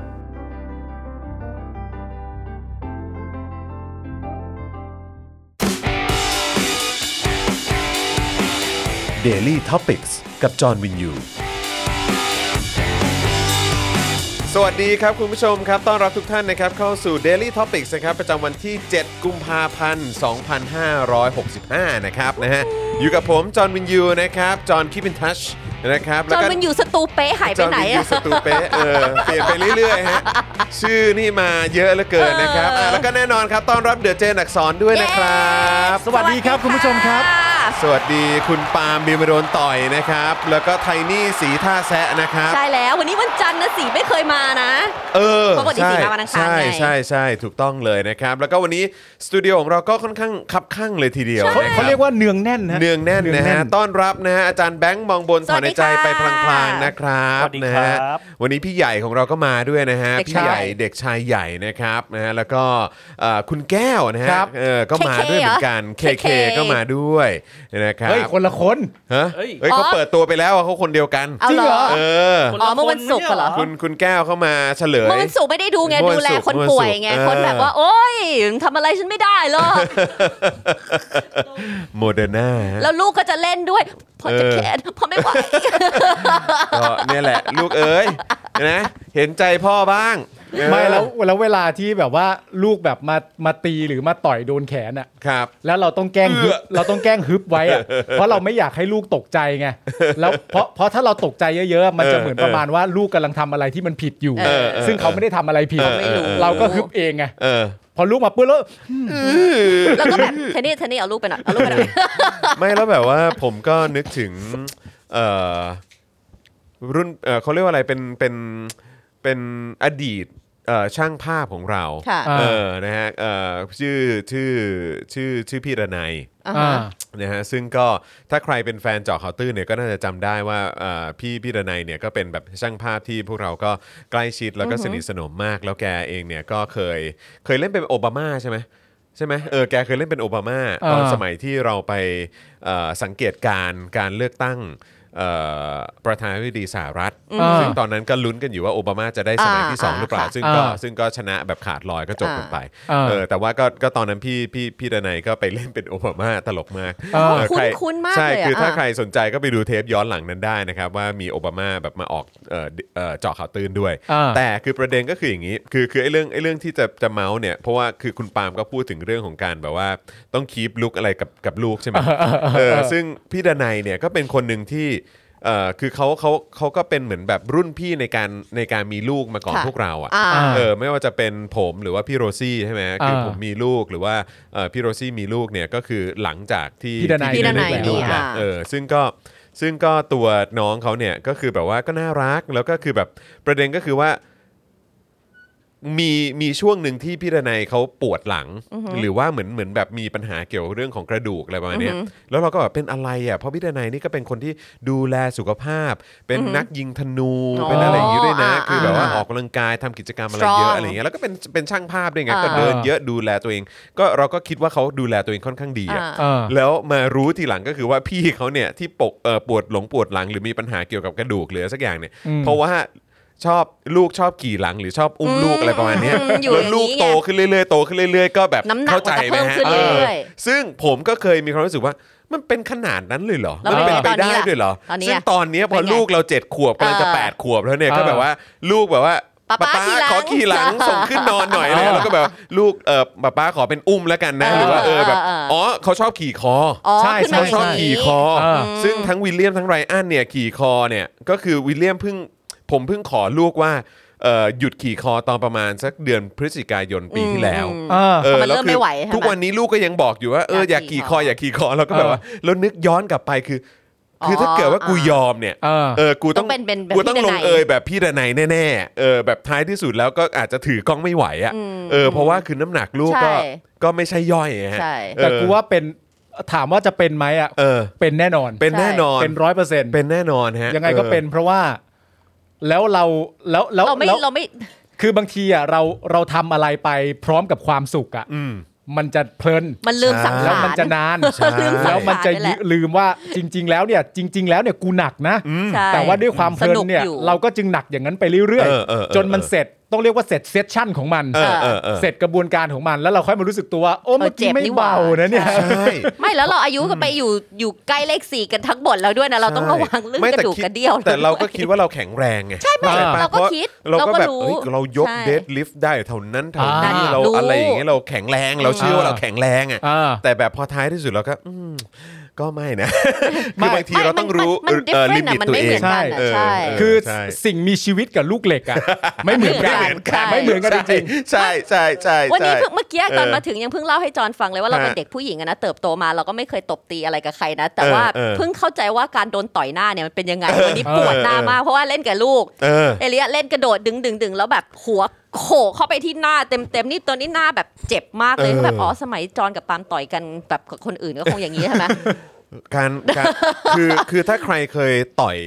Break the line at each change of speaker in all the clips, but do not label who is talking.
Daily Topics กับจอห์นวินยู สวัสดีครับคุณผู้ชมครับ ต้อนรับทุกท่านนะครับเข้าสู่ Daily Topics นะครับประจำวันที่ 7 กุมภาพันธ์ 2565 นะครับนะฮะอยู่กับผม จอห์นวินยูนะครับ จอห์นคิปินทัชนะครับ
จ
แล้ว
น
ก็
มันอยู่สตูเป๊ะหายไปไหน
จอห์วิน
อะ
ยูสตูเป๊ะเออเปลี่ยนไปเรื่อยๆฮะชื่อนี่มาเยอะเหลือเกินนะครับอ่ะแล้วก็แน่นอนครับต้อนรับเดอะเจนอักสอนด้วยนะครับ
สวัสดีครับคุณผู้ชมครับ
ะ
สวัสดีคุณปาล์มบิมโดนต่อยนะครับ แล้วก็ไทนี่สีท่าแซะนะครับ
ใช่แล้ววันนี้วันจันทร์นะสีไม่เคยมานะ
เออ
ปกติสีมาวันอังคาร
ใช่
ไง
ใช่ใช่ถูกต้องเลยนะครับ แล้วก็วันนี้สตูดิโอของเราก็ค่อนข้างคับข้างเลยทีเดียว
เขา
นะครั
เขา
บ
เรียกว่าเนืองแน่นฮะ
เนืองแน่นนะฮะต้อนรับนะฮะอาจารย์แบงค์มองบนถอนในใจไปพลางๆนะครับ
สวัสดี
นะ
ครั
ฮะ
บ
วันนี้พี่ใหญ่ของเราก็มาด้วยนะฮะ
เด็ก
พี่
ชาย
ใหญ่เด็กชายใหญ่นะครับนะฮะแล้วก็เอ่อคุณแก้วนะฮะ
ครับ
เออก็มาด้วยเหมือนกัน
เคเค
KK ก็มาด้วยนะครับ
เฮ้ยคนละคน
ฮะ
เอ้ย
เอ้ยเขา
อ๋อ
เปิดตัวไปแล้วอะเขาคนเดียวกัน
เอา
จริง
เหร
เหร
อ
อ
เออ
คน
อ๋
ละ
อเมื่อวันศุกร์เหรอ
คุณคุณแก้วเข้ามาเฉลย
เมื่อวันศุกร์ไม่ได้ดูไง
เมื่อวั
ดู
น
แล
ศุกร์
คน
เมื่อวัน
ป่วยไง
ศุกร์
คนแบบ
เออ
ว่า โอ๊ยทำอะไรฉันไม่ได้หรอก
โมเดอร์นาฮะ
แล้วลูกก็จะเล่นด้วยพอจะ
เออ
แขนพอไม่ไหว
ก็เนี่ยแหละ ลูกเอ๋ยนะเห็นใจพ่อบ้างเออ
ไม่แล้วแล้วเวลาที่แบบว่าลูกแบบมามาตีหรือมาต่อยโดนแขนอ่ะ
ครับ
แล้วเราต้องแกล้ง ฮึบเราต้องแกล้งฮึบไว้อะเพราะเราไม่อยากให้ลูกตกใจไงแล้วเพราะเพราะถ้าเราตกใจเยอะๆ มันจะเหมือนประมาณว่าลูกกำลังทำอะไรที่มันผิดอยู่
อเออ
ซึ่งเขาไม่ได้ทำอะไรผิด
เออเออเออ
เราก็ฮึบเองไง
เออ
พอลูกมาปุ๊บแล้ว
แล้วก็แบบเทนนี่เทนนี่เอาลูกไปหน่อยเอาลูกไปหน่อย
ไม่แล้วแบบว่าผมก็นึกถึงเอ่อรุ่นเอ่อเขาเรียกว่าอะไรเป็นเป็นเป็นอดีตเอ่อช่างภาพของเรา
ค่ะ
เออนะฮะเอ่อชื่อชื่อชื่อชื่อพี่ระไนย
อ่า
อ่า
ฮะ
นะฮะซึ่งก็ถ้าใครเป็นแฟนเจาะข่าวตื้นเนี่ยก็น่าจะจำได้ว่าเอ่อพี่พี่ดนัยเนี่ยก็เป็นแบบช่างภาพที่พวกเราก็ใกล้ชิดแล้วก็สนิทสนมมาก แล้วแกเองเนี่ยก็เคยเคยเล่นเป็นโอบามาใช่ไหมใช่ไหมเออแกเคยเล่นเป็นโอบามา
อ่า
ตอนสมัยที่เราไปเอ่อสังเกตการณ์การเลือกตั้งเอ่อประธานาธิบดีสหรัฐ ซึ่งตอนนั้นก็ลุ้นกันอยู่ว่าโอบามาจะได้สมัยที่สองหรือเปล่า
อ่า
ซึ่งก็
อ่า
ซึ่งก็ชนะแบบขาดลอยก็จบกันไป
อ่า
เออแต่ว่าก็ก็ตอนนั้นพี่พี่พี่ดนัยก็ไปเล่น เป็นโอบามาตลกมาก
เอ
เอ
อ
อใร
คุ้นๆมาก
ใช่
เลยอะ
คือถ้า
อ่ะ
ใครสนใจก็ไปดูเทปย้อนหลังนั้นได้นะครับ ว่ามีโอบามาแบบมาออกเอ่อเอ่อเจาะข่าวตื่นด้วย
อ่า
แต่คือประเด็นก็คืออย่างนี้ คือคือไอ้เรื่องไอ้เรื่องที่จะจะเมาส์เนี่ย เพราะว่าคือคุณปาล์มก็พูดถึงเรื่องของการแบบว่าต้องคีปลุกอะไรกับกับลูกใช่ไหมเออซึ่งพี่ดนัยเนี่ยก็เป็นคนหนึ่งที่เอ่อคือเขาเขาเขาก็เป็นเหมือนแบบรุ่นพี่ในการในการมีลูกมาก่อน
ค่ะ
พวกเราอ่ะ
อ่า
อ่า
เออไม่ว่าจะเป็นผมหรือว่าพี่โรซี่ใช่ไหมคือผมมีลูกหรือว่าเอ่อพี่โรซี่มีลูกเนี่ยก็คือหลังจากที่
พี่ดนัย
พี่ดนัย
มีลูก
มี
แล้ว
อ่า
เออซึ่งก็ซึ่งก็ตัวน้องเขาเนี่ยก็คือแบบว่าก็น่ารักแล้วก็คือแบบประเด็นก็คือว่า มีมีช่วงหนึ่งที่พี่ดนัยเขาปวดหลัง หรือว่าเหมือนเหมือนแบบมีปัญหาเกี่ยวกับเรื่องของกระดูกอะไรประมาณเนี้ยแล้วเราก็แบบเป็นอะไรอ่ะเพราะพี่ดนัยนี่ก็เป็นคนที่ดูแลสุขภาพ เป็นนักยิงธนู
อ๋อ
เป็นอะไรอย่างงี้ด้วยนะ
อ่า
คือแบบว่า
อ่า
ออกกำลังกายทำกิจกรรมอะไร
Strong
เยอะอะไรอย่างเงี้ยแล้วก็เป็นเป็นช่างภาพด้วยไง
อ่า
ก็เดินเยอะดูแลตัวเอง ก็เราก็คิดว่าเขาดูแลตัวเองค่อนข้างดีอ่ะ
อ่า
เออ
แล้วมารู้ทีหลังก็คือว่าพี่เขาเนี่ยที่ปกเอ่อปวดหลงปวดหลังหรือมีปัญหาเกี่ยวกับกระดูกหรืออะไรสักอย่างเนี่ย
อืม
เพราะว่าชอบลูกชอบกี่หลังหรือชอบอุ้ม
อืม
ลูกอะไรประมาณเนี้ย
อืมอยู่
แล้วลูก
อย่างนี้ไง
โตขึ้นเรื่อยๆโตขึ้นเรื่อยๆก็แบบ
น้ำหนัก
เข้าใจไหม
มันจะเพิ่ม
ฮะ
ขึ้น
เอ
เรื่
อ
อย
ซึ่งผมก็เคยมีความรู้สึกว่ามันเป็นขนาดนั้นเลยเหรอ
แล้ว
มันเป็นไป
ตอนนี้
ได้
ล่ะ
ด้วยเหรอ
ตอนนี้
ซึ่ง
อะ
ตอนเนี้ยพอ
เป็นไง
ลูกเราเจ็ดขวบกำลังจะ
เออ
แปดขวบแล้วเนี่ย
เออ
ก็แบบว่าลูกแบบว่า
ป๊าป๊าทีหลัง
ขอขี่หลังส่งขึ้นนอนหน่อยนะ
เออ
แล้วก็แบบลูกเออป๊าป๊าขอเป็นอุ้มแล้วกันนะหรือว่าเออแบบ
เออเออเอออ๋
อ๋อเขาชอบขี่คอ
อ๋อ
ใช่
ขึ้น
ใช่
มา
เขา
ย่าง
ชอบ
นี้
ขี่คอ
อ่า
ซึ่งทั้งวิลเลียมทั้งไรอันเนี่ยขี่คอเนี่ยก็คือวิลเลียมเพิ่งผมเพิ่งขอลูกว่าเอ่อหยุดขี่คอตอนประมาณสักเดือนพฤศจิกายนปีที่แล้ว
อืม
เออ
เออ
เพราะมัน
แล้ว
เริ่ม
คื
ไม่ไหวใช่ไหม
ทุกวันนี้ลูกก็ยังบอกอยู่ว่าเออ
อ
อาย
ยาก ก
ขี่คอ
ขี่คอ
อ
อ
ยากขี่คอแล้วก็แบบว่าแล้วนึกย้อนกลับไปคือ คือถ้าเกิดว่ากูยอมเนี่ย
เออ
เออ กูต้อง
ต้องเป็นเป็นแบบ
กูต้อง
พี่
ล
ดนัย
งเอยแบบพี่ดนัยแน่ๆ เออ แบบท้ายที่สุดแล้วก็อาจจะถือกล้องไม่ไหวอ่ะ
อืม
เออ เพราะว่าคือน้ำหนักลูกก็
ใช่
ก็ไม่ใช่ย่อยฮะ
ใช่
เออ
แต่กูว่าเป็นถามว่าจะเป็นไหมอ่ะ
เออ
เป็นแน่นอน
เป็นแน่นอน
เป็นร้อยเปอร์เซ็นต์
เป็นแน่นอนฮะ
ยังไงก็
ออ
เป็นเพราะว่าแล้วเราแล้วแล้ว
เราไม่
แล้ว
เราไม่
คือบางทีอ่ะเราเราทำอะไรไปพร้อมกับความสุขอ่ะ
อืม
มันจะเพลิน
มันลืมสัง
แล้ว
ขาร
มันจะนาน
ใช่
ลืมสั
แล้
ง
วมัน
ขาร
จะ
ไปแหละ
ลืมว่าจริง ๆ แล้วเนี่ย จริง ๆ แล้วเนี่ยกูหนักนะ
ใช่
แต่ว่าด้วยความเพลินเนี่ย
สกอ
เราก็จึงหนักอย่างนั้นไปเรื่อย
เออเออเออ
จนมันเสร็จต้องเรียกว่าเสร็จเซสชั่นของมัน
เออเออเออ
เสร็จกระบวนการของมันแล้วเราค่อยมารู้สึกตัวว่าโอ้
เออ
เมื่อกี้ไม่
เจ็บนี่หว่า
เบานะเนี่ย
ใช่
ไม่แล้วเราอายุก็ไปอยู่อยู่ใกล้เลขสี่กันทั้งหมดแล้วด้วยนะเราต้องระวังเรื่อง
ไม่
ก
แต่
ระดูก
คิ
กระเดี่ยว
แต่เราก็
ด้วย
คิดว่าเราแข็งแรงไงใช่ไหม
เราก็คิด
เราก็แบบ
เราก็รู้
เอ้ยเรายก
ใช่
เดดลิฟต์ได้เท่านั้นเท่านี้
อ่า
เรา
รู้
อะไรอย่างเงี้ยเราแข็งแรงเราเชื่อว่า
อ่า
เราแข็งแรงอ่ะ
อ่า
แต่แบบพอท้ายที่สุดเราก็อืมก็ไม่ นะ คือบางที
ไม่
เราต้อง
มัน
รู้
มัน
เอ่อ
different อะ
limit
มัน
ตัว
ไม่
เอ
เหมื
ง
อนกัน
เออ
อะใช่
เอ
คือ
ใช่
สิ่งมีชีวิตกับลูกเหล็กอ่ะ ไม่เหมือนกัน
ไม่เหมือนกัน
ไม่เหมือนกันจริง
ใช่ใช่ใช่ใช่
วันนี้เพิ่งเมื่อกี้
เออ
ตอนมาถึงยังเพิ่งเล่าให้จอนฟังเลยว่าเราเป็น
ฮะ
เด็กผู้หญิงอะนะเติบโตมาเราก็ไม่เคยตบตีอะไรกับใครนะ แต่
เออ
ว่า
เออ
เพิ่งเข้าใจว่าการโดนต่อยหน้าเนี่ยมันเป็นยังไง
เออ
วันนี้
เออ
ปวดหน้า
เออ
มากเพราะว่าเล่นกับลูก
เออ
เอเลียเล่นกระโดดดึงดึงดึงแล้วแบบหัวโขกเข้าไปที่หน้าเต็มเต็มนี่ตอนนี้หน้าแบบเจ็บมากเลย
เออ
แบบอ๋อสมัยจอนกับปาล์มต่อยกันแบบกับคนอื่นก็คงอย่างนี้ใช่ไหม
การ การ คือคือถ้าใครเคยต่อย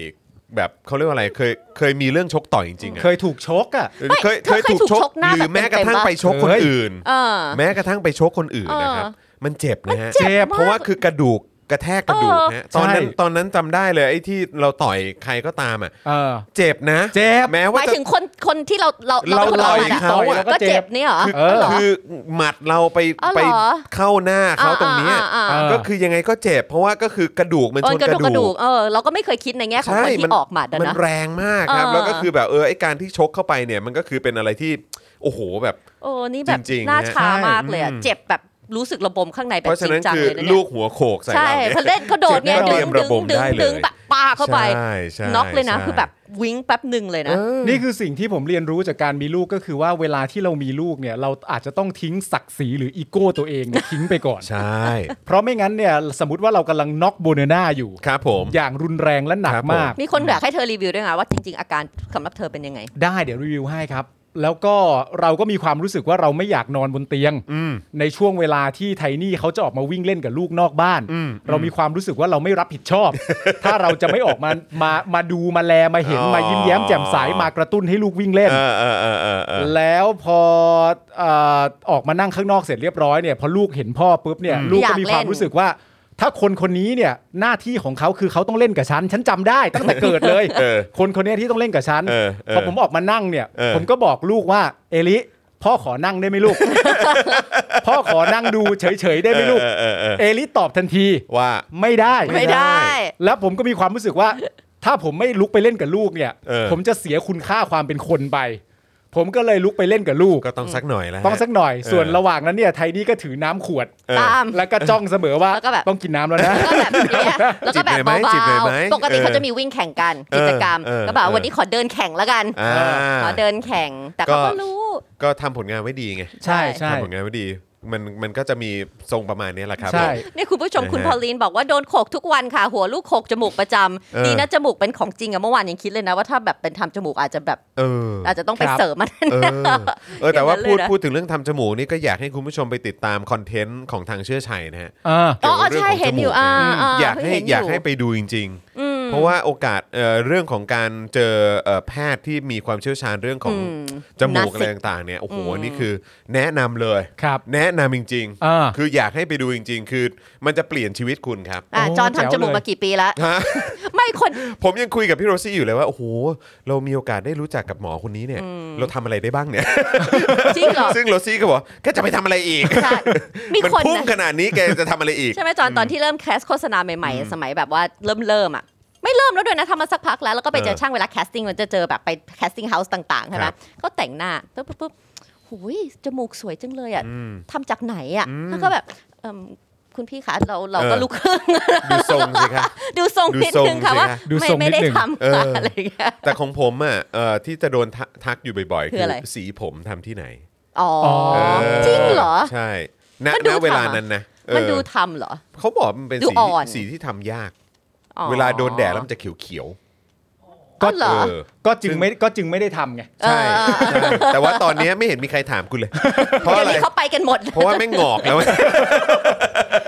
แบบเขาเรียกว่าอะไรเคยเคยมีเรื่องชกต่อยจริงๆ
ๆ
อะ
เคยถูกชกอ่ะ
ไม่
เคย
เธอเคยถูกชกหน้า
หรือ
แบบ
แม้กระทั่ง
เต็มๆปะ
ไปชกคนอื่น
เออ
แม้กระทั่งไปชกคนอื่น
เออ
นะครับมันเจ็บนะฮะ
เจ็บ
เพราะว่าคือกระดูกกระแทกกระดูกฮะตอนนั้น
ใช่
ตอนนั้นจำได้เลยไอ้ที่เราต่อยใครก็ตามอ่ะ
เออ
เจ็บนะ
เจ็บ
แม้
ห
ว่า
มา
จะ
ยถึงคนคนที่เราเรา
เรา
ทะ
ต่อ
เลาะ
ย
กันอะ
เขาอะ
ก็เจ็บเนี่ยเหรอ
คือ
เออ
คือหมัดเราไป
อ๋อเหรอ
ไปเข้าหน้าเขาตรงเนี้ย
อ่า
เ
อ่าอ่า
ก็คือยังไงก็เจ็บ เพราะว่าก็คือกระดูกมัน
เอ
ช
อน กระ
ก
ดูกกระ
ระ
ดู
ดู
ก
ก
เออเราก็ไม่เคยคิดในแง่ของคนที่ออกหมัดอะ
มัน
นะ
แรงมากครับ
เออ
แล้วก็คือแบบเออไอ้การที่ชกเข้าไปเนี่ยมันก็คือเป็นอะไรที่โอ้โหแบบ
โอ้นี่แบบ
จริงๆ
หน้า
นะ
ชามากเลยอะ
ใช่
เจ็บแบบรู้สึกระบมข้างในแบ
เพ
บ
ราะ
จ
ฉะ
ริ
นั้น
งจัง
คือลู
เลยนะเนี่ย
กหัวโขกใส่
ใช่
เราเนี่ย
เขาเล่นเขาโดดเนี่ย
เจ็บแน่เตรี
ดึ
ย
ง
ม
ดึ
ระ
ง
บม
ดึ
ได้
ง
เลย
ดึงแบบปาเข้าไป
ใช่ใช่
น็อกเลยนะ
ใช่
คือแบบวิ้งแป๊บหนึ่งเลยนะ
นี่คือสิ่งที่ผมเรียนรู้จากการมีลูกก็คือว่าเวลาที่เรามีลูกเนี่ย เราอาจจะต้องทิ้งศักดิ์ศรีหรืออีโก้ตัวเองเนี่ยทิ้งไปก่อน
ใช่
เพราะไม่งั้นเนี่ย สมมติว่าเรากำลังน็อกโบเนน่าอยู่
ครับผม
อย่างรุนแรงและหนัก
ครับผม
มาก
มีคนอยากให้เธอรีวิวด้วยนะว่าจริง ๆ อาการสำหรับเธอเป็นยังไง
ได้เดี๋ยวรีวิวให้ครับ แล้วก็เราก็มีความรู้สึกว่าเราไม่อยากนอนบนเตียง
อืม
ในช่วงเวลาที่ไทนี่เขาจะออกมาวิ่งเล่นกับลูกนอกบ้าน
อืม
เรามีความรู้สึกว่าเราไม่รับผิดชอบ ถ้าเราจะไม่ออกมามามาดูมาแลมาเห็น
อ๋อ
มายิ้มแย้มแจ่มใสมากระตุ้นให้ลูกวิ่งเล่น
เออเออเออเออเออ
แล้วพอเอ่อออกมานั่งข้างนอกเสร็จเรียบร้อยเนี่ยพอลูกเห็นพ่อปุ๊บเนี่ยลูก
อยา
ก็
ก
มีความ
เล่น
รู้สึกว่า ถ้าคนคนนี้เนี่ยหน้าที่ของเขาคือเขาต้องเล่นกับฉัน ฉันจำได้ตั้งแต่เกิดเลย
เออ
คนคนเนี้ยที่ต้องเล่นกับฉัน
เออเออ
พอผมออกมานั่งเนี่ย
เออ
ผมก็บอกลูกว่าเอลิพ่อขอนั่งได้ไหมลูก พ่อขอนั่งดูเฉยๆได้ไหมลูก
เออเออเออ
เอลิตอบทันที
ว่า
ไม่ได้
ไม่ได้
แล้วผมก็มีความรู้สึกว่า ถ้าผมไม่ลุกไปเล่นกับลูกเนี่ย
เออ
ผมจะเสียคุณค่าความเป็นคนไป ผมก็เลยลุกไปเล่นกับลูก
ก็ต้องสักหน่อยแล้ว
ต้องสักหน่อย
เออ
ส่วนระหว่างนั้นเนี่ยไทนี่ก็ถือน้ำข วด
เออ
ตาม
แล้วก็จ้องเสมอว่า
แล้วก็แบบ
ต้องกินน้ำแล้วนะ
แล้วก็แบบเนี่ยแล้วก็แบบ
จีบหน่อยไหมจีบหน่อย
เบา
ไหม
ๆปกติ
เออ
เขาจะมีวิ่งแข่งกันกิจกรรม
เออเออ
ก็แบบ
เออ
วันนี้ขอเดินแข่งแล้วกัน
อ่า
ขอเดินแข่งแต่เขา
ก็
ก็รู้
ก็ทำผลงานไว้ดีไง
ใช่ใช่
ทำผลงานไว้ดี มันมันก็จะมีทรงประมาณเนี้ยแหละครับ
ใช่
เนี่ยคุณผู้ชม
นะฮะ
คุณพอลลีนบอกว่าโดนโขกทุกวันค่ะ หัวลูกโขกจมูกประจำ
เออ
ดีนะจมูกเป็นของจริงอะเมื่อวานยังคิดเลยนะว่าถ้าแบบเป็นทำจมูกอาจจะแบบ
เออ
อาจจะต้องไป
ครับ
เสริมมัน
เออเออแต่ ว่า
อย่างนั้นเลย
พูด
นะ
พูดถึงเรื่องทำจมูกนี่ก็อยากให้คุณผู้ชมไปติดตามคอนเทนต์ของทางเชื่อชัยนะฮะ
อ่า
อ๋อ
กี่ยวกับ
ใช่
รื่งขง
เห็นอ
จมู
ยู่
ก
อ่า
ะ
อ่า
อยากให้
เน
อยากให้
อ
ไปดูจริง
อืม
ๆ เพราะว่าโอกาสเอ่อเรื่องของการเจอเอ่อแพทย์ที่มีความเชี่ยวชาญเรื่องของ
อืม
จมูก
Nasty
อะไรต่างๆเนี่ยโอ้โห
อืม
นี่คือแนะนำเลย
ครับ
แนะนำจริง
อ่า
ๆ คืออยากให้ไปดูจริง ๆ คือมันจะเปลี่ยนชีวิตคุณครับ
อ่ะ
โอ้
จอนทำจมูก
แจ๋วเลย
มากี่ปีแล้ว
ฮะ
ไม่คน
ผมยังคุยกับพี่โรซี่อยู่เลยว่าโอ้โหเรามีโอกาสได้รู้จักกับหมอคนนี้เนี่ย เราทำอะไรได้บ้างเนี่ย
จริงเหรอ
ซึ่งโรซี่ก็บอกแกจะไปทำอะไรอีก
ใช่มี
มัน
คน
พุ่งข
นะ
นาดนี้แกจะทำอะไรอีก
ใช่ไหมจอนตอนที่เริ่มแคสโฆษณาใหม่ๆ สมัยแบบว่าเริ่มเริ่มๆอะไม่เริ่มแล้วด้วยนะทำมาสักพักแล้วแล้วก็ไปเจอ
เออ
ช่างเวลาแคสติ้งมันจะเจอแบบไปแคสติ้งเฮาส์ต่างๆใช่ไหม
ครับ
ก็แต่งหน้าปุ๊บปุ๊บปุ๊บหุยจมูกสวยจังเลยอ่ะ
อืม
ทำจากไหนอะ่ะ
อืม
แล้วก็แบบเอิ่มคุณพี่คะเราเราก็
เออ
ลูกค รึ่ง
ดูทรงสิคะ
ดูทรง
ดู
นิดนึ
ทรง
งค่ะ
สิ
ว่า
ฮะ
ดู
ไม่
ทรง
ไม่
นิด
ได้
นึง
ทำ
เอ
ค่ะ
ออ
อะไรอย่างเงี้ย
แต่ของผมอ่ะเอ่อที่จะโดนทักทักอยู่บ่อยๆ
คืออะไร
สีผมทำที่ไหน
อ๋อ
เออ
จริงเหรอ
ใช่ณ
มัน
ณ
ดู
เวลา
ทำอะ
นั้นนะเออ
มันดูทำเหรอ
เขาบอกมันเป็น
ดู
สี
อ่
ที่
อน
สีที่ทำยาก
อ๋อ
เวลาโดนแดดแล้วมันจะเขียว
ก็
ๆ
เหรอ
เออ
ก็จึงไม่ก็จึงไม่ได้ทำไง
ใช่ใช่แต่ว่าตอนเนี้ยไม่เห็นมีใครถามคุณเลย เพราะ
เดี๋ย
อะ
ว
ไร
นี้เขาไปกันหมด
เพราะว่าไม่งงอกแล้ว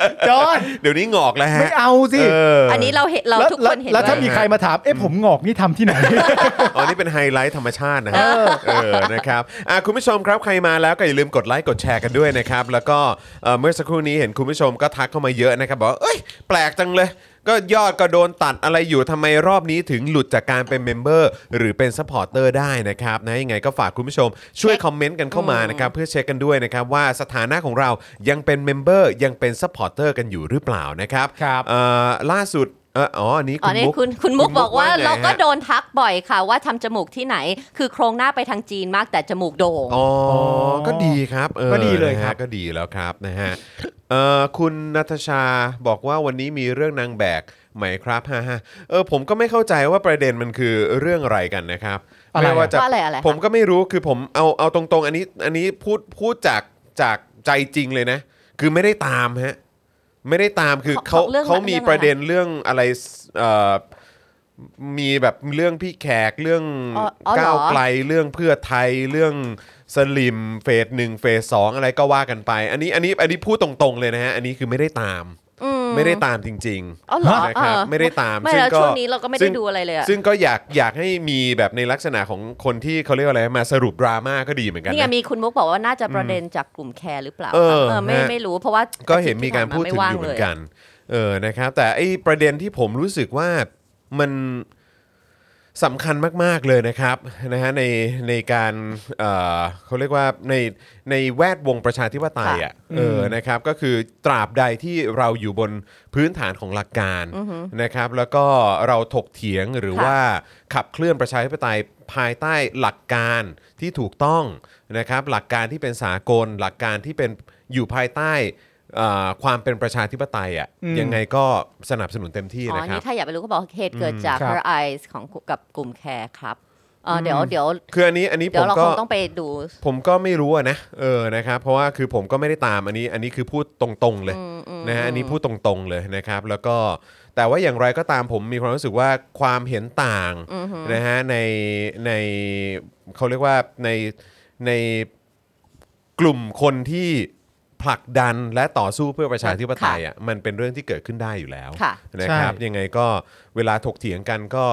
จอน
เดี๋ยวนี้งอกแล้วฮะ
ไม่เอาสิ
เออ
อันนี้เรา เห็นเรา
แล้ว
ทุก
แล้
ค
วน
เห็น
แล้วถ้า
ว่า
มีใครมาถาม เอ๊ะผมงอกนี่ทำ ที่ไหน
อ๋อนี่เป็นไฮไลท์ธรรมชาตินะฮะเออนะครับอ่ะคุณผู้ชมครับใครมาแล้วก็อย่าลืมกดไลค์กดแชร์กันด้วยนะครับ แล้วก็เอ่อเมื่อสักครู่นี้เห็นคุณผู้ชมก็ทักเข้ามาเยอะนะครับบอกว่าเอ้ยแปลกจังเลย ก็ยอดก็โดนตัดอะไรอยู่ทำไมรอบนี้ถึงหลุดจากการเป็นเมมเบอร์หรือเป็นซัพพอร์เตอร์ได้นะครับนะยังไงก็ฝากคุณผู้ชมช่วยคอมเมนต์กันเข้ามานะครับเพื่อเช็คกันด้วยนะครับว่าสถานะของเรายังเป็นเมมเบอร์ยังเป็นซัพพอร์เตอร์กันอยู่หรือเปล่านะครับ
ครับ
เอ่อล่าสุดเอ่ออ๋ออันนี้
อ๋อ
คุณ
นี่
มุก
คุณคุณมุกบอกว่า
ไง
เราก็
ฮะ
โดนทักบ่อยค่ะ ว่าทำจมูกที่ไหน คือโครงหน้าไปทางจีนมากแต่จมูกโด่ง
อ๋อ ก็ดีครับออ
ก็ดีเลยครับ
นะฮะก็ดีแล้วครับนะฮะเอ่อคุณนัทชาบอกว่าวันนี้มีเรื่องนางแบกไหมครับฮ่าฮเออผมก็ไม่เข้าใจว่าประเด็นมันคือเรื่องอะไรกันนะครับ
อะไร
ไม่ว่าจะ
ว่าอะไรอะไร
ผมก็ไม่รู้คือผมเอาเอาตรงๆ อันนี้อันนี้พูดพูดจากจากใจจริงเลยนะ คือไม่ได้ตามฮะไม่ได้ตามคือเขา
เขาเรื่อง
เขามี
เรื่องอะไร
ประเด็นเรื่องอะไรเอ่อมีแบบเรื่องพี่แขกเรื่อง
อ๋ออ๋อเหรอ
ก้าวไกลเรื่องเพื่อไทยเรื่องสลิมเฟสหนึ่งเฟสสองอะไรก็ว่ากันไป อันนี้อันนี้อันนี้พูดตรงๆเลยนะฮะ อันนี้คือไม่ได้ตาม
อืม
ไม่ได้ตามจริง
อ๋อเหรอ
ๆนะครับ
เออ
ไม่ได้ตาม
ไม่
ซึ่ง
แล้ว
ก็
ช่วงนี้เราก็ไม่ได้
ซึ่ง
ดูอะไรเลยอะ
ซึ่งก็อยากอยากให้มีแบบในลักษณะของคนที่เขาเรียกว่าอะไรมาสรุปดราม่าก็ดีเหมือนกัน
นี่ไง
นะ
มีคุณมุกบอกว่าน่าจะประเด็นจากกลุ่มแคร์หรือเปล่า
เออ
เออไม่
ฮะ
ไม่รู้เพราะว่า
ก็เห็นมีการพูดถึง
า
อ
ทิต
ยู่
ที่
เหมือน
ผ่าาไว่างล
กัน เออนะครับ แต่ไอ้ประเด็นที่ผมรู้สึกว่ามันสำคัญมาก ๆ เลยนะครับนะฮะในในการเอ่อเขาเรียกว่าในในแวดวงประชาธิปไตยอ่ะเออนะครับก็คือตราบใดที่เราอยู่บนพื้นฐานของหลักการนะครับ แล้วก็เราถกเถียงหรือ
ค่ะ
ว่าขับเคลื่อนประชาธิปไตยภายใต้หลักการที่ถูกต้องนะครับ หลักการที่เป็นสากล หลักการที่เป็นอยู่ภายใต้เอ่อความเป็นประชาธิปไตยอ่ะ
อืม
ยังไงก็สนับสนุนเต็มที่
อ๋อ
นะ
อัน
ครั
นี่
บ
ถ้าอยากไปรู้ก็บอกเหตุเกิดจาก
ครั
พ
บ
ระไอซ์ของกุกับกลุ่มแคร์ครับเอ่อเดี๋ยวเดี๋ยว
คืออันนี้อันนี้ผ
เดี๋ยว
ม
เรา
ก็
คงต้องไปดู
ผมก็ไม่รู้อะนะเออนะครับเพราะว่าคือผมก็ไม่ได้ตามอันนี้อันนี้คือพูดตรงๆเลยนะฮะอันนี้พูดตรงๆเลยนะครับ แล้วก็แต่ว่าอย่างไรก็ตามผมมีความรู้สึกว่าความเห็นต่างนะฮะในในเขาเรียกว่าในในกลุ่มคนที่ผลักดันและต่อสู้เพื่อประชาธิปไตยอ่ะมันเป็นเรื่องที่เกิดขึ้นได้อยู่แล้ว
ค่ะ
นะครับ
ใช่
ยังไงก็เวลาถกเถียงกันก็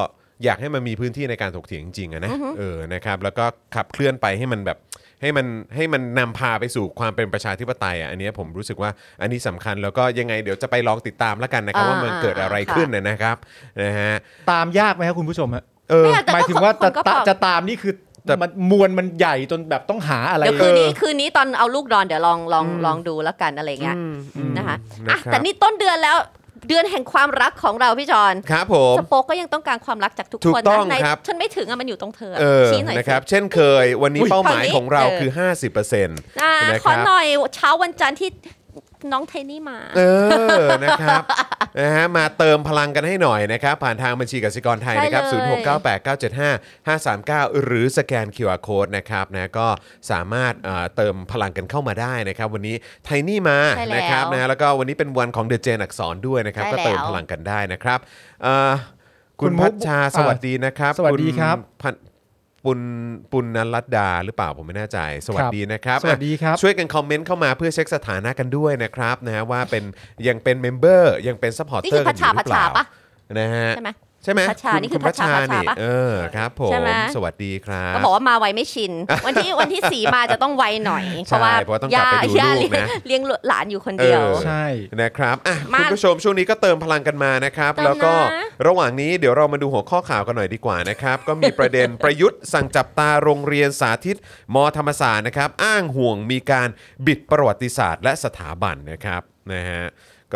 อยากให้มันมีพื้นที่ในการถกเถียงจริงๆอะนะเออนะครับ แล้วก็ขับเคลื่อนไปให้มันแบบให้มันให้มันนำพาไปสู่ความเป็นประชาธิปไตยอ่ะอันเนี้ยผมรู้สึกว่าอันนี้สำคัญแล้วก็ยังไงเดี๋ยวจะไปลองติดตามแล้วกันนะครับ
อ่า
ว่ามันเกิดอะไร
ค่ะ
ขึ้นนะนะครับนะฮะ
ตามยากไหมครับคุณผู้ชมฮะ
เออ
เนี่ยแต่
ห
ก็
มายถึงว่า
ค
จะ
นก็
ตะ
ปรับ
จะตามนี่คือ
แต่
มันมวลมันใหญ่จนแบบต้องหาอะไร
เดี๋ยวคืนนี้
เออ
คืนนี้ตอนเอาลูกนอนเดี๋ยวลองลองลองดูแล้วกันอะไรเงี้ยนะคะอ่ะ
นะครับ
แต่นี่ต้นเดือนแล้วเดือนแห่งความรักของเราพี่จอน
ครับผม
สโป๊กก็ยังต้องการความรักจากทุก
ถูก
คน
ต้อง
นะใน
ครับ
ฉันไม่ถึงอะมันอยู่ตรงเธอ
เออ
ชี้หน่อยสิ
นะครับ เช่นเคยวันนี้
อุ๊ย
เป้าหมาย
คราวนี้
ของเรา
เออ
คือ 50%น
อ่า
ะค
ขอ
รับ
หน่อยเช้าวันจันทร์ที่ น้องเทนนี่มา
เออ นะครับ นะฮะ มาเติมพลังกันให้หน่อยนะครับ ผ่านทางบัญชีกสิกรไทยนะครับ
ใช่
0
เลย
6 9 8 9 7 5 5 3 9 หรือสแกน QR Code นะครับนะก็สามารถเอ่อเติมพลังกันเข้ามาได้นะครับ วันนี้ไทนี่มา
ใช่แล้ว
นะครับนะฮะแล้วก็วันนี้เป็นวันของเดอะเจนอักษรด้วยนะครับ
ใช่
ก็เติม
แล้ว
พลังกันได้นะครับเอ่อคุ
คุณ ณมุ
พั
ก
ชชา สวัสดีนะครับ
สวัสดีครับ
ณพันปุณปุณนรัตดาหรือเปล่าผมไม่แน่ใจ สวัสดีนะครับ
สวัสดีครับ
ช่วยกันคอมเมนต์เข้ามาเพื่อเช็คสถานะกันด้วยนะครับนะฮะว่าเป็นยังเป็นเมมเบอร์ยังเป็นซัพพอร์เต
นี่
อ
คื
ร์กั
อพั
น
ช
อ
ชา
ยู่ห
พั
รื
ช
อเป
ชา
ล่า
ปะ
นะฮะ
ใช่ไหม
ใช่ไหม
พัชชานี่คือพัชชา
ณ
พัชชา
นี่
ปะ
เออครับผม
ใช่ไหม
สวัสดีครับ
ก็บอกว่ามาไวไม่ชิน วันที่วันที่สีมาจะต้องไวหน่อย เพราะว่า
ใช่เพราะต้องกลับไปดู
ย่า
ลูก
เลี้ยง
นะ
เลี้ยงหลานอยู่คนเดียว
เออ
ใช่
นะครับอ่ะ
มา
คุณผู้ชมช่วงนี้ก็เติมพลังกันมานะครับ
เติมนะ
แล้วก็ระหว่างนี้เดี๋ยวเรามาดูหัวข้อข่าวกันหน่อยดีกว่า นะครับ ก็มีประเด็น ประยุทธ์สั่งจับตาโรงเรียนสาธิตมธรรมศาสตร์นะครับ อ้างห่วงมีการบิดประวัติศาสตร์ และสถาบันนะครับนะฮะ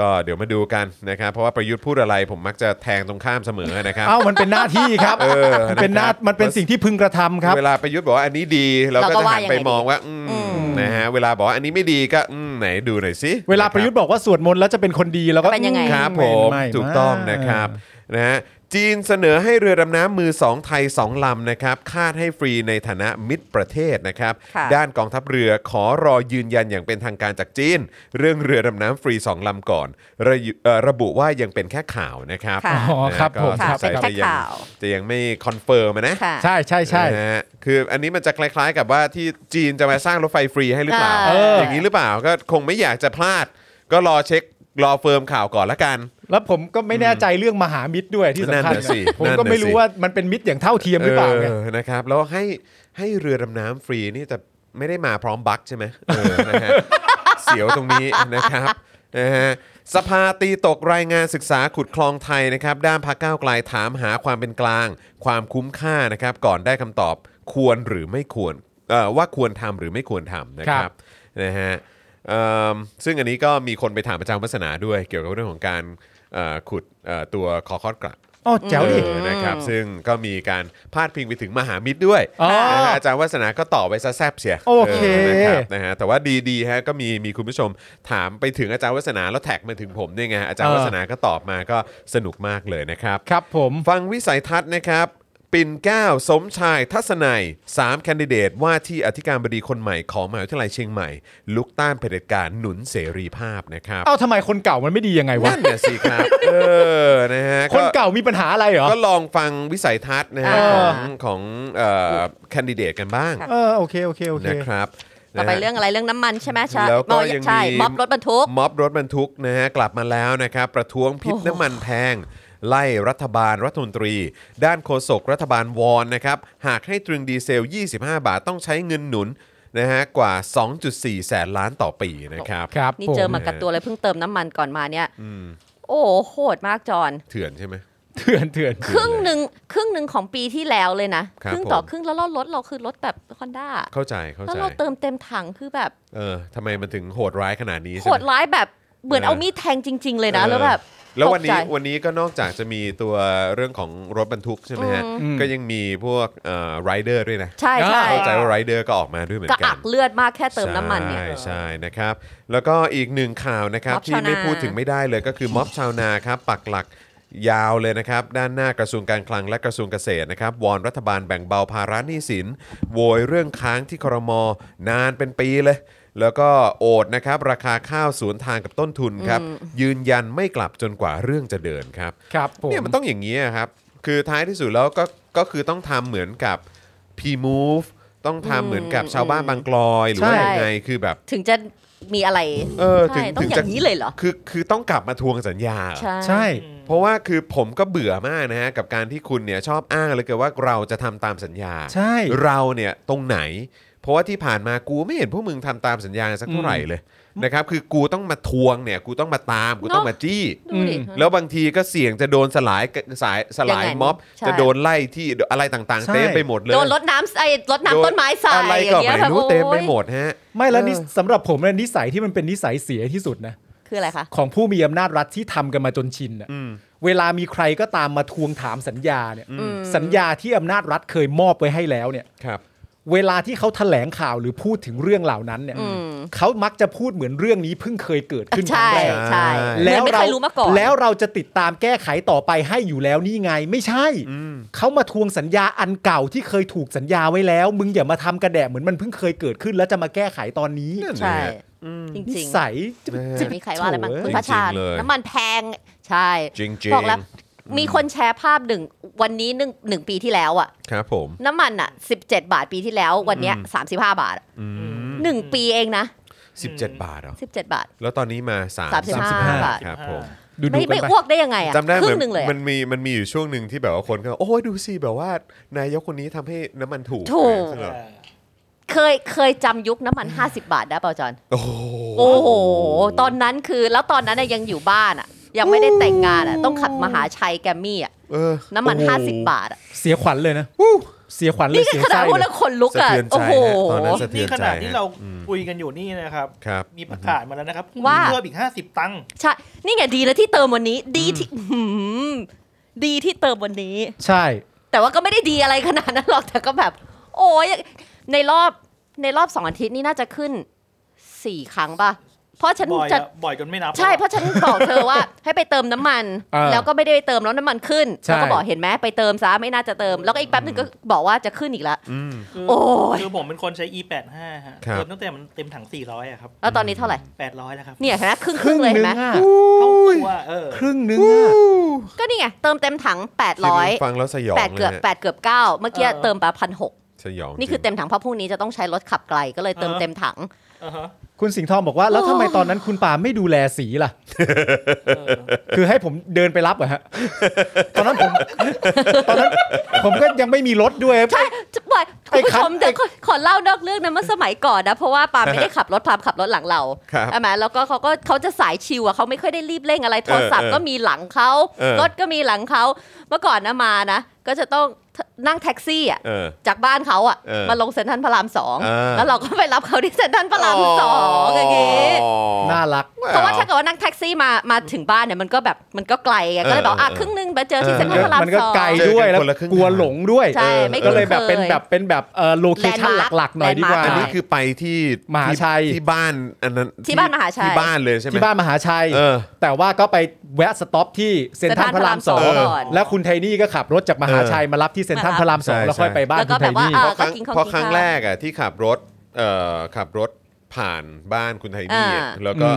ก็เดี๋ยวมาดูกันนะครับ เพราะว่าประยุทธ์พูดอะไรผมมักจะแทงตรงข้ามเสมอนะครับ
เอ้ามันเป็นหน้าที่ครับ
เออ
มันเป็นหน้า
นะครับ
มันเป็นสิ่งที่พึงกระทำครับ
เวลาประยุทธ์บอกว่าอันนี้ดีเราก็
เราก็
จะ
ว่า
หันไป
ยังไง
มองว่าอืมนะฮะเวลาบอกว่าอันนี้ไม่ดีก็อืมไหนดูหน่อยสิ
เวลาประยุทธ์บอกว่าสวดมนต์แล้วจะเป็นคนดีแล้วก็
เป็นยังไง
ครับผม
ไไ
ถูกต้องนะครับนะฮะจีนเสนอให้เรือดำน้ำมือ 2 ไทย 2 ลำนะครับคาดให้ฟรีในฐานะมิตรประเทศนะครับ
ค่ะ
ด้านกองทัพเรือขอรอยืนยันอย่างเป็นทางการจากจีน เรื่องเรือดำน้ำฟรี 2 ลำก่อนระยุเอ่อระบุว่ายังเป็นแค่ข่าวนะครับ
ค่ะ
อ๋อครับ
นะก็
ผม
ส
ค่ะ
งสัย
เป็นแค่
จะยัง
ข่าว
จะยังไม่คอนเฟิร์มอะนะ
ค่ะ
ใช่ใช่ใช่
นะฮะคืออันนี้มันจะคล้ายๆ กับว่าที่จีนจะมาสร้างรถไฟฟรีให้หรือเปล่า
เอออ
ย่างนี้หรือเปล่าก็คงไม่อยากจะพลาด ก็รอเช็ครอเฟิร์มข่าวก่อนละกัน
แล้วผมก็ไม่แน่ใจเรื่องมหามิตรด้วยที่
นั่น
สำคัญ
น่ะสิ
ผม
นั่น
ก็
น่ะ
ไม่
สิ
รู้ว่ามันเป็นมิตรอย่างเท่าเทียมหรือเปล่าไง
เออนะครับแล้วให้ให้เรือดำน้ำฟรีนี่แต่ไม่ได้มาพร้อมบัคใช่ไหมเออนะฮะ เสียวตรงนี้นะครับนะฮะสภาตีตกรายงานศึกษาขุดคลองไทยนะครับ ด้านพรรคก้าวไกลถามหาความเป็นกลาง ความคุ้มค่านะครับ ก่อนได้คำตอบควรหรือไม่ควรเอ่อว่าควรทำหรือไม่ควรทำนะค
ค
รั
รั
บบ นะฮะเอิ่มซึ่งอันนี้ก็มีคนไปถามอาจารย์วัฒนาด้วย เกี่ยวกับเรื่องของการเอ่อขุดเอ่อตัวคอคอดกลับ
อ๋อแจ๋วดิ
เออนะครับซึ่งก็มีการพาดพิงไปถึงมหามิตรด้วย
อ๋อ
นะฮะอาจารย์วัฒนาก็ตอบไปซะแซบเสีย
โอเค
นะครับนะฮะแต่ว่าดีๆฮะก็มีมีคุณผู้ชมถามไปถึงอาจารย์วัฒนาแล้วแท็กมาถึงผมด้วยไงอาจารย์วัฒนาก็ตอบมาก็สนุกมากเลยนะครับ
ครับผม
ฟังวิสัยทัศน์นะครับ ปิ่นแก้ว สมชาย ทัศนัย3แคนดิเดตว่าที่อธิการบดีคนใหม่ของมหาวิทยาลัยเชียงใหม่ ลุกต้านเผด็จการหนุนเสรีภาพนะครับ
เอ้าทำไมคนเก่ามันไม่ดียังไงวะ
นั่นน่ะสิครับเออนะฮะ
คนเก่ามีปัญหาอะไรเหรอ
ก็ลองฟังวิสัยทัศน์นะฮะ
อ่า
ของของเอ่อแคนดิเดตกันบ้าง
เออโอเคโอเคโอเค
นะครับ
ต่อไป
นะฮะ
เรื่องอะไรเรื่องน้ำมันใช่ไหมใช่
แล้วก็
มอ
ยังมี
ใช่ม็อบรถบรรทุก
ม็อบรถบรรทุกนะฮะกลับมาแล้วนะครับ ประท้วงพิษ
โอ้โห
น้ำมันแพง ไล่รัฐบาลรัฐมนตรี ด้านโฆษกรัฐบาลวอนนะครับ หากให้ตรึงดีเซล 25 บาทต้องใช้เงินหนุนนะฮะกว่า 2.4 แสนล้านต่อปีนะครับ
ครับ
นี่
ผม
เจอมากับตัวเลยเพิ่งเติมน้ำมันก่อนมาเนี่ย
อืม
โอ้โหโหดมากจอน
เถื่อนใช่ไหม
เถื่อนเถื่อน
ครึ่งหนึ่งครึ่งหนึ่งของปีที่แล้วเลยนะครับครึ่งต่อ
ผม
ครึ่งแล้วเรารถเราคือรถแบบคอนด้า
เข้าใจเข้า
แล้ว
ใจ
เราเติมเต็มถังคือแบบ
เออทำไมมันถึงโหดร้ายขนาดนี้
โห
ใช่ไหม
ดร้ายแบบเหมือน
เออ
เอามีดแทงจริง ๆ เลยนะแล้วแบบ
แล้ววันนี้
ตกใจ
วันนี้ก็นอกจากจะมีตัวเรื่องของรถบรรทุกใช่ไหมฮะ
อืม
ก็ยังมีพวกเอ่อไรเดอร์ด้วยนะ
ใช่ใช่
อ่
เข้าใจว่าไรเดอร์ก็ออกมาด้วยเหมือก
ระ
นกั
อั
น
กเลือดมากแค่เติมน้ำมันเนี่ย
ใช่ใช่นะครับ แล้วก็อีกหนึ่งข่าวนะครับ
ม็อบ
ที่
ชาวนา
ไม่พูดถึงไม่ได้เลยก็คือม็อบชาวนาครับปักหลักยาวเลยนะครับ ด้านหน้ากระทรวงการคลังและกระทรวงเกษตรนะครับ วอนรัฐบาลแบ่งเบาภาระหนี้สินโวยเรื่องค้างที่ครมนานเป็นปีเลย แล้วก็โอดนะครับราคาข้าวสวนทางกับต้นทุนครับยืนยันไม่กลับจนกว่าเรื่องจะเดินครับ
ครับผม
เนี่ยมันต้องอย่างนี้อะครับ คือท้ายที่สุดแล้วก็ก็คือต้องทำเหมือนกับ P Move ต้องทำเหมือนกับชาวบ้านบางกลอย หรือว่า
ใช่
ยังไงคือแบบ
ถึงจะมีอะไร
เออถึ
ใช่
ง
ต้อ
ถึ
ง
ง
อ
จะ
ย่างนี้เลยเหรอ
คือคือต้องกลับมาทวงสัญญา
ใช่
ใช่
เพราะว่าคือผมก็เบื่อมากนะฮะ กับการที่คุณเนี่ยชอบอ้างเหลยเกินว่าเราจะทำตามสัญญา
ใช่
เราเนี่ยตรงไหน เพราะว่าที่ผ่านมากูไม่เห็นพวกมึงทำตามสัญญาสักเท่าไหร่เลยนะครับคือกูต้องมาทวงเนี่ยกูต้องมาตามกูต้องมาจี้
ดูดิ
แล้วบางทีก็เสี่ยงจะโดนสลายสายสลาย
ยังไง
ม็อบ
ใช่
จะโดนไล่ที่อะไรต่างๆ
ใช่
เต็มไปหมดเลย
โดนรดน้ำไอ้รดน้ำต้นไม้ใส่
อะไร
อย่า
ก็
งเงี้ย
ไม่รู้
แบบ
เต็มไปหม
โ
ดฮะ
ไม่แล้วนี่
เออ
สำหรับผมเนี่ยนิสัยที่มันเป็นนิสัยเสียที่สุดนะ
อ้ยคืออะไรคะ
ของผู้มีอำนาจรัฐที่ทำกันมาจนชินน่ะเวลามีใครก็ตามมาทวงถามสัญญาเนี่ยสัญญาที่อำนาจรัฐเคยมอบไว้ให้แล้วเนี่ย
ครับ
เวลาที่เขาแถลงข่าวหรือพูดถึงเรื่องเหล่านั้นเนี่ย
อืม
เขามักจะพูดเหมือนเรื่องนี้เพิ่งเคยเกิดขึ้นครั้
ใช่
งแรก
ใช่
ใช่
เหมือนไม่เคยรู้มาก่อน
แล้วเราจะติดตามแก้ไขต่อไปให้อยู่แล้วนี่ไงไม่ใช่เขามาทวงสัญญาอันเก่าที่เคยถูกสัญญาไว้แล้ว มึงอย่ามาทำกระแดะเหมือนมันเพิ่งเคยเกิดขึ้นแล้วจะมาแก้ไขตอนนี้
ใช่ จ
นิ
ริงๆ
สัยจะ
จะมีใครว่าอะไรบ้างคุณ
จริงๆ
พระชาญ
เลย
น้ำมันแพงใช่
จริงจริง
บอกแล้ว มีคนแชร์ภาพหนึ่งวันนี้หนึ่งหนึ่งปีที่แล้วอะ
ครับผม
น้ำมันอะ17 บาทปีที่แล้ว วันเนี้ย35 บาทอะหนึ่งปีเองนะ
17 บาทเหรอ
17 บาท
แล้วตอนนี้มา3
35 บาท
ครับผม
ดูดู
ไม่
กั
ไม่
นไป
อ้วกได้ยังไงอะ
จำได้
ค
เห
รึ่
มือน
งหนึ่งเลยอะ
มันมีมันมีอยู่ช่วงหนึ่งที่แบบว่าคนก็ โอ้ยดูสิแบบว่านายกคนนี้ทำให้น้ำมันถูก
ถูก
ใช่ไหม
เคยเคยจำยุคน้ำมัน 50 บาทได้เปล่าจอน
โอ้โห
โอ้โห ตอนนั้นคือแล้วตอนนั้นอะยังอยู่บ้านอะยังไม่ได้แต่งงานอะต้องขับมหาชัยแกรมมี่อะ
เออ
น้ำมัน
โอ้โห
50 บาทอะ
เสียขวัญเลยนะเสียขวัญเลย
นี่
เสีย
ขนา
ใจ
ดพูด
เล
แล้ว
ย
ขนลุก
สะ
อะ
เทือน
โอ้
ใจ
โห
ฮะตอนนั้นสะเทื
นี่
อน
ข
ใจ
นาดที่
ฮะ
เรา
อืม
คุยกันอยู่นี่นะครับ
ครับ
มีประกาศมาแล้วนะครับ
ว่า
เพิ่มอีก 50 ตังค์
ใช่ นี่ไงดีแล้วที่เติมวันนี้ ดีที่หืมดีที่เติมวันนี้
ใช่
แต่ว่าก็ไม่ได้ดีอะไรขนาดนั้นหรอก แต่ก็แบบ โอ้ยในรอบในรอบสองอาทิตย์นี่น่าจะขึ้นสี่ครั้งป่ะ เพราะฉัน
บ่อย
จะ
อะบ่อยจนไม่นับ
ใช่เพราะฉันบอกเธอว่า ให้ไปเติมน้ำมัน
เออ
แล้วก็ไม่ได้ไปเติมแล้วน้ำมันขึ้น
ใช่
แล้วก็บอกเห็นไหมไปเติมซะไม่น่าจะเติม แล้วก็อีกแป๊บหนึงก็บอกว่าจะขึ้นอีกแล้ว
อืม
คือ
โอ้ย
คือผมเป็นคนใช้ e85 ฮะ
ครับ
เติมตั้งแต่มันเต็มถัง 400อะครับ
แล้วตอนนี้เท่าไหร่
800 แล้วครับ
เนี่ยเห็นไหมครึ่ง
ค
ครึ่
รึ่
ง
ง
เลย
นึ
เห็น
ง
ไหม
อ่ะ
เท่าตัวเออ
ครึ่งนึงอ่ะ
ก็นี่ไงเติมเต็มถังแปดร้อย
ฟังแล้วสยอง
แปด
เลย
เกือบ
ฮะ
แปดเกือบเก้าเมื่อกี้เติมไปพันหก
สยอง
นี่คื
จริ
อ
ง
เต็มถังเพราะพรุ่งนี้จะต้องใช้รถขับไกลก็เลยเติมเต็มถัง
อ่าฮะ
คุณสิงห์ทองบอกว่า แล้วทำไมตอนนั้นคุณป่าไม่ดูแลสีล่ะ
เออ
คือให้ผมเดินไปรับเหร อฮะ ตอนนั้นผมตอนนั้นผมก็ยังไม่มีรถด้วย
ใช่จะปล่อย
ไอ้
คุณผู้ชม
คัน
เดี๋ยว
ไอ้
ขอขอเล่านอกเรื่องนะเมื่อสมัยก่อนนะ เพราะว่าปาไม่ได้ขับรถปาขับรถหลังเรา
ครับ
ใช่ไหมแล้วก็เขาก็เขาจะสายชิวอะเขาไม่ค่อยได้รีบเร่งอะไรโทรศัพท์
เออเออ
ก็มีหลังเขา
เออ
รถก็มีหลังเขาเมื่อก่อนนะมานะ ก็จะต้องนั่งแท็กซี่อะ
เออ
จากบ้านเขาอะ
เออ
มาลงเซ็นทรัลพระรามสอง
เออ
แล้วเราก็ไปรับเขาที่เซ็นทรัลพระรามสองอย่างงี้
น่ารัก
เพราะว่าถ้าเกิดว่านั่งแท็กซี่มามาถึงบ้านเนี่ยมันก็แบบมันก็ไกลไงก็เลยบอกอ่ะครึ่งหนึงไปเจอที่เซ็นทรัลพระราม
มันก็
สอง
ไกลด้วย
เจอกัน
แล้ว
คนละครึ่ง
กลัวหลงด้วย
ใช่ไม่
ก็เลยแบบ
คุ้นเคย
เป็นแบบเป็นแบบเออโลเคชั่น
Landmark
หลักๆหน่อยดีกว่า
อันนี้
ใช่
คือไปที่
มหาชัย
ที่ที่บ้านอันนั้น
ที่บ้านมหาชัย
ที่บ้านเลยใช่ไหม
ที่บ้านมหาชัย
เออ
แต่ว่าก็ไปแวะสต็อปที่เซ็นทรัลพระรามสอง
เซ็นทรัลพระรามสองก่อน
แล้วคุณไทนี่ก็ขับรถจากมหาชัยมารับที่เซ็นทรัลพระรามสอง
ใช่
แล้วค่อย
ใช่
ไปบ้าน
แล้ว
คุ
ก็
ณไท
แบบว่า
นี่
เออ
เพราะค
ก็
รั้ง
กินข้าว
เพราะ
กิน
ครั้ง
ข้าว
แรกอ่ะที่ขับรถเอ่อขับรถผ่านบ้านคุณไทนี่อ่ะ
อ่า
แล้วก็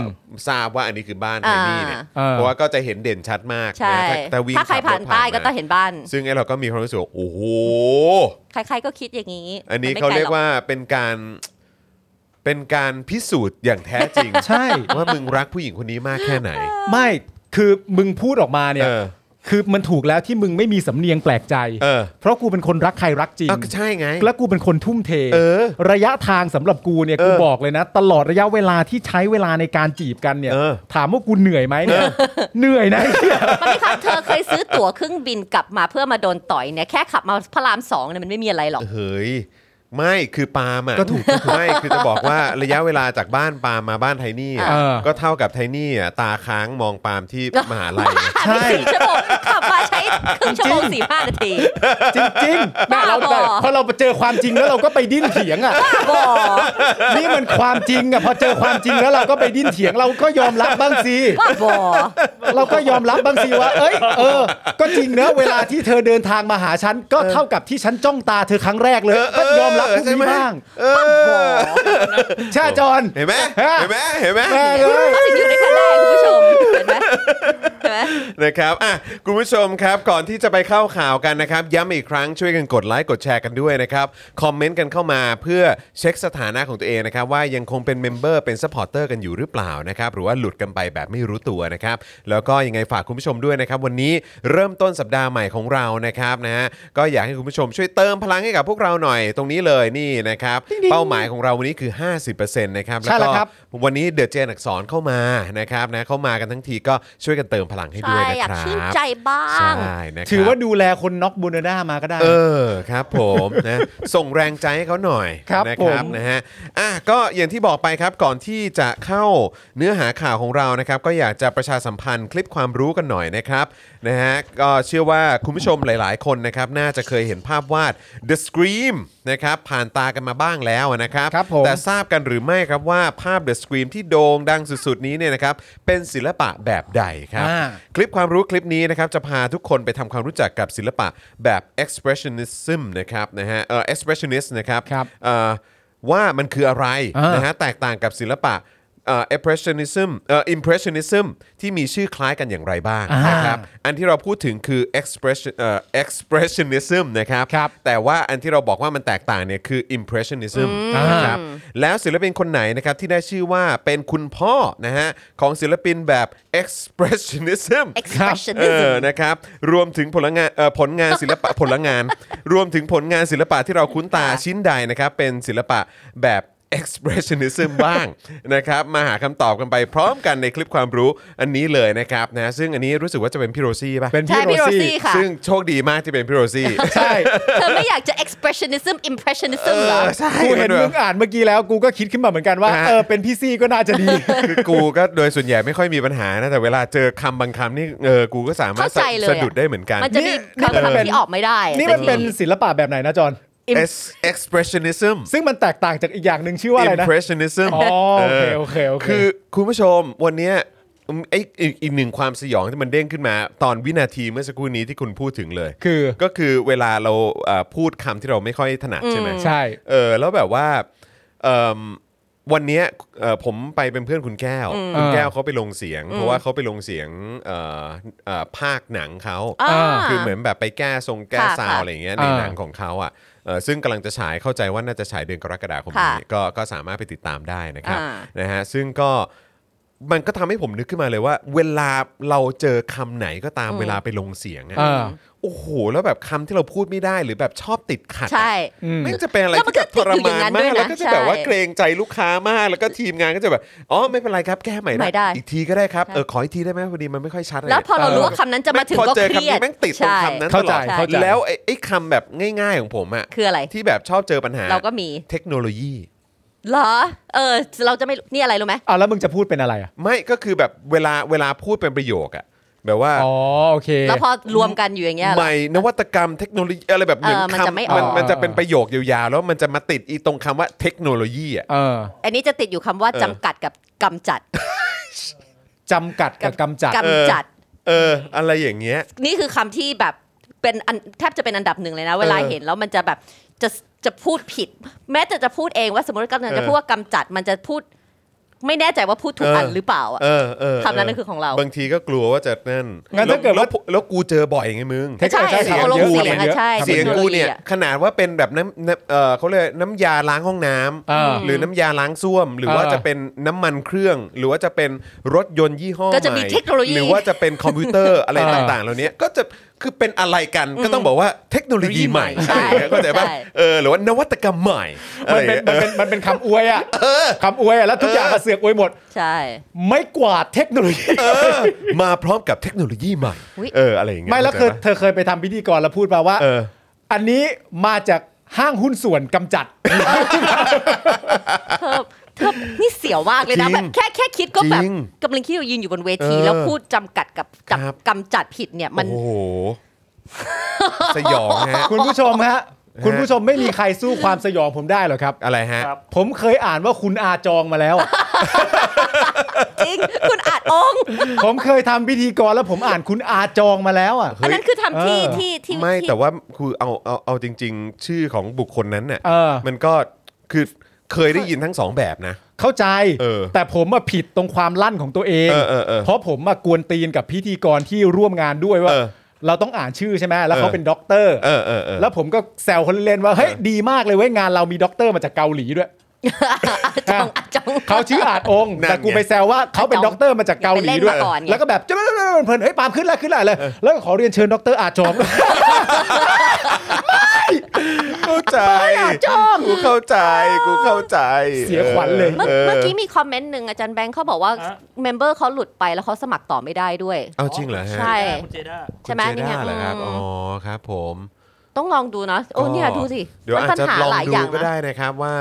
ทราบว่าอันนี้คือบ้านไทนี่เนี่ย
เออ
เพราะว่าก็จะเห็นเด่นชัดมาก
ใช่
นะถ้าแต่วิ่ง
ถ้าใคร
ขับ
ผ่าน
ถ
ป้ายก็
ม
จะเห็นบ้าน
ซึ่งไอ้เราก็มีความรู้สึกว่าโอ้โห
ใครๆก็คิดอย่างนี้
อันนี้
มัไม่
เขาเรียก
ไลหอ
ว่าเป็นการเป็นการพิสูจน์อย่างแท้จริง
ใช่
ว่ามึงรักผู้หญิงคนนี้มากแค่ไหน
ไม่คือมึงพูดออกมาเนี่ย
เออ
คือมันถูกแล้วที่มึงไม่มีสำเนียงแปลกใจ
เออ
เพราะกูเป็นคนรักใครรักจริง
เอาก็ใช่ไง
แล้วกูเป็นคนทุ่มเท
เออ
ระยะทางสำหรับกูเนี่ยกู
เออ
บอกเลยนะ ตลอดระยะเวลาที่ใช้เวลาในการจีบกันเนี่ย
เออ
ถามว่ากูเหนื่อยไหมเนี่ยเหนื่อยนะ
มันไม่ครับเธอเคยซื้อตั๋วเครื่องบินกลับมาเพื่อมาโดนต่อยเนี่ยแค่ขับมาพระรามสองเนี่ยมันไม่มีอะไรหรอก
เฮ้ยไม่คือปาล์มอ่ะ
ก็ถูก
ไม่คือจะบอกว่าระยะเวลาจากบ้านปาล์มมาบ้านไทนี่อะ
เออ
ก็เท่ากับไทนี่อ่ะตาค้างมองปาล์มที่ มหาลัยนะ
ใช่
ไม่สี่ชั่วโมงขับมาใช้ครึ่งชั่วโมงสี่ห้านาที
จริงๆแม่เรา
บ้าบอ
แต่พอเราเจอความจริงแล้วเราก็ไปดิ้นเถียงอ่ะ
บอ
นี่มันความจริงอ่ะพอเจอความจริงแล้วเราก็ไปดิ้นเถียงเราก็ยอมรับบ้างสิ
บ้าบอ
เราก็ยอมรับบ้างสิว่า เอ้ยเออ ก็จริงนะเวลาที่เธอเดินทางมาหาฉันก็เท่ากับที่ฉันจ้องตาเธอครั้งแรกเลยก็ยอมรับพวกนี้บ้าง
เออ
ใช่จอน
เห็นไหมเห็นไหมเห็นไหม
แม่ง เลย
ก็ถึงอยู่ด้วยกันได้คุณผู้ชมเห็นไหมเห็นไหม
นะครับอ่ะคุณผู้ชมครับก่อนที่จะไปเข้าข่าวกันนะครับ ย้ำอีกครั้งช่วยกันกดไลค์กดแชร์กันด้วยนะครับ คอมเมนต์กันเข้ามาเพื่อเช็คสถานะของตัวเองนะครับ ว่ายังคงเป็นเมมเบอร์เป็นสปอร์เตอร์กันอยู่หรือเปล่านะครับ หรือว่าหลุดกันไปแบบไม่รู้ตัวนะครับ แล้วก็ยังไงฝากคุณผู้ชมด้วยนะครับ วันนี้เริ่มต้นสัปดาห์ใหม่ของเรานะครับนะฮะก็อยากให้คุณผู้ชมช่วยเติมพลังให้กับพวกเราหน่อยตรงนี้เลยนี่นะครับเป้าหมายของเราวันนี้คือ 50%นะครับ
ใช่แล้ว
ก็
ครับ
วันนี้เดอะเจนอักสอนเข้ามานะครับนะเข้ามากันทั้งทีก็ช่วยกันเติมพ ลังให้ด้ว
ใช่
ยนะ
อยาก
ครับ
ชื่นใจบ้าง
ใช่นะครับ
ถือว่าดูแลคนน็อกบูเนด้ามาก็ได้
เออครับผมนะ ส่งแรงใจให้เขาหน่อย
ครับ
นะ
ผม
นะฮะอ่ะก็อย่างที่บอกไปครับก่อนที่จะเข้าเนื้อหาข่าวของเรานะครับ ก็อยากจะประชาสัมพันธ์คลิปความรู้กันหน่อยนะครับนะฮะก็เชื่อว่าคุณผู้ชมหลาย ๆ คนนะครับ น่าจะเคยเห็นภาพวาด The Scream นะครับผ่านตากันมาบ้างแล้วนะครับ
ครับผม
แต่ทราบกันหรือไม่ครับว่าภาพ The Scream ที่โด่งดังสุด ๆ นี้เนี่ยนะครับเป็นศิลปะแบบใดครับ
อ่า
คลิปความรู้คลิปนี้นะครับ จะพาทุกคนไปทำความรู้จักกับศิลปะแบบ expressionism นะครับนะฮะเอ่อ expressionist นะครับ
ครับ
เอ่อว่ามันคืออะไร
อ่าน
นะฮะแตกต่างกับศิลปะเอ่อ impressionism เอ่อ impressionism ที่มีชื่อคล้ายกันอย่างไรบ้าง
อ่าน
นะครับอันที่เราพูดถึงคือ expression เอ่อ expressionism นะครับ
ครับ
แต่ว่าอันที่เราบอกว่ามันแตกต่างเนี่ยคือ impressionism
อืม
นะครับ แล้วศิลปินคนไหนนะครับที่ได้ชื่อว่าเป็นคุณพ่อนะฮะของศิลปินแบบ expressionism เอ
expressionism
อนะครับ รวมถึงผลงานเอ่อผลงานศิลปะ ผลงาน รวมถึงผลงานศิลปะที่เราคุ้นตาชิ้นใดนะครับ เป็นศิลปะแบบ expressionism บ้าง นะครับมาหาคำตอบกันไปพร้อมกันในคลิปความรู้อันนี้เลยนะครับนะซึ่งอันนี้รู้สึกว่าจะเป็นพี่โรซี่ป่ะ
เป็น
ใช่
พี่
พี่
โร
โร
ซี่
ซี่ค่ะ
ซึ่งโชคดีมากที่เป็นพี่โรซี่
ใช่
เธอไม่อยากจะ expressionism impressionism เหรอ
เออใช่
กูเห็นมึงอ่านเมื่อกี้แล้วกูก็คิดขึ้นมาเหมือนกันว่า
ฮะ
เออเป็นพี่ซี่ก็น่าจะ ดี
คือกูก็โดยส่วนใหญ่ไม่ค่อยมีปัญหานะ แต่เวลาเจอคำบางคำนี่เออกูก็สามารถ
เข้าใจเลยอะ
สะดุดได้เหมือนกัน
มันจะมี
นี่
คำ
นี่มันเป็
คำ
น
ที่ออกไม่ได้อะ
นี่มันเป็นศิลปะแบบไหนนะจอน
Es- expressionism
ซึ่งมันแตกต่างจากอีกอย่างหนึ่งชื่อว่าอะไรนะ
impressionism
อ๋อโอเคโอเคโอเค
คือคุณผู้ชมวันเนี้ยอืมไอ้อีกอีกหนึ่งความสยองที่มันเด้งขึ้นมา ตอนวินาทีเมื่อสักครู่นี้ที่คุณพูดถึงเลย
คือ
ก็คือเวลาเราเอ่อพูดคำที่เราไม่ค่อยถนัดใช่ไหม
ใช่
เออแล้วแบบว่าเอิ่มวันเนี้ยเอ่อผมไปเป็นเพื่อนคุณแก้ว คุณแก้วเขาไปลงเสียง เพราะว่าเขาไปลงเสียงเอ่อเอ่อภาคหนังเขา
อ่า
คือเหมือนแบบไปแก้ทรงแก้
ค่ะ
ซาวอะไรอย่างเงี้ยใน
อ่า
หนังของเขาอ่ะเอ่อซึ่งกำลังจะฉายเข้าใจว่าน่าจะฉายเดือนกรกฎาคม
ค่ะ
นี้ก็ก็สามารถไปติดตามได้นะครับ
อ่า
นะฮะซึ่งก็มันก็ทำให้ผมนึกขึ้นมาเลยว่า เวลาเราเจอคำไหนก็ตามเวลาไปลงเสียงอะ
อ่า
โอ้โห แล้วแบบคำที่เราพูดไม่ได้หรือแบบชอบติดขัดอะ
ใช่
แม่งจะเป็นอะไร
แล้วมัน
ที่แบบทร
ก็ติดอยู่
มาน
อย่างนั้น
มา
ด้ว
ก
ยนะ
แล้วก็จะแบบว่า
ใช่
เกรงใจลูกค้ามากแล้วก็ทีมงานก็จะแบบอ๋อไม่เป็นไรครับแก้ใหม่
ใหม่ได้
อีกทีก็ได้ครับเออขออีกทีได้ไหมพอดีมันไม่ค่อยชัดะไร
แล้วพอเรารู้ว่าคำนั้นจะมาถึง
พอ
ก็
เจอ
เครี
คำ
ย
นี้
ด
แม่งติดตรงคำนั้นตลอด
ใช่เข้าใจ
แล้วไอ้ไอ้คำแบบง่ายๆของผมอะ
คืออะไร
ที่แบบชอบเจอปัญหา
เราก็มี
เทคโนโลยี
เหรอ เออ เราจะไม่รู้นี่อะไรรู้ไหม
อ่ะแล้วมึงจะพูดเป็นอะไรอ่ะ
ไม่ก็คือแบบเวลาเวลาพูดเป็นประโยคอะแบบว่า
อ๋อโอเค
แล้วพอรวมกันอยู่อย่างเงี้ย
ใหม่นวัตกรรมเทคโนโลยีอะไรแบบเหมือน
เออมันจะ
คำ
ไม่ออก
มันมันจะเป็นประโยคยาวๆ แล้วมันจะมาติดอีตรงคำว่าเทคโนโลยีอะ
เออ
อันนี้จะติดอยู่คำว่า
เออ
จำกัดกับกำจัด
จำกัดกับกำจัด
กำจัด
เออ อะไรอย่างเงี้ย
นี่คือคำที่แบบเป็นอันแทบจะเป็นอันดับหนึ่งเลยนะ เวลา
เออ
เห็นแล้วมันจะแบบจะจะพูดผิด แม้แต่จะพูดเองว่าสมมติกำลัง
เออ
จะพูดว่ากำจัดมันจะพูด ไม่แน่ใจว่าพูดถูกอันหรือเปล่าอะ
เออเออ
คำนั้น
เ
น่ะคือของเรา
บางทีก็กลัวว่าจะนั่น
งั้นถ้าเกิด
แล้ว
ว่า
แล้วแล้วกูเจอบ่อยไงมึง
เทคโนโลยี
ใช่
เสียง
เอาลง
เยอะ
เสียงอะใช่
ทำ
เสียง
เยอะ
กูเนี่ย
เทคโนโลยีอะ
ขนาดว่าเป็นแบบน้ำน้ำเออเขาเรียกน้ำยาล้างห้องน้
อ่า
ำหรือน้ำยาล้างส้วม หรือว่า
อ่า
จะเป็นน้ำมันเครื่อง หรือว่าจะเป็นรถยนต์ยี่ห้อ
ก็จะมี
ให
เทคโนโลยี
หรือว่าจะเป็นคอมพิวเตอร์ อะไร
อ่า
ต่างๆ เหล่านี้ก็จะคือเป็นอะไรกันก็ต้องบอกว่าเทคโนโลยีใหม่
ใช่
ใช่เข้าใจป่ะ
ใช่
เออหรือว่านวัตกรรมใหม่อะ
มั
ไร
นเป็น
เออ
มันเป็นมันเป็นคำอวยอ่ะคำอวยอ่ะแล้วทุกอย่างก็เสือกอวยหมด
ใช่
ไม่กวาดเทคโนโลยี
เออมาพร้อมกับเทคโนโลยีใหม่
อุ๊ย
เอออะไรอย่างเงี้ย
ไม่แล้วเคย
ข้าใจ
เธอเคยไปทำพิธีกรแล้วพูดมาว่า
ปะเออ
อันนี้มาจากห้างหุ้นส่วนกำจัด
เธอเธอนี่เสียวมากเลยนะ
จริง
แบบแค่แค่คิดก็แบบ
จริง
กำลังคิดว่ายืนอยู่บนเวที
เออ
แล้วพูดจำกัดกับจับ
ครับ
กำจัดผิดเนี่ยมัน
โอ้โหสยองฮะ
คุณผู้ชมฮะ คุณผู้ชมไม่มีใครสู้ความสยองผมได้หรอกครับ
อะไรฮะ
ครับ
ผมเคยอ่านว่าคุณอาจองมาแล้ว
จริง คุณอาจองค์
ผมเคยทำพิธีกรแล้วผมอ่านคุณอาจองมาแล้วอ่ะ
อันนั้นคือทำที่
เออ
ที่ที่
ไม่
ที่
แต่ว่าคือเอาเอาเอาจริง ๆ ชื่อของบุคคลนั้นเนี่ย
เออ
มันก็คือเคยได้ยินทั้งสองแบบนะ
เข้าใจ
เออ
แต่ผมมาผิดตรงความลั่นของตัวเอง
เออเออเออ
ราะผมมากวนตีนกับพิธีกรที่ร่วมงานด้วยว่า
เออ
เราต้องอ่านชื่อใช่ไหมแล้วเขา
เออ
เป็นด็อกเตอร์
เออเออเออ
แล้วผมก็แซวเขาเล่นๆว่าเฮ้ย
เออ
ดีมากเลยเว้ยงานเรามีด็อกเตอร์มาจากเกาหลีด้วย
จองอาจอง
เขาชื่ออาจองค์
นั่นไง
แต่กูไปแซวว่าเขาเป็นด็อกเตอร์มาจากเกาหลีด้วย
ไปเล่นมาก่อนไง
แล้วก็แบบจะไม่เพลินเฮ้ยปาล์มขึ้นแล้วขึ้นแล้วเลย แล้วก็ขอเรียนเชิญด็อกเตอร์อาจอง
เข้าใจ
อาจอง
กูเข้าใจ กูเข้าใจ
เสียขวัญเลย
เมื่อ
ออ
เมื่อกี้มีคอมเมนต์หนึ่งอาจารย์แบงค์เขาบอกว่า
ฮะ
เมมเบอร์เขาหลุดไปแล้วเขาสมัครต่อไม่ได้ด้วย
เอาจริงเหรอฮะ
ใช่
คุณเจด้า
ใช่ไหม
คุณเจ
เนี่ย
ด้าเหรอครับ
อืม
อ๋อครับผม
ต้องลองดูนะโอ้เนี่ยดูสิ
เดี๋ยว
มั
อาจ
นปัญ
จะ
หา
ลอง
หลาย
ดู
อย่าง
ก็
นะ
ได้นะครับว่า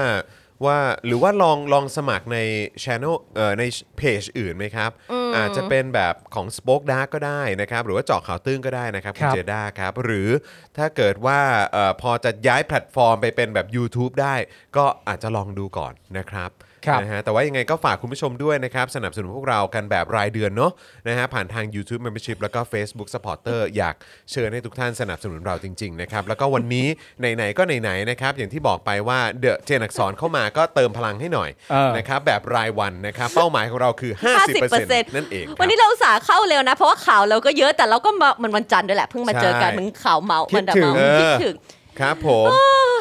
ว่าหรือว่าลองลองสมัครใน Channel เอ่อในเพจอื่นไหมครับ อาจจะเป็นแบบของ Spoke Dark ก็ได้นะครับ หรือว่าเจาะข่าวตื้นก็ได้นะครับคุ
ค
ณ
รับ
เจด้าครับ หรือถ้าเกิดว่าเอ่อพอจะย้ายแพลตฟอร์มไปเป็นแบบ YouTube ได้ ก็อาจจะลองดูก่อนนะครับ
ครับ
นะฮะแต่ว่ายังไงก็ฝากคุณผู้ชมด้วยนะครับ สนับสนุนพวกเรากันแบบรายเดือนเนาะนะฮะผ่านทาง YouTube Membership แล้วก็ Facebook Supporter อยากเชิญให้ทุกท่านสนับสนุนเราจริง ๆ นะครับ แล้วก็วันนี้ ไหน ๆ ก็ไหน ๆ นะครับ อย่างที่บอกไปว่าเดอะเจนอักสอนเข้ามาก็เติมพลังให้หน่อย
เออ
นะครับแบบรายวันนะครับ เป้าหมายของเราคือ 50%นั่นเองครับ
วันนี้เราอุตสาห์เข้าเร็วนะ เพราะว่าข่าวเราก็เยอะแต่เราก็มามันวันจันทร์ด้วยแหละเพิ่งมาเจอกัน
ใช่
มันข่าวเมาส์
คิ
มั
ด
นเดา
ถึง
เออ
เมาส์คิดถึง
ครับผม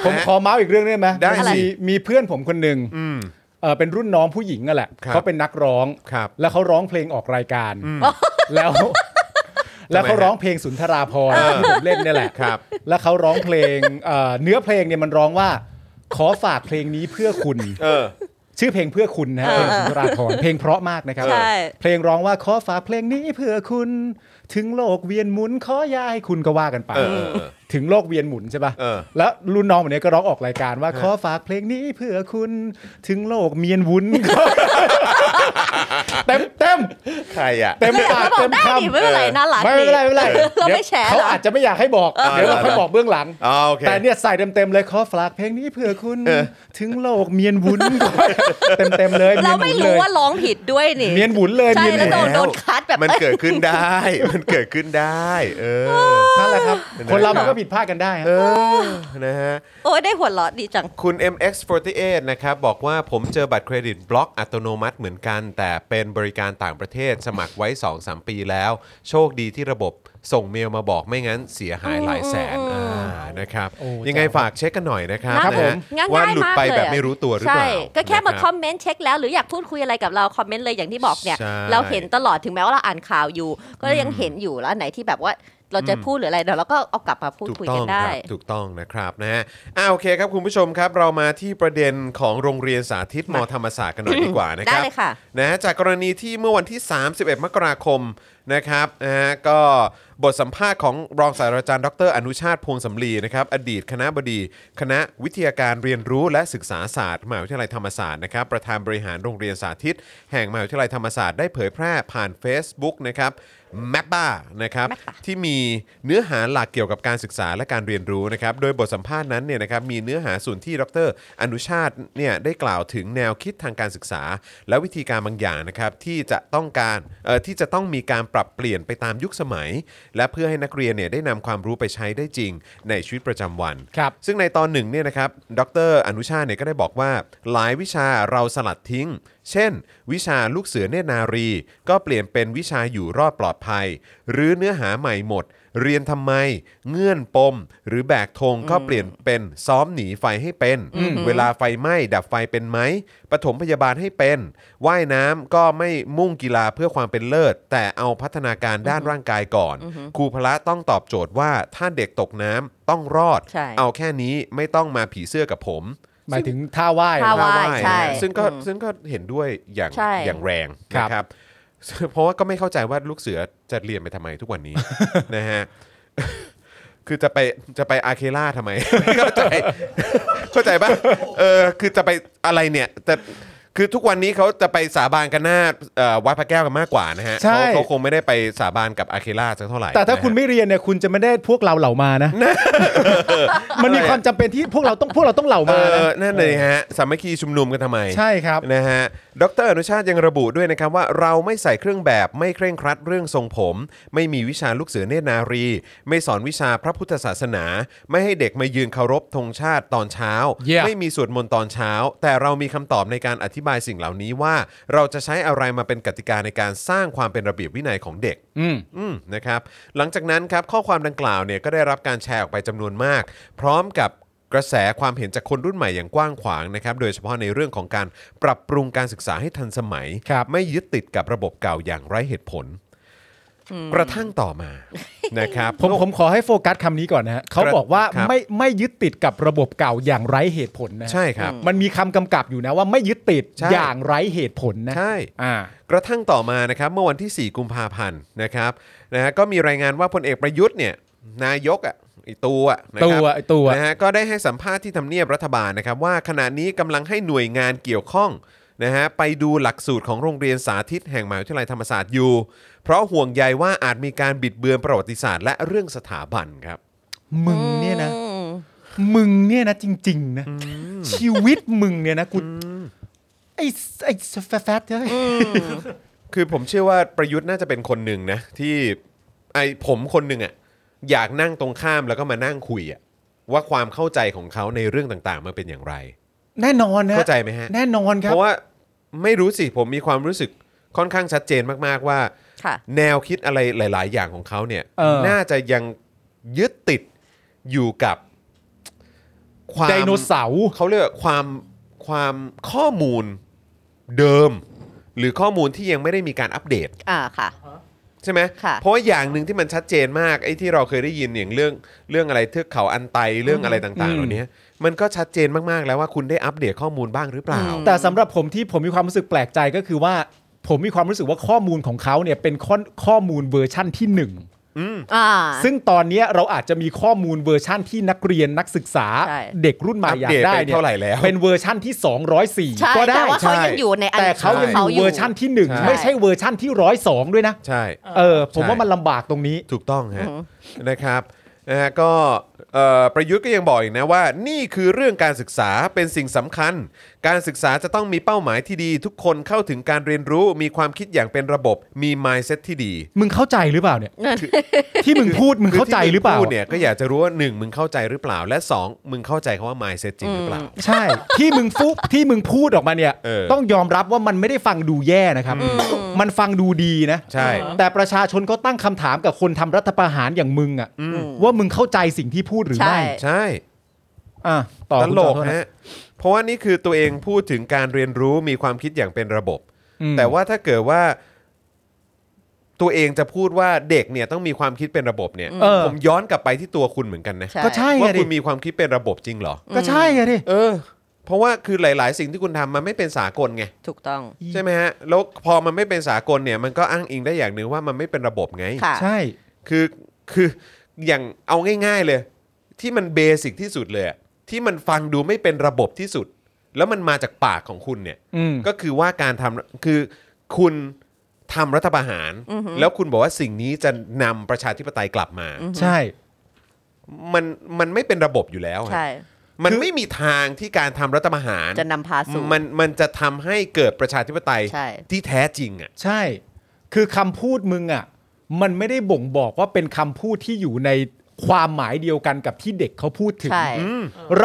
ผม
นะฮะ
ขอเมาส์อีกเรื่องได้ไหม
ได้สิ
มีมีเพื่อนผมคนหนึ่ง
อืม
เอ่อเป็นรุ่นน้องผู้หญิงนั่นแหละ
ครับ
เขาเป็นนักร้อง
ครับ
แล้วเขาร้องเพลงออกรายการแล้ว แล้วเขาร้องเพลงสุนทราพรณ์
เออ
ที่ผมเล่นเนี่ยแหละ
ครับ
แล้วเขาร้องเพลงเอ่อเนื้อเพลงเนี่ยมันร้องว่า ขอฝากเพลงนี้เพื่อคุณ
เออ
ชื่อเพลงเพื่อคุณนะฮะเพลงสุนทราพรณ์เพลงเพราะมากนะครับ
ใช่
เพลงร้องว่าขอฝากเพลงนี้เพื่อคุณ ถึงโลกเวียนหมุนขอยายคุณก็ว่ากันไป
เออเออเออ
ถึงโลกเวียนหมุนใช่ปะ
เออ
แล้วรุ่นน้องคนนี้ก็ร้องออกรายการว่าขอฝากเพลงนี้เพื่อคุณ ถึงโลกเมียนวุ้นก็เต็มเต็ม
ใครอ่ะ
เต็มปาก
เราบอก
เต็ม
ได้
คำ
ดิไม่เป็นไรน่ารัก
ไม่เป็นไรไม่เป็นไร
ออเรา
ดี๋
ไม่
ยว
แฉห
เขา
รอ
อาจจะไม่อยากให้บอก
เออ
เดี๋ยวเราค่อยบอกเบื้องหลัง
อ๋อโอเค
แต่เนี่ยใส่เต็มเต็มๆเลยขอฝากเพลงนี้เผื่อคุณ
เออ
ถึงโลกเมียนวุ้น เต็มเต็มๆเลย
เราไม่รู้ว่าร้องผิดด้วยนี่
เมียนวุ้นเลย
ใช่
เมียน
แล้
วุ้
วน โดน
เลย
โดนคัดแบบ
มัน
เอ้ย
เกิดขึ้นได้ มันเกิดขึ้นได้ เออ
นั่นแหละครับ
เห็นไหม
คนเรามันก็ผิดพลาดกันได้ฮะ
เออนะฮะ
โอ้ยได้หัวเราะดีจัง
คุณ MX48 นะครับ บอกว่าผมเจอบัตรเครดิตบล็อกอัตโนมัติเหมือนกัน แต่เป็นบริการต่างประเทศสมัครไว้ 2-3 ปีแล้ว โชคดีที่ระบบส่งเมลมาบอกไม่งั้นเสียหายหลายแสนอ่านะครับ
โอ้
ยังไง
จ้ะ
ฝากเช็คกันหน่อยนะครับ
ครับ
นะฮะ
ง่าย
ว่า
ง่าย
หลุด
มาก
ไป
เลย
แบบ
อะ
ไม่รู้ตัวหรือเปล่า
ใช่ก็แค่มา
นะ
ค
รั
อบ มเมนต์เช็คแล้วหรืออยากพูดคุยอะไรกับเราคอมเมนต์เลยอย่างที่บอกเนี่ย
ใช่
เราเห็นตลอดถึงแม้ว่าเราอ่านข่าวอยู่ ก็ยังเห็นอยู่แล้วอันไหนที่แบบว่าเราจะพูดหรืออะไรเดี๋ยวเราก็เอากลับมาพูดคุยกันได้
ถูกต้องครับถูกต้องนะครับนะฮะอ่าโอเคครับคุณผู้ชมครับ เรามาที่ประเด็นของโรงเรียนสาธิตมธรรมศาสตร์กันหน่อยดีกว่านะครั
ได้เลยค่ะ
นะฮะจากกรณีที่เมื่อวันที่ 31 มกราคมนะครับนะฮะก็บทสัมภาษณ์ของรองศาสตราจารย์ดร อนุชาติพวงสำลีนะครับอดีตคณะบดี คณะวิทยาการเรียนรู้และศึกษาศาสตร์มหาวิทยาลัยธรรมศาสตร์นะครับประธานบริหารโรงเรียนสาธิต แห่งมหาวิทยาลัยธรรมศาสตร์ได้เผยแพร่ผ่าน Facebook นะครับแมปบ้านะครับ
Mappa
ที่มีเนื้อหาหลักเกี่ยวกับการศึกษาและการเรียนรู้นะครับ โดยบทสัมภาษณ์นั้นเนี่ยนะครับมีเนื้อหาส่วนที่ดร อนุชาติเนี่ยได้กล่าวถึงแนวคิดทางการศึกษา และวิธีการบางอย่างนะครับที่จะต้องการเอ่อที่จะต้องมีการปรับเปลี่ยนไปตามยุคสมัย และเพื่อให้นักเรียนเนี่ยได้นำความรู้ไปใช้ได้จริงในชีวิตประจำวัน
ครับ
ซึ่งในตอนหนึ่งเนี่ยนะครับดรอนุชาเนี่ยก็ได้บอกว่า หลายวิชาเราสลัดทิ้ง เช่น วิชาลูกเสือเนตรนารี ก็เปลี่ยนเป็นวิชาอยู่รอดปลอดภัย หรือเนื้อหาใหม่หมด เรียนทำไม เงื่อนปม หรือแบกธงก็เปลี่ยนเป็นซ้อมหนีไฟให้เป็น เวลาไฟไหม้ดับไฟเป็นไหมปฐมพยาบาลให้เป็นว่ายน้ำก็ไม่มุ่งกีฬาเพื่อความเป็นเลิศ แต่เอาพัฒนาการด้านร่างกายก่อน ครูพละต้องตอบโจทย์ว่าถ้าเด็กตกน้ำต้องรอด
ใช่
เอาแค่นี้ไม่ต้องมาผีเสื้อกับผม
หมายถึงท่าไหว้
ท่า
นะครับ
ว่าย
นะ
ใช่
ซึ่งก็
อืม
ซึ่งก็เห็นด้วยอย่าง
ใช่
อย่างแรง
ครับ
นะครับ เพราะว่าก็ไม่เข้าใจว่าลูกเสือจะเรียนไปทำไมทุก วันนี้ นะฮะ คือจะไปจะไปอาเคล่าทำไม ไม่เข้าใจ เข้าใจปะเออคือจะไปอะไรเนี่ยแต่คือทุกวันนี้เขาจะไปสาบานกันหน้าเอ่อวัดพระแก้วกันมากกว่านะฮะ
ใช่
เขาเขาคงไม่ได้ไปสาบานกับอาเคล่าสักเท่าไหร่
แต่ถ้า
นะฮะ
คุณไม่เรียนเนี่ยคุณจะไม่ได้พวกเราเหล่ามานะ มันมีความจำเป็นที่พวกเราต้องพวกเราต้องเหล่า
เอ
มานะ
อนั่นเลยฮะ สามัคคีชุมนุมกันทำไม
ใช่ครับ
นะฮะ ดรอนุชาติยังระบุด้วยนะครับว่าเราไม่ใส่เครื่องแบบไม่เคร่งครัดเรื่องทรงผม ไม่มีวิชาลูกเสือเนตรนารี ไม่สอนวิชาพระพุทธศาสนา ไม่ให้เด็กมายืนเคารพธงชาติตอนเช้า
เยี่ยม
ไม่มีสวดมนต์ตอนเช้า แต่เรามีคำตอบในการอธิบายสิ่งเหล่านี้ว่า เราจะใช้อะไรมาเป็นกติกาในการสร้างความเป็นระเบียบวินัยของเด็ก
อืม
อืมนะครับหลังจากนั้นครับข้อความดังกล่าวเนี่ยก็ได้รับการแชร์ออกไปจำนวนมาก พร้อมกับกระแสความเห็นจากคนรุ่นใหม่อย่างกว้างขวางนะครับโดยเฉพาะในเรื่องของการปรับปรุงการศึกษาให้ทันสมัย
ครับ
ไม่ยึดติดกับระบบเก่าอย่างไร้เหตุผล กระทั่งต่อมา นะครับ
ผมผมขอให้โฟกัสคำนี้ก่อนนะฮะเขาบอกว่า
ครับ
ไม่ไม่ยึดติดกับระบบเก่าอย่างไร้เหตุผลนะฮะ
ใช่ครับ
มันมีคำกำกับอยู่นะว่าไม่ยึดติด
ใช่
อย่างไร้เหตุผลนะ
ใช่
อ่า
กระทั่งต่อมานะครับเมื่อวันที่ 4 กุมภาพันธ์นะครับนะฮะก็มีรายงานว่าพลเอกประยุทธ์เนี่ยนายกอ่ะไอตัวอ่ะนะค
ตั
รับ
วตัว
นะฮะก็ได้ให้สัมภาษณ์ที่ทำเนียบรัฐบาลนะครับ ว่าขณะนี้กำลังให้หน่วยงานเกี่ยวข้องนะฮะไปดูหลักสูตรของโรงเรียนสาธิตแห่งมหาวิทยาลัยธรรมศาสตร์อยู่ เพราะห่วงใยว่าอาจมีการบิดเบือนประวัติศาสตร์และเรื่องสถาบันครับ
มึงเนี่ยนะ
อืม
มึงเนี่ยนะจริง ๆ นะ ชีวิตมึงเนี่ยนะกูไอ้ไอ้แฟแฟตเลย
คือผมเชื่อว่าประยุทธ์น่าจะเป็นคนหนึ่งนะที่ไอผมคนหนึ่งอะ่ะอยากนั่งตรงข้ามแล้วก็มานั่งคุยอะ่ะว่าความเข้าใจของเขาในเรื่องต่างๆมันเป็นอย่างไร
แน่นอนนะ
เข้าใจไหมฮะ
แน่นอนค
เพ
รับ
ราะว่าไม่รู้สิผมมีความรู้สึกค่อนข้างชัดเจนมากๆว่า
ค่ะ
แนวคิดอะไรหลาย ๆ อย่างของเขาเนี่ย
เออ
น่าจะยังยึดติดอยู่กับความ
ไดโนเสาร์
เขาเรียกว่าความความข้อมูลเดิม หรือข้อมูลที่ยังไม่ได้มีการอัปเดต
อ่าค่ะ
ใช่ไหม
ค่ะ
เพราะว่าอย่างหนึ่งที่มันชัดเจนมากไอ้ที่เราเคยได้ยินอย่างเรื่องเรื่องอะไรเทือกเขาอันไตเรื่องอะไรต่างๆเหล่านี้มันก็ชัดเจนมากๆแล้วว่าคุณได้อัปเดตข้อมูลบ้างหรือเปล่า
อืม
แต่สำหรับผมที่ผมมีความรู้สึกแปลกใจก็คือว่า ผมมีความรู้สึกว่าข้อมูลของเขาเนี่ยเป็นข้อข้อมูลเวอร์ชั่นที่หนึ่ง
อ่า
ซึ่งตอนเนี้ยเราอาจจะมีข้อมูลเวอร์ชั่นที่นักเรียนนักศึกษา
ใช่
เด็กรุ่นใหม่อยากได้
อัปเดตไป
เนี่ย
เท่าไหร่แล้ว
เป็นเวอร์ชั่นที่
ใช่
204 ก็ได้
แต่ว่าเขายังอยู่ในอัน
แต่เขายังอยู่เวอร์ชั่นที่หนึ่ง
ใช่
ไม่ใช่เวอร์ชั่นที่ร้อยสองด้วยนะ
ใช่
เออผม
ใช่
ว่ามันลำบากตรงนี้
ถูกต้องฮะนะครับนะฮะก็เอ่อประยุทธ์ก็ยังบอกอีกนะว่า นี่คือเรื่องการศึกษาเป็นสิ่งสำคัญ การศึกษาจะต้องมีเป้าหมายที่ดี ทุกคนเข้าถึงการเรียนรู้มีความคิดอย่างเป็นระบบมี mindset ที่ดี
มึงเข้าใจหรือเปล่าเนี่ย ที่มึงพูดมึงเข้าใจหรือเปล่า
คืที่มึงพูดเนี่ยก็อยากจะรู้ว่า 1 มึงเข้าใจหรือเปล่า และ 2 มึงเข้าใจคำว่า mindset จริงหรือเปล่า
ใช่ ที่มึงฟุที่มึงพูดออกมาเนี่ย
เออ
ต้องยอมรับว่ามันไม่ได้ฟังดูแย่นะครับ มันฟังดูดีนะ
ใช่
แต่ประชาชนก็ตั้งคำถามกับคนทำรัฐประหารอย่างมึงอะว่ามึงเข้าใจสิ่งที่พูดหรือ
ใช่
ไม่
ใช่
อ่ะต่อ
ต
คุณ
ล
จอม
ก
โทษนะ
ฮะเพราะว่านี่คือตัวเองพูดถึงการเรียนรู้มีความคิดอย่างเป็นระบบ
อืม
แต่ว่าถ้าเกิดว่า ตัวเองจะพูดว่าเด็กเนี่ยต้องมีความคิดเป็นระบบเนี่ย
เออ
ผมย้อนกลับไปที่ตัวคุณเหมือนกันนะ
ใช่
ก็ใช่ไง
ว่า
ดิ
คุณมีความคิดเป็นระบบจริงเหรอ
ก็ใช่ไงดิ
เออ เพราะว่าคือหลาย ๆ สิ่งที่คุณทำมันไม่เป็นสากลไง
ถูกต้อง
ใช่ไหมฮะแล้วพอมันไม่เป็นสากลเนี่ย มันก็อ้างอิงได้อย่างหนึ่งว่ามันไม่เป็นระบบไง
ค่ะ
ใช่
คือคืออย่างเอาง่าย ๆเลย ที่มันเบสิกที่สุดเลยอะที่มันฟังดูไม่เป็นระบบที่สุด แล้วมันมาจากปากของคุณเนี่ย
อืม
ก็คือว่าการทำคือคุณทำรัฐประหาร แล้วคุณบอกว่าสิ่งนี้จะนำประชาธิปไตยกลับมา
ใช่
มันมันไม่เป็นระบบอยู่แล้วฮะ
ใช่
มันไม่มีทางที่การทำรัฐประหาร
จะนำพาสู่
มันมันจะทำให้เกิดประชาธิปไตย
ใช่
ที่แท้จริงอ่ะ
ใช่ คือคำพูดมึงอ่ะ มันไม่ได้บ่งบอกว่าเป็นคำพูดที่อยู่ในความหมายเดียวกันกับที่เด็กเขาพูดถึง
ใช่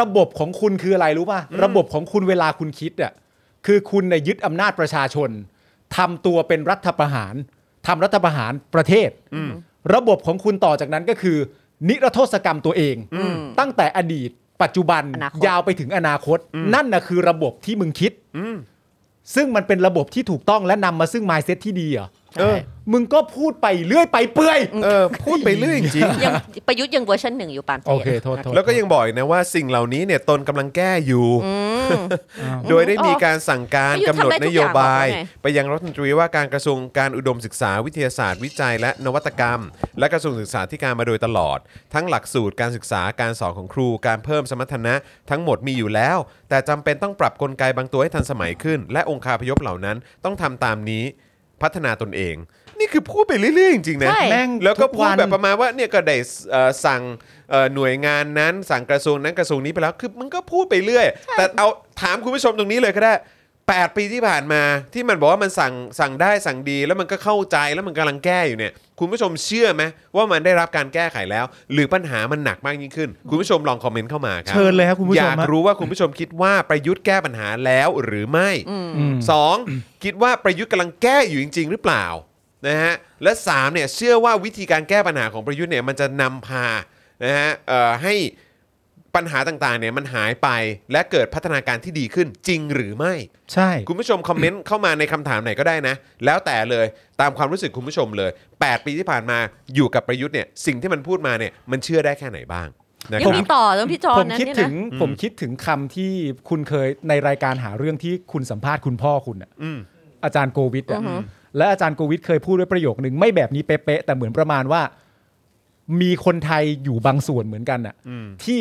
ระบบของคุณคืออะไรรู้ป่ะ ระบบของคุณเวลาคุณคิดอ่ะ คือคุณน่ยยึดอำนาจประชาชนทำตัวเป็นรัฐประหารทำรัฐประหารประเทศ ระบบของคุณต่อจากนั้นก็คือ นิรโทษกรรมตัวเอง ตั้งแต่อดีต ปัจจุบัน
อนาคต
ยาวไปถึงอนาคต นั่นน่ะคือระบบที่มึงคิด ซึ่งมันเป็นระบบที่ถูกต้องและนำมาซึ่ง mindset ที่ดีเหรอ
เออ
มึงก็พูดไปเรื่อยไปเปื่อย
เออพูดไปเรื่อยจริง
ยังประยุทธ์ยังเวอร์ชันหนึ่งอยู่ปาล์ม
โอเค โทษโทษ
แล้วก็ยังบอกอีกนะว่าสิ่งเหล่านี้เนี่ยตนกำลังแก้อยู่ โดยได้มีการสั่งการ
ประยุ
กำ
ทธ์
หนด
ทำ
น
ได้ทุก
โย
อย่าง
บาย
เหรอไง
ไปยังรัฐมนตรีว่าการกระทรวงการอุดมศึกษาวิทยาศาสตร์วิจัย และนวัตกรรม และกระทรวงศึกษาธิการมาโดยตลอด ทั้งหลักสูตรการศึกษาการสอนของครูการเพิ่มสมรรถนะ ทั้งหมดมีอยู่แล้ว แต่จำเป็นต้องปรับกลไกบางตัวให้ทันสมัยขึ้น และองคาพยพเหล่านั้นต้องทำตามนี้พัฒนาตนเอง นี่คือพูดไปเรื่อยๆจริงๆนะ
ใช่
แม่ง
แล้วก็
ทุก
พู
วั
ด
น
แบบประมาณว่าเนี่ยก็ได้สเอ่อสั่งเอ่อหน่วยงานนั้นสั่งกระทรวงนั้นกระทรวงนี้ไปแล้วคือมันก็พูดไปเรื่อย แต่เอาถามคุณผู้ชมตรงนี้เลยก็ได้ 8 ปีที่ผ่านมาที่มันบอกว่ามันสั่งสั่งได้สั่งดีแล้วมันก็เข้าใจแล้วมันกำลังแก้อยู่เนี่ย คุณผู้ชมเชื่อไหมว่ามันได้รับการแก้ไขแล้ว หรือปัญหามันหนักมากยิ่งขึ้น คุณผู้ชมลองคอมเมนต์เข้ามาครั
เชิญเลยครับคุณผู้
อ
ชม
ยากรู้ว่าคุณผู้ชมคิดว่าประยุทธ์แก้ปัญหาแล้วหรือไม่
อืม
สองคิดว่าประยุทธ์กำลังแก้อยู่จริง ๆ หรือเปล่านะฮะและสามเนี่ยเชื่อว่าวิธีการแก้ปัญหาของประยุทธ์เนี่ยมันจะนำพานะฮะเอ่อให้ ปัญหาต่างๆเนี่ยมันหายไปและเกิดพัฒนาการที่ดีขึ้นจริงหรือไม่
ใช่
คุณผู้ชมคอมเมนต์ เข้ามาในคำถามไหนก็ได้นะ แล้วแต่เลยตามความรู้สึกคุณผู้ชมเลย 8 ปีที่ผ่านมาอยู่กับประยุทธ์เนี่ยสิ่งที่มันพูดมาเนี่ยมันเชื่อได้แค่ไหนบ้างนะค
ยัง
รั
มี
บ
ต่อต้องพี่จอน
ผม
นะ
คิด
เนี่ย
ถึ
นะ
งผมคิดถึงคำที่คุณเคยในรายการหาเรื่องที่คุณสัมภาษณ์คุณพ่อคุณอะ
อืม
อาจารย์โกวิทอะและอาจารย์โกวิทเคยพูดไว้ประโยคนึงไม่แบบนี้เป๊ะๆแต่เหมือนประมาณว่า มีคนไทยอยู่บางส่วนเหมือนกันอะที่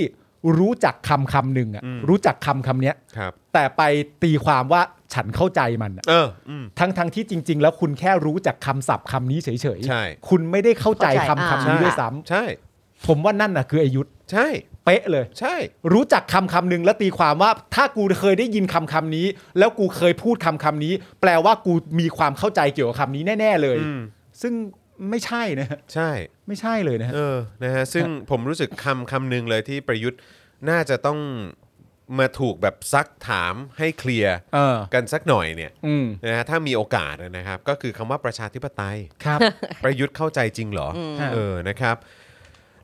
รู้จักคำคำหนึ่งอะรู้จักคำคำเนี้ย
ครับ
แต่ไปตีความว่าฉันเข้าใจมันอะ
เอออืม
ทั้งทั้งที่จริง ๆ แล้วคุณแค่รู้จักคำศัพท์คำนี้เฉย
ใช่
ๆคุณไม่ได้เข้าใจคำคำนี้ด้วยซ้
ใช่
ำผมว่านั่นน่ะคืออายุธ
ใช่
เป๊ะเลย
ใช่
รู้จักคำคำหนึ่งแล้วตีความว่า ถ้ากูเคยได้ยินคำคำนี้ แล้วกูเคยพูดคำคำนี้ แปลว่ากูมีความเข้าใจเกี่ยวกับคำนี้แน่ ๆ เลย
อืม
ซึ่งไม่ใช่นะฮะ
ใช่
ไม่ใช่เลยนะฮะ
เออนะฮะซึ่งผมรู้สึกคำคำหนึ่งเลยที่ประยุทธ์น่าจะต้องมาถูกแบบซักถามให้เคลียร์
เออ
กันสักหน่อยเนี่ย
อืม
นะฮะถ้ามีโอกาสนะครับ ก็คือคำว่าประชาธิปไตย
ครับ
ประยุทธ์เข้าใจจริงเหรอ
ฮะ
เออ นะครับ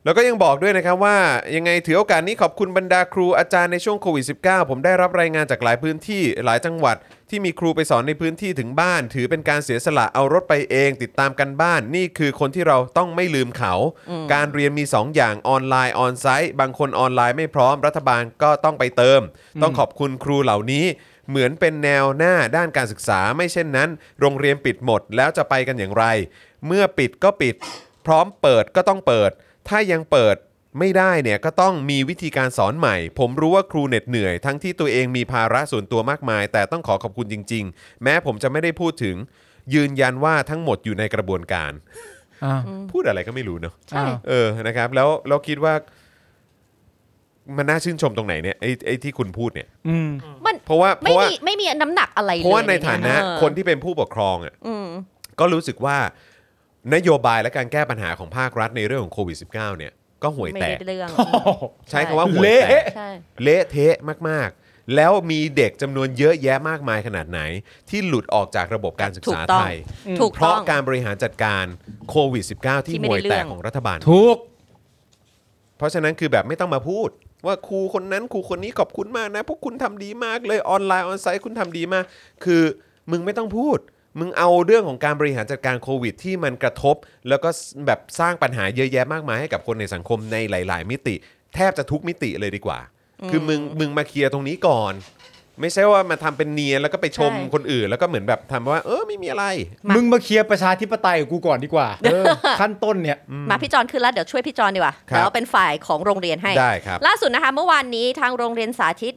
แล้วก็ยังบอกด้วยนะครับว่ายังไงถือโอกาสนี้ขอบคุณบรรดาครูอาจารย์ในช่วงโควิด -19 ผมได้รับรายงานจากหลายพื้นที่หลายจังหวัด ที่มีครูไปสอนในพื้นที่ถึงบ้าน ถือเป็นการเสียสละเอารถไปเอง ติดตามกันบ้าน นี่คือคนที่เราต้องไม่ลืมเขา การเรียนมี 2 อย่างออนไลน์ออนไซต์ บางคนออนไลน์ไม่พร้อมรัฐบาลก็ต้องไปเติม ต้องขอบคุณครูเหล่านี้ เหมือนเป็นแนวหน้าด้านการศึกษาไม่เช่นนั้น โรงเรียนปิดหมดแล้วจะไปกันอย่างไร เมื่อปิดก็ปิด พร้อมเปิดก็ต้องเปิด ถ้ายังเปิดไม่ได้เนี่ยก็ต้องมีวิธีการสอนใหม่ ผมรู้ว่าครูเหน็ดเหนื่อย ทั้งที่ตัวเองมีภาระส่วนตัวมากมาย แต่ต้องขอขอบคุณจริง ๆ แม้ผมจะไม่ได้พูดถึง ยืนยันว่าทั้งหมดอยู่ในกระบวนการ
อ้าว
พูดอะไรก็ไม่รู้เนาะ
อ้าว
เออนะครับ แล้วเราคิดว่า มันน่าชื่นชมตรงไหนเนี่ยไอ้ไอ้ที่คุณพูดเนี่ย
อืม
มัน
เพราะว่าเพ
ไม่
ราะว่า
มีไม่มีน้ำหนักอะไรเลย
เพราะว่าในฐานะ
เย
คนที่เป็นผู้ปกครองอ่ะ
อืม
ก็รู้สึกว่านโยบายและการแก้ปัญหาของภาครัฐในเรื่องของโควิด -19 เนี่ยก็ห่วย
ไม่
แต
ได้
ก
เรื่อง
ใช้คำว่าห่วย
เละ
แตก
ใช่
เละเทะมาก ๆ แล้วมีเด็กจำนวนเยอะแยะมากมายขนาดไหน ที่หลุดออกจากระบบการศึก
ถู
ษาก
ต้อง
ไทย
ถูก
เพ
ต้
ราะ
อง
การบริหารจัดการโควิด -19 ที่
ที่ไม่
ห่วย
ได้เรื่อ
แต
ง
กของรัฐบาล
ถูก
เพราะฉะนั้นคือแบบไม่ต้องมาพูด ว่าครูคนนั้นครูคนนี้ขอบคุณมากนะ พวกคุณทำดีมากเลยออนไลน์ออนไซต์คุณทำดีมาก คือมึงไม่ต้องพูด มึงเอาเรื่องของการบริหารจัดการโควิด ที่มันกระทบ แล้วก็แบบสร้างปัญหาเยอะแยะมากมายให้กับคนในสังคมในหลาย ๆ มิติ แทบจะทุกมิติเลยดีกว่า คือมึงมึงมาเคลียร์ตรงนี้ก่อน ไม่ใช่ว่ามาทำเป็นเนียนแล้วก็ไปชม
ใช่
คนอื่น แล้วก็เหมือนแบบทำว่า เออไม่มีอะไร
มามึ
มึงมาเคลียร์ประชาธิปไตยกับกูก่อนดีกว่า
เออ
ขั้นต้นเนี่ย
มาพี่จอนขึ้นแล้วเดี๋ยวช่วยพี่จอนดีกว่า
ครับ
แล้วเป็นฝ่ายของโรงเรียนให้
ได้ครับ
ล่าสุดนะคะเมื่อวานนี้ทางโรงเรียนสาธิต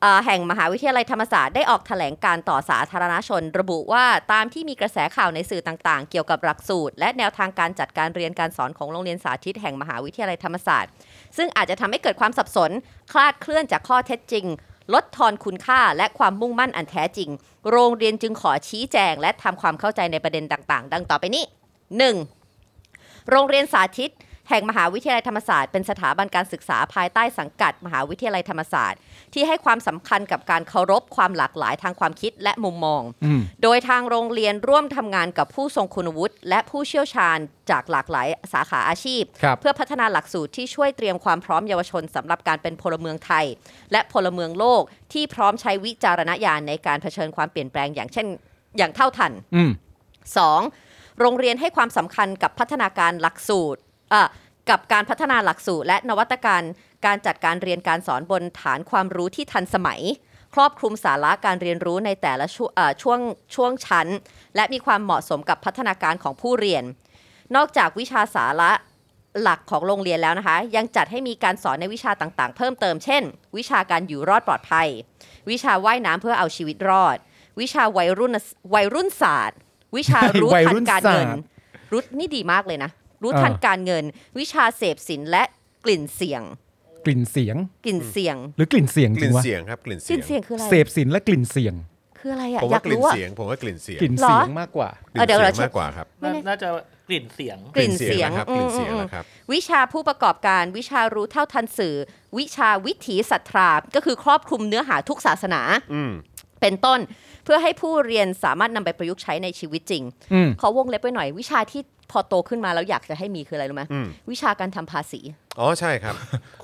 เอ่อแห่งมหาวิทยาลัยธรรมศาสตร์ได้ออกแถลงการต่อสาธารณชน ระบุว่าตามที่มีกระแสข่าวในสื่อต่างๆ เกี่ยวกับหลักสูตร และแนวทางการจัดการเรียนการสอนของโรงเรียนสาธิตแห่งมหาวิทยาลัยธรรมศาสตร์ ซึ่งอาจจะทำให้เกิดความสับสน คลาดเคลื่อนจากข้อเท็จจริง ลดทอนคุณค่าและความมุ่งมั่นอันแท้จริง โรงเรียนจึงขอชี้แจง และทำความเข้าใจในประเด็นต่างๆ ดังต่อไปนี้ 1. โรงเรียนสาธิต แห่งมหาวิทยาลัยธรรมศาสตร์เป็นสถาบันการศึกษาภายใต้สังกัด มหาวิทยาลัยธรรมศาสตร์ ที่ให้ความสำคัญกับการเคารพความหลากหลายทางความคิดและมุมมอง
อืม
โดยทางโรงเรียนร่วมทำงานกับผู้ทรงคุณวุฒิและผู้เชี่ยวชาญจากหลากหลายสาขาอาชีพ
ครับ
เพื่อพัฒนาหลักสูตรที่ช่วยเตรียมความพร้อมเยาวชนสำหรับการเป็นพลเมืองไทย และพลเมืองโลกที่พร้อมใช้วิจารณญาณในการเผชิญความเปลี่ยนแปลงอย่างเช่น อย่างเท่าทัน
อืม
2. โรงเรียนให้ความสำคัญกับพัฒนาการหลักสูตรเอ่อกับการพัฒนาหลักสูตร และนวัตการการจัดการเรียนการสอนบนฐานความรู้ที่ทันสมัย ครอบคลุมสาระการเรียนรู้ในแต่ละชวเอ่อช่วงช่วงชั้น และมีความเหมาะสมกับพัฒนาการของผู้เรียน นอกจากวิชาสาระหลักของโรงเรียนแล้วนะคะ ยังจัดให้มีการสอนในวิชาต่างๆ เพิ่มเติมเช่น วิชาการอยู่รอดปลอดภัย วิชาว่ายน้ำเพื่อเอาชีวิตรอด วิชาวัยรุ่นวัยรุ่นศาสตร์ วิชารู้
วัย
ทั
รุ่
น
น
การเงิน
ศาสตร์
รู้นี่ดีมากเลยนะ รู้ทัน
อ่า
การเงิน วิชาเสพสินและกลิ่นเสียง
กลิ่นเสียง
กลิ่นเสียง
หรือกลิ่นเสียง
ก
จริ
ลิ่น
งวะ
เสียงครับกลิ่น
ก
เสีย
ลิ่
ง
นเสียงคืออะไร
เสพสินและกลิ่นเสียง
คืออะไรอะ
ผมว่าย
อาก
กลิ่น
รู้อะ
เสียงผมว่ากลิ่นเสียง
กลิ่นเสียงมากกว่า
กลิ่
เออน เดี๋ยว
เสีย
เรา
ง
เช็ค
มากกว่าครับ
ไม่แน่
น่าจะกลิ่นเสียง
กลิ่นเสียง
นะครับ
อื
ก
ม
ลิ่นเสียง
อืม
นะครับ
วิชาผู้ประกอบการวิชารู้เท่าทันสื่อ วิชาวิถีศรัทธาก็คือครอบคลุมเนื้อหาทุกศาสนา
อืม
เป็นต้น เพื่อให้ผู้เรียนสามารถนำไปประยุกต์ใช้ในชีวิตจริง
อืม
ขอวงเล็บไว้หน่อยวิชาที่ พอโตขึ้นมาแล้วอยากจะให้มีคืออะไรรู้ไหม
อืม
วิชาการทำภาษี
อ๋อใช่ครับ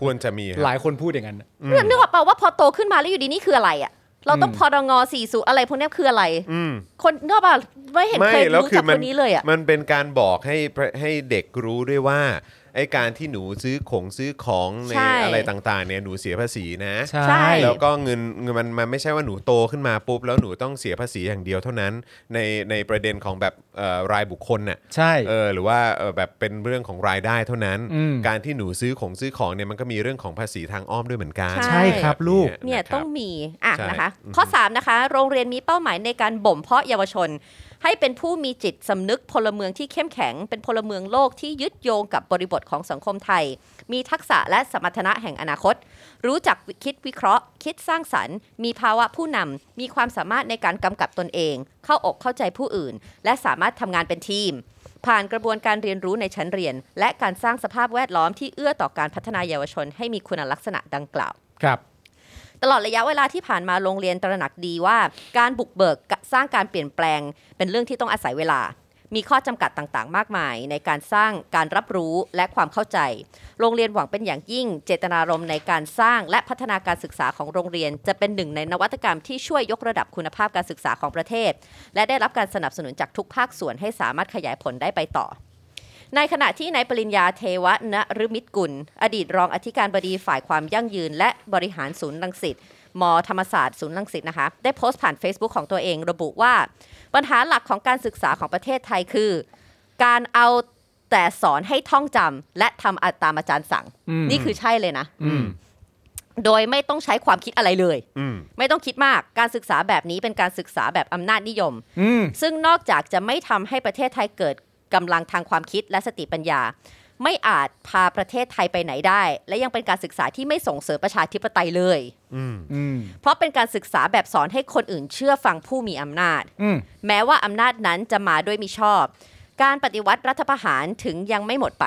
ควรจะมีค
ห
รับ
ลายคนพูดอย่างนั้น
เรื่องนึกออกเปล่าว่าพอโตขึ้นมาแล้วอยู่ดีนี่คืออะไรอ่ะ เราต้องพอดงอสี่สูอะไรพวกเนี้ยคืออะไร
อืม
คนนึกออกเปล่าไม่เห็น
ไม่
เคย
แล้ว
รู้
คื
จั
อก มั
คน นนี้เลยอ่ะ
มันเป็นการบอกให้ประให้เด็กรู้ด้วยว่าไอการที่หนูซื้อของซื้อของใน
ใช่
อะไรต่างๆเนี่ยหนูเสียภาษีนะ
ใช่
แล้วก็เงินเงินมันมันไม่ใช่ว่าหนูโตขึ้นมาปุ๊บแล้วหนูต้องเสียภาษีอย่างเดียวเท่านั้น ในในประเด็นของแบบเอ่อรายบุคคลน่ะ
ใช่
เออหรือว่าเอ่อแบบเป็นเรื่องของรายได้เท่านั้น
อืม
การที่หนูซื้อของซื้อของเนี่ยมันก็มีเรื่องของภาษีทางอ้อมด้วยเหมือนกัน
ใช่
ใช่ครับลูก
เนี่ย
ะครับ
ต้องมีอ่ะ
ใช่
นะคะ
อืม
ข้อ 3 นะคะ โรงเรียนมีเป้าหมายในการบ่มเพาะเยาวชน ให้เป็นผู้มีจิตสำนึกพลเมืองที่เข้มแข็ง เป็นพลเมืองโลกที่ยึดโยงกับบริบทของสังคมไทย มีทักษะและสมรรถนะแห่งอนาคต รู้จักคิดวิเคราะห์ คิดสร้างสรรค์ มีภาวะผู้นำมีความสามารถในการกำกับตนเอง เข้าอกเข้าใจผู้อื่น และสามารถทำงานเป็นทีม ผ่านกระบวนการเรียนรู้ในชั้นเรียน และการสร้างสภาพแวดล้อมที่เอื้อต่อการพัฒนาเยาวชน ให้มีคุณลักษณะดังกล่าว
ครับ
ตลอดระยะเวลาที่ผ่านมาโรงเรียนตระหนักดีว่า การบุกเบิกกะสร้างการเปลี่ยนแปลง เป็นเรื่องที่ต้องอาศัยเวลา มีข้อจำกัดต่างๆ มากมาย ในการสร้างการรับรู้และความเข้าใจ โรงเรียนหวังเป็นอย่างยิ่ง เจตนารมณ์ในการสร้างและพัฒนาการศึกษาของโรงเรียน จะเป็นหนึ่งในนวัตกรรมที่ช่วยยกระดับคุณภาพการศึกษาของประเทศ และได้รับการสนับสนุนจากทุกภาคส่วนให้สามารถขยายผลได้ไปต่อ ในขณะที่นายปริญญาเทวะนฤมิตกุล อดีตรองอธิการบดีฝ่ายความยั่งยืน และบริหารศูนย์รังสิตมธรรมศาสตร์ศูนย์รังสิตนะคะ ได้โพสต์ผ่าน Facebook ของตัวเองระบุว่า ปัญหาหลักของการศึกษาของประเทศไทยคือ การเอาแต่สอนให้ท่องจำและทำตามอาจารย์สั่ง
อืม
นี่คือใช่เลยนะ
อืม
โดยไม่ต้องใช้ความคิดอะไรเลย
อืม
ไม่ต้องคิดมากการศึกษาแบบนี้เป็นการศึกษาแบบอำนาจนิยม
อืม
ซึ่งนอกจากจะไม่ทำให้ประเทศไทยเกิดกำลังทางความคิดและสติปัญญา ไม่อาจพาประเทศไทยไปไหนได้ และยังเป็นการศึกษาที่ไม่ส่งเสริมประชาธิปไตยเลย
อืม
อืม
เพราะเป็นการศึกษาแบบสอนให้คนอื่นเชื่อฟังผู้มีอำนาจ
อืม
แม้ว่าอำนาจนั้นจะมาด้วยมิชอบ การปฏิวัติรัฐประหารถึงยังไม่หมดไป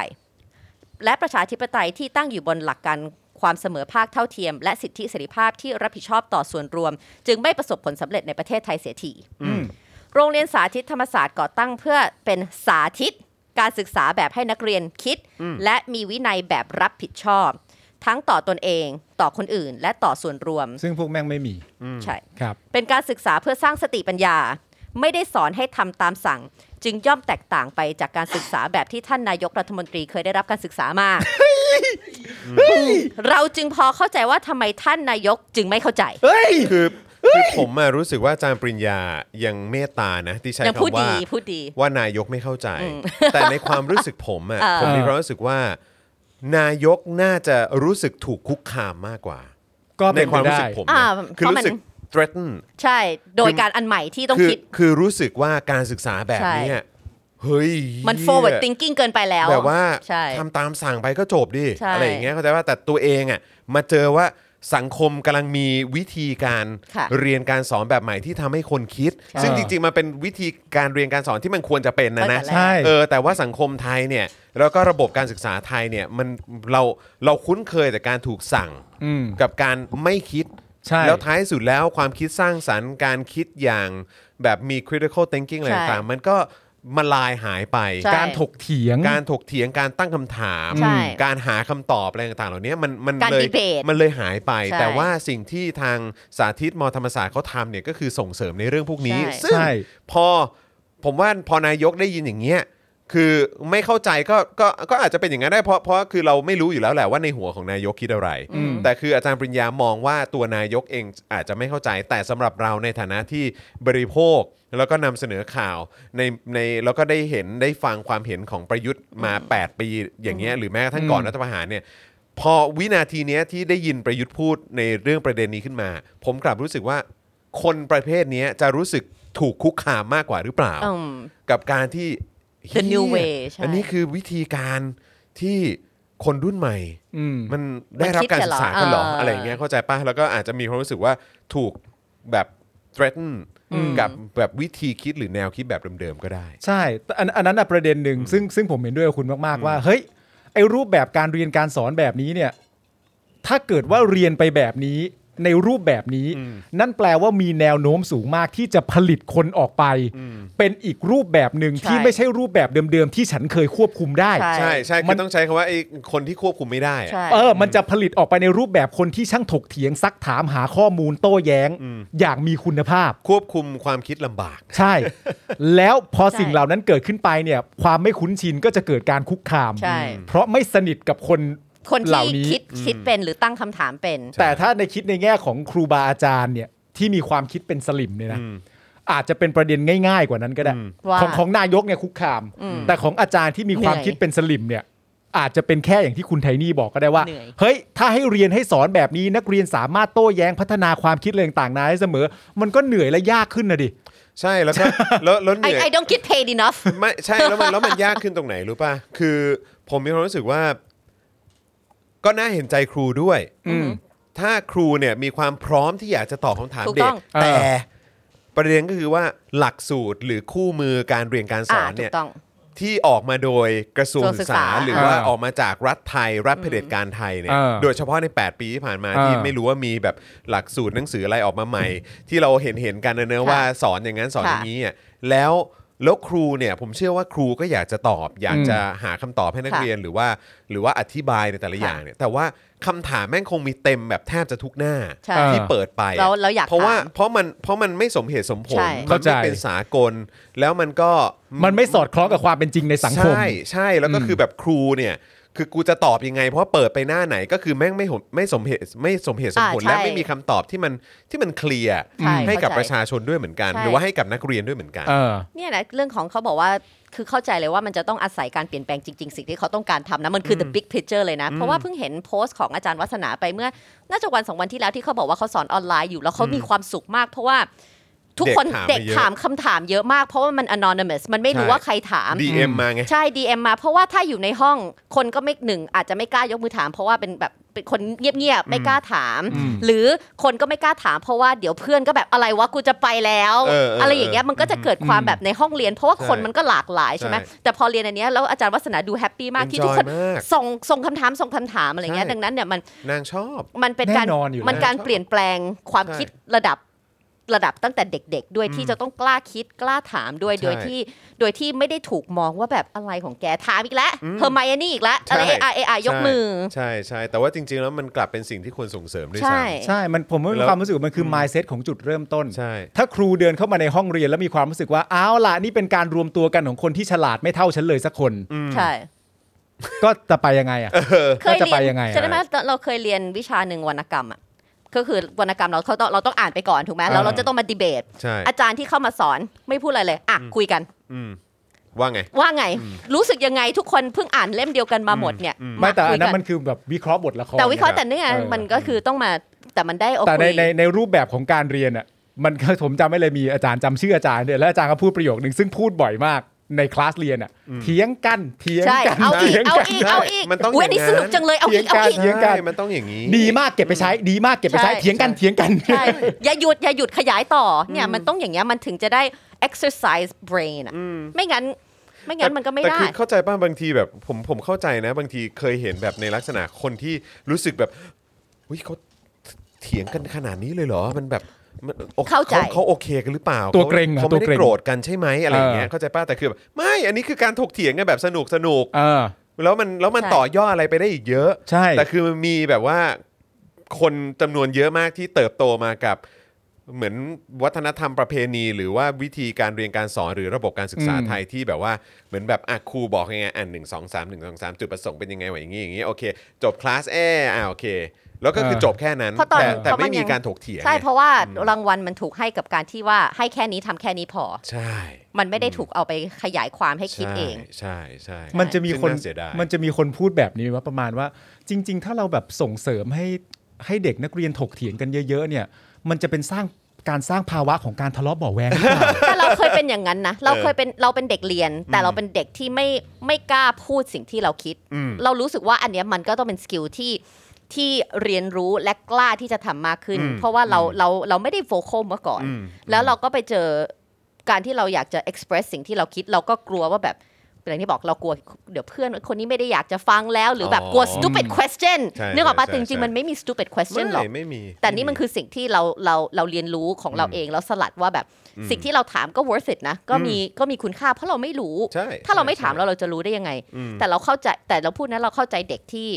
และประชาธิปไตยที่ตั้งอยู่บนหลักการความเสมอภาคเท่าเทียม และสิทธิเสรีภาพที่รับผิดชอบต่อส่วนรวม จึงไม่ประสบผลสำเร็จในประเทศไทยเสียที
อืม
โรงเรียนสาธิตธรรมศาสตร์ก่อตั้งเพื่อเป็นสาธิต การศึกษาแบบให้นักเรียนคิด และมีวินัยแบบรับผิดชอบ ทั้งต่อตนเอง ต่อคนอื่น และต่อส่วนรวม
ซึ่งพวกแม่งไม่มี
ใช่
ครับ
เป็นการศึกษาเพื่อสร้างสติปัญญา ไม่ได้สอนให้ทำตามสั่ง จึงย่อมแตกต่างไปจากการศึกษาแบบที่ท่านนายกรัฐมนตรีเคยได้รับการศึกษามาก เราจึงพอเข้าใจว่าทำไมท่านนายกจึงไม่เข้าใจ
เฮ้ย
คือคือผมอะรู้สึกว่าอาจารย์ปริญญายังเมตตานะที่ใช้
ยังพูด
คำว่า
ดีพูดดี
ว่านายกไม่เข้าใจ
อืม
แต่ในความรู้สึกผมอะ
เออ
ผมมีความรู้สึกว่า นายกน่าจะรู้สึกถูกคุกคามมากกว่า
ก็
ใน
เป็น
ความ
ไป
รู้
ได้
สึกผม
อ่า
นะคือ
เพราะมัน
รู้สึก threaten
ใช่ โดยการอันใหม่ที่ต้อง
คือ
คิด
คือรู้สึกว่าการศึกษาแบบเนี้ยเฮ้ย
มัน forward thinking เกินไปแล้ว
แบบว่า
ใช่
ทำตามสั่งไปก็จบดิ
ใช่
อะไรอย่างเงี้ยเข้าใจว่าแต่ตัวเองอะมาเจอว่าสังคมกำลังมีวิธีการ
ค่ะ
เรียนการสอนแบบใหม่ที่ทำให้คนคิด
ใช่
ซึ่งจริงๆมันเป็นวิธีการเรียนการสอนที่มันควรจะเป็นนะนะ
ตั้งแต่แรก
ใช่
เออแต่ว่าสังคมไทยเนี่ยแล้วก็ระบบการศึกษาไทยเนี่ยมันเราเราคุ้นเคยแต่การถูกสั่ง
อืม
กับการไม่คิด
ใช่
แล้วท้ายสุดแล้วความคิดสร้างสรรค์การคิดอย่างแบบมี critical thinking อะไร
ใช่
ต่างๆมันก็มาลายหายไป
ใช่
การถกเถียง
การถกเถียงการตั้งคำถาม
ใช่
การหาคำตอบอะไรต่างๆ เหล่านี้มันมัน
การ
เลย
debate
มันเลยหายไป
ใช่
แต่ว่าสิ่งที่ทางสาธิตมธรรมศาสตร์เขาทำเนี่ยก็คือส่งเสริมในเรื่องพวกนี้
ใช่
ซึ่ง
ใช่
พอผมว่าพอนายกได้ยินอย่างเงี้ยคือไม่เข้าใจก็ก็ก็อาจจะเป็นอย่างนั้นได้เพราะเพราะคือเราไม่รู้อยู่แล้วแหละว่าในหัวของนายกคิดอะไร
อืม
แต่คืออาจารย์ปริญญามองว่าตัวนายกเองอาจจะไม่เข้าใจ แต่สำหรับเราในฐานะที่บริโภคแล้วก็นำเสนอข่าวในในแล้วก็ได้เห็นได้ฟังความเห็นของประยุทธ์มา 8 ปีอย่างเงี้ยหรือแม้กระทั่งก่อน
อืม
รัฐประหารเนี่ยพอวินาทีเนี้ยที่ได้ยินประยุทธ์พูดในเรื่องประเด็นนี้ขึ้นมา ผมกลับรู้สึกว่า คนประเภทเนี้ยจะรู้สึกถูกคุกคามมากกว่าหรือเปล่า
อืม
กับการที่
The new
เหี้ย
way ใช่
อันนี้คือวิธีการที่คนรุ่นใหม่
อืม
มันได้รับการศึกษา
มั
กัน
นคิดกัน
เห
เห
ร
ร
อ
อ
อะไรอย่างเงี้ยเข้าใจป่ะ แล้วก็อาจจะมีความรู้สึกว่าถูกแบบ threaten
อืม
กับแบบวิธีคิดหรือแนวคิดแบบเดิมๆก็ได้
ใช่แต่อันอันนั้นน่ะประเด็นหนึ่งซึ่งซึ่งผมเห็นด้วยกับคุณมาก ๆ ว่า เฮ้ย ไอรูปแบบการเรียนการสอนแบบนี้เนี่ย ถ้าเกิดว่าเรียนไปแบบนี้ ในรูปแบบนี้ นั่นแปลว่ามีแนวโน้มสูงมากที่จะผลิตคนออกไป เป็นอีกรูปแบบหนึ่ง
ใช่
ที่ไม่ใช่รูปแบบเดิมๆที่ฉันเคยควบคุมได้
ใช่
ใช่ใช่
มั
คือน ต้องใช้คำว่าไอ้คนที่ควบคุมไม่ได้อะ
ใช่
เออ มันจะผลิตออกไปในรูปแบบคนที่ช่างถกเถียงซักถามหาข้อมูลโต้แย้ง อย่างมีคุณภาพ
ควบคุมความคิดลำบาก
ใช่ แล้วพอสิ่ง
ใช่
เหล่านั้นเกิดขึ้นไปเนี่ย ความไม่คุ้นชินก็จะเกิดการคุกคาม
ใช่
เพราะไม่สนิทกับคน
คน
เหล่า
ที่
นี้
คิดคิดเป็นหรือตั้งคำถามเป็น
แต่ถ้าในคิดในแง่ของครูบาอาจารย์เนี่ยที่มีความคิดเป็นสลิมเนี่ยนะอาจจะเป็นประเด็นง่ายๆกว่านั้นก็ได้
ว่า
ของของนายกเนี่ยคุกคาม แต่ของอาจารย์ที่มีความ
เหนื่อย
คิดเป็นสลิมเนี่ยอาจจะเป็นแค่อย่างที่คุณไทนี่บอกก็ได้ว่า
เหนื่อย
เฮ้ย ถ้าให้เรียนให้สอนแบบนี้นักเรียนสามารถโต้แย้งพัฒนาความคิดอะไรต่างๆได้เสมอ มันก็เหนื่อยและยากขึ้นนะดิ
ใช่แล้วก็แล้วแล้วเห
I
นื่อย
I don't get paid enough
ไม่ใช่แล้วมันแล้วมันยากขึ้นตรงไหนรู้ป่ะ คือผมมีความรู้สึกว่า ก็น่าเห็นใจครูด้วย
อืม
ถ้าครูเนี่ยมีความพร้อมที่อยากจะตอบคำถาม
ถูก
เด็
ต้
ก
อง
แต่
เออ
ประเด็นก็คือว่าหลักสูตรหรือคู่มือการเรียนการส
อ่า
อน
ถู
เนี่ย
กต้อง
ที่ออกมาโดยกระทรวง
กระทรวงศึ
ศึก
ก
ษา
ษา
หรือว่า
เออ
ออกมาจากรัฐไทย รัฐเผด็จการไทยเนี่ย
เออ
โดยเฉพาะใน 8 ปีที่ผ่านมา
เออ
ที่ไม่รู้ว่ามีแบบหลักสูตรหนังสืออะไรออกมาใหม่ ที่เราเห็นเห็นๆกันนะเนอะ
ค่ะ
ว่าสอนอย่างนั้นสอนอ
ค่ะ
ย่างนี้อ่ะแล้วแล้วครูเนี่ยผมเชื่อว่าครูก็อยากจะตอบ อยากจะหาคำตอบให้นักเรียนหรือว่า หรือว่าอธิบายในแต่ละอย่างเนี่ยแต่ว่าคำถามแม่งคงมีเต็มแบบแทบจะทุกหน้า
ใช่
เออ
ที่เปิดไปอะ
เราเราอยาก
เพราะว่า
ถม
เพราะมันเพราะมันไม่สมเหตุสมผล
ใช่
มัน
เข้าใจ
ไม่เป็นสากล แล้วมันก็
มันไม่สอดคล้องกับความเป็นจริงในสังคม
ใช่ใช่แล้วก็คือแบบครูเนี่ยคือกูจะตอบยังไง เพราะเปิดไปหน้าไหนก็คือแม่งไม่หนไม่สมเหตุไม่สมเหตุสมผล
อ่าใช่
และไม่มีคำตอบที่มันที่มันเคลียร์
ใช่
ให้กับป
เข้าใจ
ระชาชนด้วยเหมือนกัน
ใช่
หรือว่าให้กับนักเรียนด้วยเหมือนกัน
เออ
เนี่ยนะเรื่องของเขาบอกว่าคือเข้าใจเลยว่ามันจะต้องอาศัยการเปลี่ยนแปลงจริง ๆ สิ่งที่เขาต้องการทำนะมันคืออ the big picture เลยนะ เพราะว่าเพิ่งเห็นโพสต์ของอาจารย์วัฒนาไปเมื่อ น่าจะวันสองวันที่แล้วที่เขาบอกว่าเขาสอนออนไลน์อยู่แล้วเขามีความสุขมาก เพราะว่าทุกคน
เด็
เด็
ก
ก
ถา
ถาม ม
มาเยอะ
คำถามเยอะมาก เพราะว่ามัน anonymous มันไม่รู้
ใช่
ว่าใครถาม
DM มาไง
ใช่ DM มา เพราะว่าถ้าอยู่ในห้องคนก็ไม่หนึ่งอาจจะไม่กล้ายกมือถาม เพราะว่าเป็นแบบเป็นคนเงียบๆไม่กล้าถาม
อืม
หรือคนก็ไม่กล้าถาม เพราะว่าเดี๋ยวเพื่อนก็แบบอะไรวะกูจะไปแล้ว
เออเอออ
อะไรอย่างเงี้ยมันก็จะเกิดความแบบในห้องเรียน เพราะว่า
ใช่
คนมันก็หลากหลายใช่ไหม
ใช่
แต่พอเรียนอันเนี้ยแล้วอาจารย์วัฒนาดูแฮปปี้มากที่ทุกคน
Enjoy มาก
ส่งส่งคำถามส่งคำถามอะไรเงี้ย
ใช่
ดังนั้นเนี่ยมัน
นางชอบ
มันเป็นการ
แน่นอนอยู่แล้ว
มันการเปลี่ยนแปลงความ
ใช่
คิดระดับระดับตั้งแต่เด็ก ๆ ด้วยที่จะต้องกล้าคิดกล้าถามด้วย
ใช่
โดยที่โดยที่ไม่ได้ถูกมองว่าแบบอะไรของแกถามอีกแล้ว
อืม
เฮอร์ไมโอนี่อีกแล้วอะไร
ใช่
เอไอเอไอยกมือ
ใช่ใช่แต่ว่าจริง ๆ แล้วมันกลับเป็นสิ่งที่ควรส่งเสริมด้วย
ใช่
ซ้
ใช่ มันผมว่า
แล้ว
ความรู้สึกว่ามันคือ mindset ของจุดเริ่มต้น
ำใช่
ถ้าครูเดินเข้ามาในห้องเรียนแล้วมีความรู้สึกว่าอ้าวล่ะนี่เป็นการรวมตัวกันของคนที่ฉลาดไม่เท่าฉันเลยสักคน
ใช่
ก็จะไปยังไงอ่ะ
เคย
ว่าจะ
เรี
ไป
ยน
ยังไงอะ
จำได้ไหมเราเคยเรียนวิชาหนึ่งวรรณกรรมอ่ะก็คือวรรณกรรมเราเขาต้องเราต้องอ่านไปก่อนถูกไหมแล้ว
อ่า
เราจะต้องมาดีเบต
ใช่
อาจารย์ที่เข้ามาสอนไม่พูดอะไรเลยอ่ะคุยกัน
อืมว่าไง
ว่าไง รู้สึกยังไงทุกคนเพิ่งอ่านเล่มเดียวกันมาหมดเนี่ย
ไม่แต่อันนั้
คุย
น
กั
มันคือแบบวิเคราะห์บทละคร
แต่วิเคราะห์แต่เนี่ย
เออ
มันก็คือต้องมาแต่มันได้โอ
แต่
เค
ในในในรูปแบบของการเรียนอ่ะมันก็ ผมจำไม่เลยมีอาจารย์จำชื่ออาจารย์เนี่ยแล้วอาจารย์ก็พูดประโยคนึงซึ่งพูดบ่อยมากในคลาสเรียนอ่ะเถียงกันเถียง
ใช่
กัน
เอาอีก
ถียง
เอา
กัน
อีกเอาอีก
มันต้อง
เว้
อ
ย
ย่าง
นี่
นั้น
สนุกจังเลยเอาอีกเอาอีก
เถียงกัน
ใช่มันต้องอย่างนี้
ดีมากเก็บไปใช้ ดีมากเก็บไปใช้
ใช่
เถียงกันเถียงกัน
ใช่อย่าหยุดอย่าหยุดขยายต่อเนี่ยมันต้องอย่างเงี้ยมันถึงจะได้ exercise brain อะไม่งั้นไม่งั้นมันก็ไม่
แต่
ได้
คือเข้าใจป่ะบางทีแบบผมผมเข้าใจนะ บางทีเคยเห็นแบบในลักษณะคนที่รู้สึกแบบอุ้ยเขาเถียงกันขนาดนี้เลยเหรอมันแบบมันโอ
เข้าใจ
เขาโอเคกันหรือเปล่า
ตัวเกรงอะ
เขา
ตั
ไม่
ว
ได้
เกรง
โกรธกันใช่ไหมอะไรอย่างเงี้ย
เออ
เข้าใจป่ะแต่คือแบบไม่อันนี้คือการถกเถียงกันแบบสนุกสนุก
เออ
แล้วมันแล้วมัน
ใช่
ต่อยอดอะไรไปได้อีกเยอะ
ใช่
แต่คือมันมีแบบว่าคนจำนวนเยอะมากที่เติบโตมากับเหมือนวัฒนธรรมประเพณี หรือว่าวิธีการเรียนการสอนหรือระบบการศึกษา
อืม
ไทยที่แบบว่าเหมือนแบบอ่ะครูบอกยังไงอ่ะหนึ่งสองสามหนึ่งสองสามจุดประสงค์เป็นยังไงวะอย่างงี้อย่างงี้โอเค จบคลาสเอออ่ะโอเค แล้วก็คือ
เออ
จบแค่นั้น
เพราะตอน
แต่แต่
เพราะมั
ไม่
น
มี
ยัง
การถกเถียง
ใช่
ไง
เพราะว่ารางวัลมันถูกให้กับการที่ว่าให้แค่นี้ทำแค่นี้พอ
ใช่
มันไม่ได้ถูกเอาไปขยายความให้คิด
ใช่
เอง
ใช่ใช่
มันจะมีคน
ซึ่งาเสียดาย
มันจะมีคนพูดแบบนี้ว่าประมาณว่า จริง ๆ ถ้าเราแบบส่งเสริมให้ให้เด็กนักเรียนถกเถียงกันเยอะๆเนี่ย มันจะเป็นสร้างการสร้างภาวะของการทะเลาะเบาะแวงหรือเปล่า
แต่เราเคยเป็นอย่างนั้นนะ เราเคยเป็นเราเป็นเด็กเรียน แต่เราเป็นเด็กที่ไม่ไม่กล้าพูดสิ่งที่เราคิด เรารู้สึกว่าอันเนี้ยมันก็ต้องเป็นสกิลที่ที่เรียนรู้และกล้าที่จะทำมากขึ้น เพราะว่าเราเราเราไม่ได้โฟกัสมาก่อน แล้วเราก็ไปเจอการที่เราอยากจะ express สิ่งที่เราคิด เราก็กลัวว่าแบบ อย่างที่บอกเรากลัวเดี๋ยวเพื่อนคนนี้ไม่ได้อยากจะฟังแล้ว หรือแบบกลัว
อ๋อ
stupid question
ใช่
นึกออกปะ
ใช่
แต่จริง
ใช่
ๆมันไม่มี stupid question หรอก
ไม่ไม่มี
แต่นี่มันคือสิ่งที่เราเราเราเรียนรู้ของเราเองแล้วสลัดว่าแบบสิ่งที่เราถามก็ worth it นะ ก็มีก็มีคุณค่าเพราะเราไม่รู้
ใช่
ถ้าเราไม่
ใช่
ถามเราเราจะรู้ได้ยังไง
อืม
แต่เราเข้าใจแต่เราพูดนะเราเข้าใจเด็กที่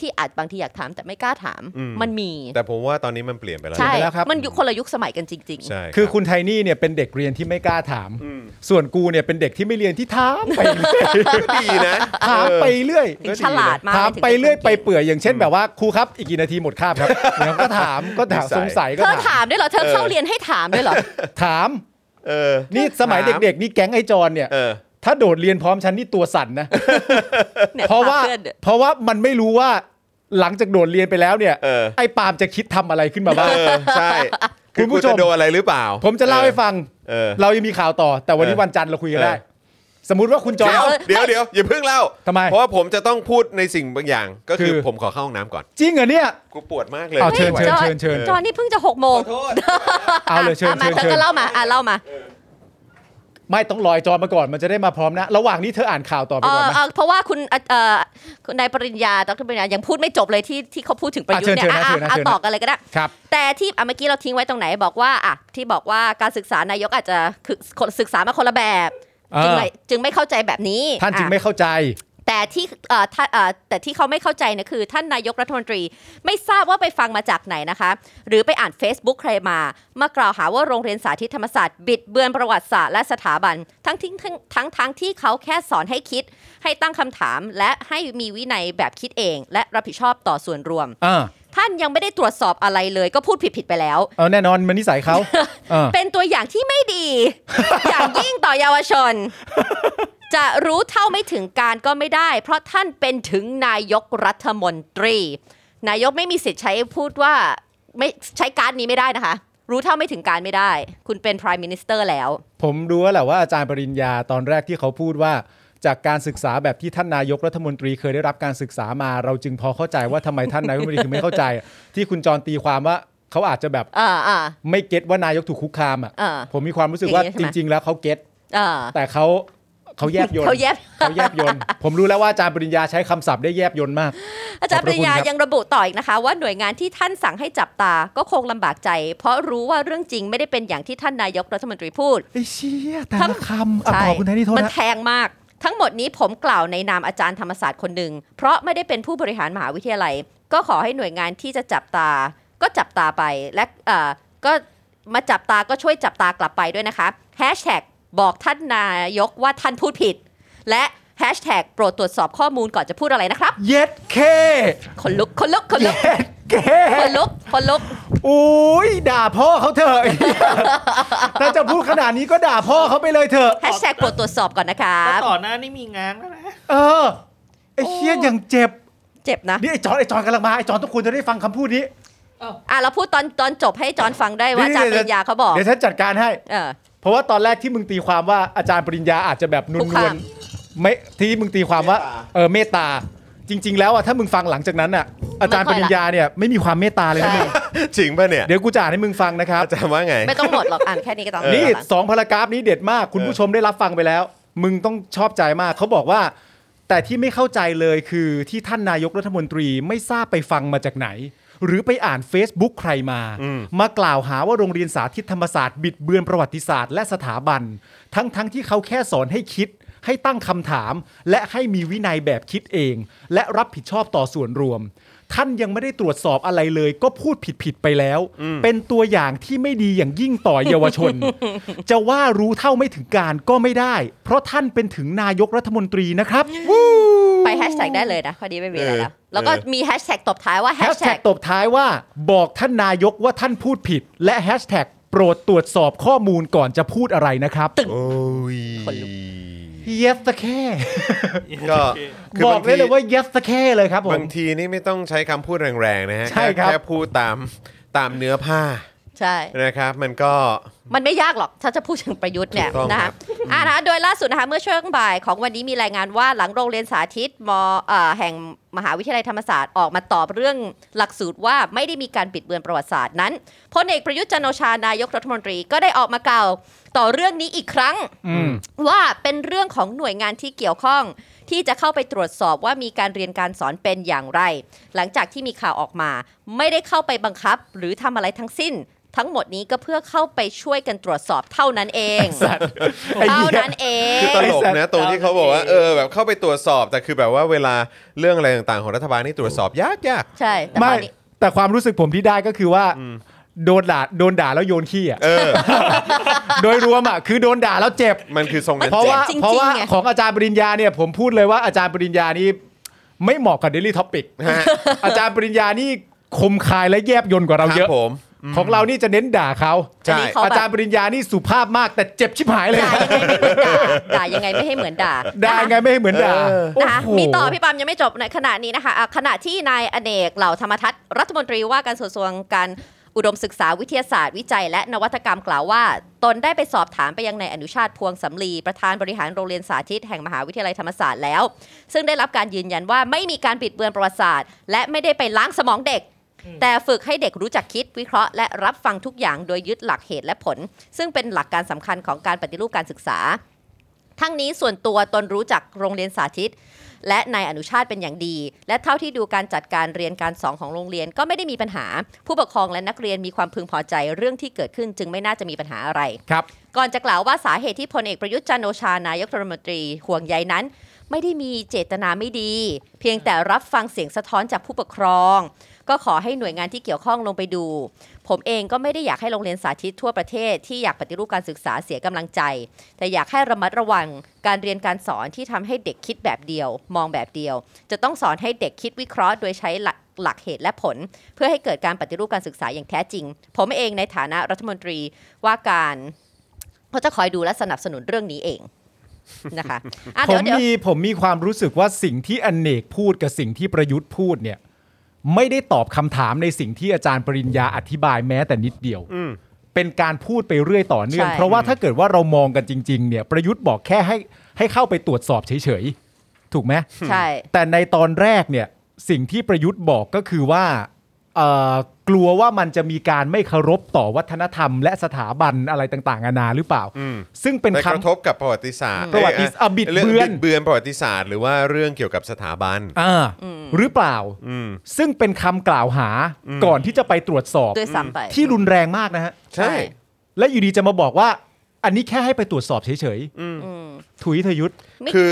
ที่อาจบางทีอยากถามแต่ไม่กล้าถาม
อืม
มันมี
แต่ผมว่าตอนนี้มันเปลี่ยนไปแล้ว
ใช่
เห็นแล้วครับ
มันยุคคนละยุคสมัยกันจริง
ใช่
คือ
รับ
คุณไทนี่เนี่ยเป็นเด็กเรียนที่ไม่กล้าถาม
อืม
ส่วนกูเนี่ยเป็นเด็กที่ไม่เรียนที่ถามไปเรื่อย
ก็ดีนะ
ถามไปเรื่อย
ถึงฉลาดมาก
ถาม
ถึง
ไปเรื่อย
ป็นคน
ไป
ก่ง
เปื่อยอย่างเช่นแบบว่าครูครับ อีกกี่นาทีหมดคาบครับ แล้วก็ถามก็ถามสงสัยก็
เธอ
ถาม
ถามด้วยเหรอเธอเข้าเรียนให้ถามด้วยเหรอ
ถาม
เออ
นี่สมัยเด็กๆ นี่แก๊งไอจอนเนี่ย
เออ
ถ้าโดดเรียนพร้อมฉันนี่ตัวสั่นนะ
เนี่ย
เพราะว่า
พพื่อนเนี่ย
เพราะว่ามันไม่รู้ว่าหลังจากโดดเรียนไปแล้วเนี่ย
เออ
ไอปาล์มจะคิดทำอะไรขึ้นมาบ้าง
เออใช่
คุณผู้ชม
จะโดนอะไรหรือเปล่า
ผมจะเล่าให้ฟัง
เออ
เรายังมีข่าวต่อ แต่วันนี้
เออ
วันจันทร์เราคุยกันได้
เอ
สมมุติว่าคุณจอ
เดี๋
น
ยวเดี๋ยวเดี๋ยวอย่าเพิ่งเล่า
ทำไม
เพราะว่าผมจะต้องพูดในสิ่งบางอย่าง ก็คือ
คือ
ผมขอเข้าห้องน้ำก่อน
จริงเหรอเนี่ย
กูปวดมากเลย
เอาเชิญ
ไม่ไหว
จ
เชิญ
อน
เชิญเชิญ
จอนนี่เพิ่งจะหกโม
ข
ง
อโทษ
เอาเลยเชิญ
ะมา
เชิญ
เธอ
เชิ
ก็
ญ
เล่ามาอ่ะเล่ามา
ไม่ต้องลอยจอนมาก่อนมันจะได้มาพร้อมนะระหว่างนี้เธออ่านข่าวต่อไป
เอ
ก่อน
อ
นะ
เออเพราะว่าคุณเอ่อเอ่อคุณนายปริญญาดรปริญญายังพูดไม่จบเลยที่ที่เขาพูดถึงประยุทธ์เนี่ย
อ่ะ
อ่ะ
เชิ
อ่ะ
ญเชิญนะ
อ่ะ
เชิญนะ
ต่อกันเลยก็ได้
ครับ
แต่ที่อ่ะเมื่อกี้เราทิ้งไว้ตรงไหนบอกว่าอ่ะที่บอกว่าการศึกษานายกอาจจะคือคนศึกษามาคนละแบบ
เอ
จึ
อ
งไม่จึงไม่เข้าใจแบบนี้
ท่านจึง
อ่ะ
ไม่เข้าใจ
แต่ที่เอ่อท่านเอ่อแต่ที่เขาไม่เข้าใจนะคือ ท่านนายกรัฐมนตรีไม่ทราบว่าไปฟังมาจากไหนนะคะ หรือไปอ่าน Facebook ใครมา มากล่าวหาว่าโรงเรียนสาธิตธรรมศาสตร์บิดเบือนประวัติศาสตร์และสถาบัน ทั้งที่ทั้งทั้งทั้งที่เขาแค่สอนให้คิด ให้ตั้งคำถาม และให้มีวินัยแบบคิดเอง และรับผิดชอบต่อส่วนรวม
อ่า
ท่านยังไม่ได้ตรวจสอบอะไรเลย ก็พูดผิดๆไปแล้ว
เอาแน่นอนมันนิสัย เขาเออ
เป็นตัวอย่างที่ไม่ดี อย่างยิ่งต่อเยาวช น จะรู้เท่าไม่ถึงการก็ไม่ได้ เพราะท่านเป็นถึงนายกรัฐมนตรี นายกไม่มีสิทธิ์ใช้พูดว่าไม่ใช้การดนี้ไม่ได้นะคะ รู้เท่าไม่ถึงการไม่ได้ คุณเป็น prime minister แล้ว
ผมรู้แล้วแหละว่าอาจารย์ปริญญาตอนแรกที่เขาพูดว่า จากการศึกษาแบบที่ท่านนายกรัฐมนตรีเคยได้รับการศึกษามา เราจึงพอเข้าใจว่าทำไมท่านนายกรัฐมนตรีถึงไม่เข้าใจ ที่คุณจรตีความว่าเขาอาจจะแบบ
เออเออ
ไม่เก็ตว่านายกถูกคุกคามอ่ะ
เออ
ผมมีความรู้สึกว่า
อย่างนี้
จ
ใช่ไหม
ริง ๆ แล้วเขาเก็ต
เออ
แต่เขาเขาแยบยนต์
เขาแยบ
เขาแยบยนต์ ผมรู้แล้วว่าอาจารย์ปริญญาใช้คำศัพท์ได้แยบยนต์มาก
อาจารย์
ข
ป
อบพ
ริ
ระคุณ
ญญา
ครับ
ยังระบุต่ออีกนะคะ ว่าหน่วยงานที่ท่านสั่งให้จับตาก็คงลำบากใจ เพราะรู้ว่าเรื่องจริงไม่ได้เป็นอย่างที่ท่านนายกรัฐมนตรีพูด
ไอ้เชี่ยแต่
ครับ
ละคำอ่ะต่อคุณไทนี่โทษ
มัน
นะ
แทงมาก ทั้งหมดนี้ผมกล่าวในนามอาจารย์ธรรมศาสตร์คนหนึ่ง เพราะไม่ได้เป็นผู้บริหารมหาวิทยาลัย ก็ขอให้หน่วยงานที่จะจับตา ก็จับตาไปและเอ่อก็มาจับตาก็ช่วยจับตากลับไปด้วยนะคะแฮชแท็กบอกท่านนายกว่าท่านพูดผิด และแฮชแท็กโปรดตรวจสอบข้อมูลก่อนจะพูดอะไรนะครับ
เย็ดเค
คนลุกคนลุกคนลุก
เย็ดเค
คนลุกคนลุก
อุ้ยด่าพ่อเขาเถอะ ถ้าจะพูดขนาดนี้ก็ด่าพ่อเขาไปเลยเถอะ
แฮชแท็กโปรดตรวจสอบก่อนนะครั
แล้ว
บ
ต่อหน้านี่มีง้างแล้วนะ
เออไอ้เชี่ยอย่างเจ็บ
เจ็บนะ
นี่ไอ้จอนไอ้จอนกำลังมาไอ้จอนทุกคนจะได้ฟังคำพูดนี้
อ่ะเราพูดตอนตอนจบให้จอนฟังได้ว่าอาจารย์ปริญญาเขาบอก
เดี๋ยวฉันจัดการให้
เออ
เพราะว่าตอนแรกที่มึงตีความว่าอาจารย์ปริญญาอาจจะแบบนุ่น
คุก
ว
คา
ล
ม
ไม่ที่มึงตีความว่าเออเมตตา จริง ๆ แล้วอ่ะถ้ามึงฟังหลังจากนั้นอ่ะ อาจารย์ปริญญาเนี่ยไม่มีความเมตตาเลยนะมึง
จริงป่ะเนี่ย
เดี๋ยวกูจะอ่านให้มึงฟังนะครับ
อาจารย์ว่าไง
ไม่ต้องหมดหรอกอ่านแค่นี้ก็ต้องห
นี่
มดแล้ว
สองพารากราฟนี้เด็ดมากคุณผู้ชมได้รับฟังไปแล้ว มึงต้องชอบใจมากเขาบอกว่า แต่ที่ไม่เข้าใจเลยคือที่ท่านนายกรัฐมนตรีไม่ทราบไปฟังมาจากไหน หรือไปอ่าน Facebook ใครมา มากล่าวหาว่าโรงเรียนสาธิตธรรมศาสตร์บิดเบือนประวัติศาสตร์และสถาบัน ทั้งๆทที่เขาแค่สอนให้คิด ให้ตั้งคำถาม และให้มีวินัยแบบคิดเอง และรับผิดชอบต่อส่วนรวม ท่านยังไม่ได้ตรวจสอบอะไรเลย ก็พูดผิดๆไปแล้ว เป็นตัวอย่างที่ไม่ดีอย่างยิ่งต่อเยาวชน จะว่ารู้เท่าไม่ถึงการก็ไม่ได้ เพราะท่านเป็นถึงนายกรัฐมนตรีนะครับ
ไปแฮชแท็กได้เลยนะพอดีไม่มีอะไรแล้ว
เออ
แล้วก็มีแฮชแท็กตบท้ายว่าแฮ
แฮ
ช
ชแท็
แท็
ก
ก
ตบท้ายว่าบอกท่านนายกว่าท่านพูดผิด และแฮชแท็กโปรดตรวจสอบข้อมูลก่อนจะพูดอะไรนะครับ
โอ้ย
yes แค่
ก็คื
บอกได้เลยว่า yes แค่เลยครับผ
บาม งทีนี่ไม่ต้องใช้คำพูดแรงๆนะฮะ
ใช่ครับ
แค่พูดตามตามเนื้อผ้า
ใช่
นะครับ มันก็
มันไม่ยากหรอกถ้าจะพูดถึงประยุทธ์เนี่ย
ถูกต้อง
นะ
ครั
คะ
บ
อ่านะคะโดยล่าสุดนะคะเมื่อช่วงบ่ายของวันนี้มีรายงานว่าหลังโรงเรียนสาธิตมเอ่อแห่งมหาวิทยาลัยธรรมศาสตร์ออกมาตอบเรื่องหลักสูตรว่าไม่ได้มีการบิดเบือนประวัติศาสตร์นั้นพลเอกประยุทธ์จันทร์โอชานายกรัฐมนตรีก็ได้ออกมากล่าวต่อเรื่องนี้อีกครั้ง
อืม
ว่าเป็นเรื่องของหน่วยงานที่เกี่ยวข้อง ที่จะเข้าไปตรวจสอบว่ามีการเรียนการสอนเป็นอย่างไร หลังจากที่มีข่าวออกมา ไม่ได้เข้าไปบังคับหรือทำอะไรทั้งสิ้น ทั้งหมดนี้ก็เพื่อเข้าไปช่วยกันตรวจสอบเท่านั้นเอง เท่านั้นเอง
คือตลกนะตรงที่เขาบอกว่าเออแบบเข้าไปตรวจสอบแต่คือแบบว่าเวลาเรื่องอะไรต่างๆของรัฐบาลนี่ตรวจสอบยากยาก
ใช่แต่
ไม่
ตอนนี้
แต่ความรู้สึกผมที่ได้ก็คือว่า โดนด่าโดนด่าแล้วโยนขี้อ่ะ
ๆเออ
โดยรวมอ่ะคือโดนด่าแล้วเจ็บ
มันคือทรงนั้น
เพราะว่า
จง
จริงๆ
เพราะว่า
ไง
ของอาจารย์ปริญญาเนี่ยผมพูดเลยว่าอาจารย์ปริญญานี่ไม่เหมาะกับ Daily Topic
ฮะ
อาจารย์ปริญญานี่คมคายและแยบยนต์กว่าเรา
ค
เย
รั
อะ
บผม
ของเรานี่จะเน้นด่าเขา
ใช่
อันนี้เขา
อา
แบ
จาร
บ
ย์ปริญญานี่สุภาพมากแต่เจ็บชิบหายเลย
ด่ายังไงไม่เหมือนด่าด่ายังไงไม่ให้เหมือนด่า
ได้ไงไม่ให้เหมือนด่าโอ้
นะคะ
โห
มีต่อพี่ปามยังไม่จบในขณะนี้นะคะอ่ะขณะที่นายอเนกเหล่าธรรมทัศน์รัฐมนตรีว่าการกระทรวงการอุดมศึกษาวิทยาศาสตร์วิจัย และนวัตกรรมกล่าวว่า ตนได้ไปสอบถามไปยังนายอนุชาติพวงสำลีประธานบริหารโรงเรียนสาธิตแห่งมหาวิทยาลัยธรรมศาสตร์แล้ว ซึ่งได้รับการยืนยันว่าไม่มีการบิดเบือนประวัติศาสตร์ และไม่ได้ไปล้างสมองเด็ก แต่ฝึกให้เด็กรู้จักคิดวิเคราะห์และรับฟังทุกอย่างโดยยึดหลักเหตุและผล ซึ่งเป็นหลักการสำคัญของการปฏิรูปการศึกษา ทั้งนี้ส่วนตัวตนรู้จักโรงเรียนสาธิต และนายอนุชาติเป็นอย่างดี และเท่าที่ดูการจัดการเรียนการสอนของโรงเรียนก็ไม่ได้มีปัญหา ผู้ปกครองและนักเรียนมีความพึงพอใจเรื่องที่เกิดขึ้นจึงไม่น่าจะมีปัญหาอะไร
ครับ
ก่อนจะกล่าวว่าสาเหตุที่พลเอกประยุทธ์จันทร์โอชานายกรัฐมนตรีห่วงใยนั้น ไม่ได้มีเจตนาไม่ดี เพียงแต่รับฟังเสียงสะท้อนจากผู้ปกครอง ก็ขอให้หน่วยงานที่เกี่ยวข้องลงไปดู ผมเองก็ไม่ได้อยากให้โรงเรียนสาธิตทั่วประเทศที่อยากปฏิรูปการศึกษาเสียกำลังใจ แต่อยากให้ระมัดระวังการเรียนการสอนที่ทำให้เด็กคิดแบบเดียว มองแบบเดียว จะต้องสอนให้เด็กคิดวิเคราะห์โดยใช้หลักหลักเหตุและผล เพื่อให้เกิดการปฏิรูปการศึกษาอย่างแท้จริง ผมเองในฐานะรัฐมนตรีว่าการ เขาจะคอยดูและสนับสนุนเรื่องนี้เองนะคะอ่ะ
ผ
เดี๋ย
ม
วเดี๋ยว
มีผมมีความรู้สึกว่าสิ่งที่อเนกพูดกับสิ่งที่ประยุทธ์พูดเนี่ย ไม่ได้ตอบคำถามในสิ่งที่อาจารย์ปริญญาอธิบายแม้แต่นิดเดียว เป็นการพูดไปเรื่อยต่อเนื่อง เพราะว่าถ้าเกิดว่าเรามองกันจริง ๆ เนี่ยประยุทธ์บอกแค่ให้ให้เข้าไปตรวจสอบเฉยๆ ถูกไหม
ใช่
แต่ในตอนแรกเนี่ยสิ่งที่ประยุทธ์บอกก็คือว่าเอ่อกลัวว่ามันจะมีการไม่เคารพต่อวัฒนธรรม และสถาบันอะไรต่างๆนานาหรือเปล่า ซึ่งเป็น
ไปกระท
คำ
บกับประวัติศาสตร์
ประวัติศาสตร์อ่ะบิดเบือน
รื่งเบือนประวัติศาสตร์ หรือว่าเรื่องเกี่ยวกับสถาบัน
อ่าหรือเปล่า
อืม
ซึ่งเป็นคำกล่าวหาก่อนที่จะไปตรวจสอบ
ด้วยซ้ำไป
ที่รุนแรงมากนะฮะ
ใช่
ใช่
และอยู่ดีจะมาบอกว่า อันนี้แค่ให้ไปตรวจสอบเฉย
อืม
ๆถุยทยุทธ
ไม่
คือ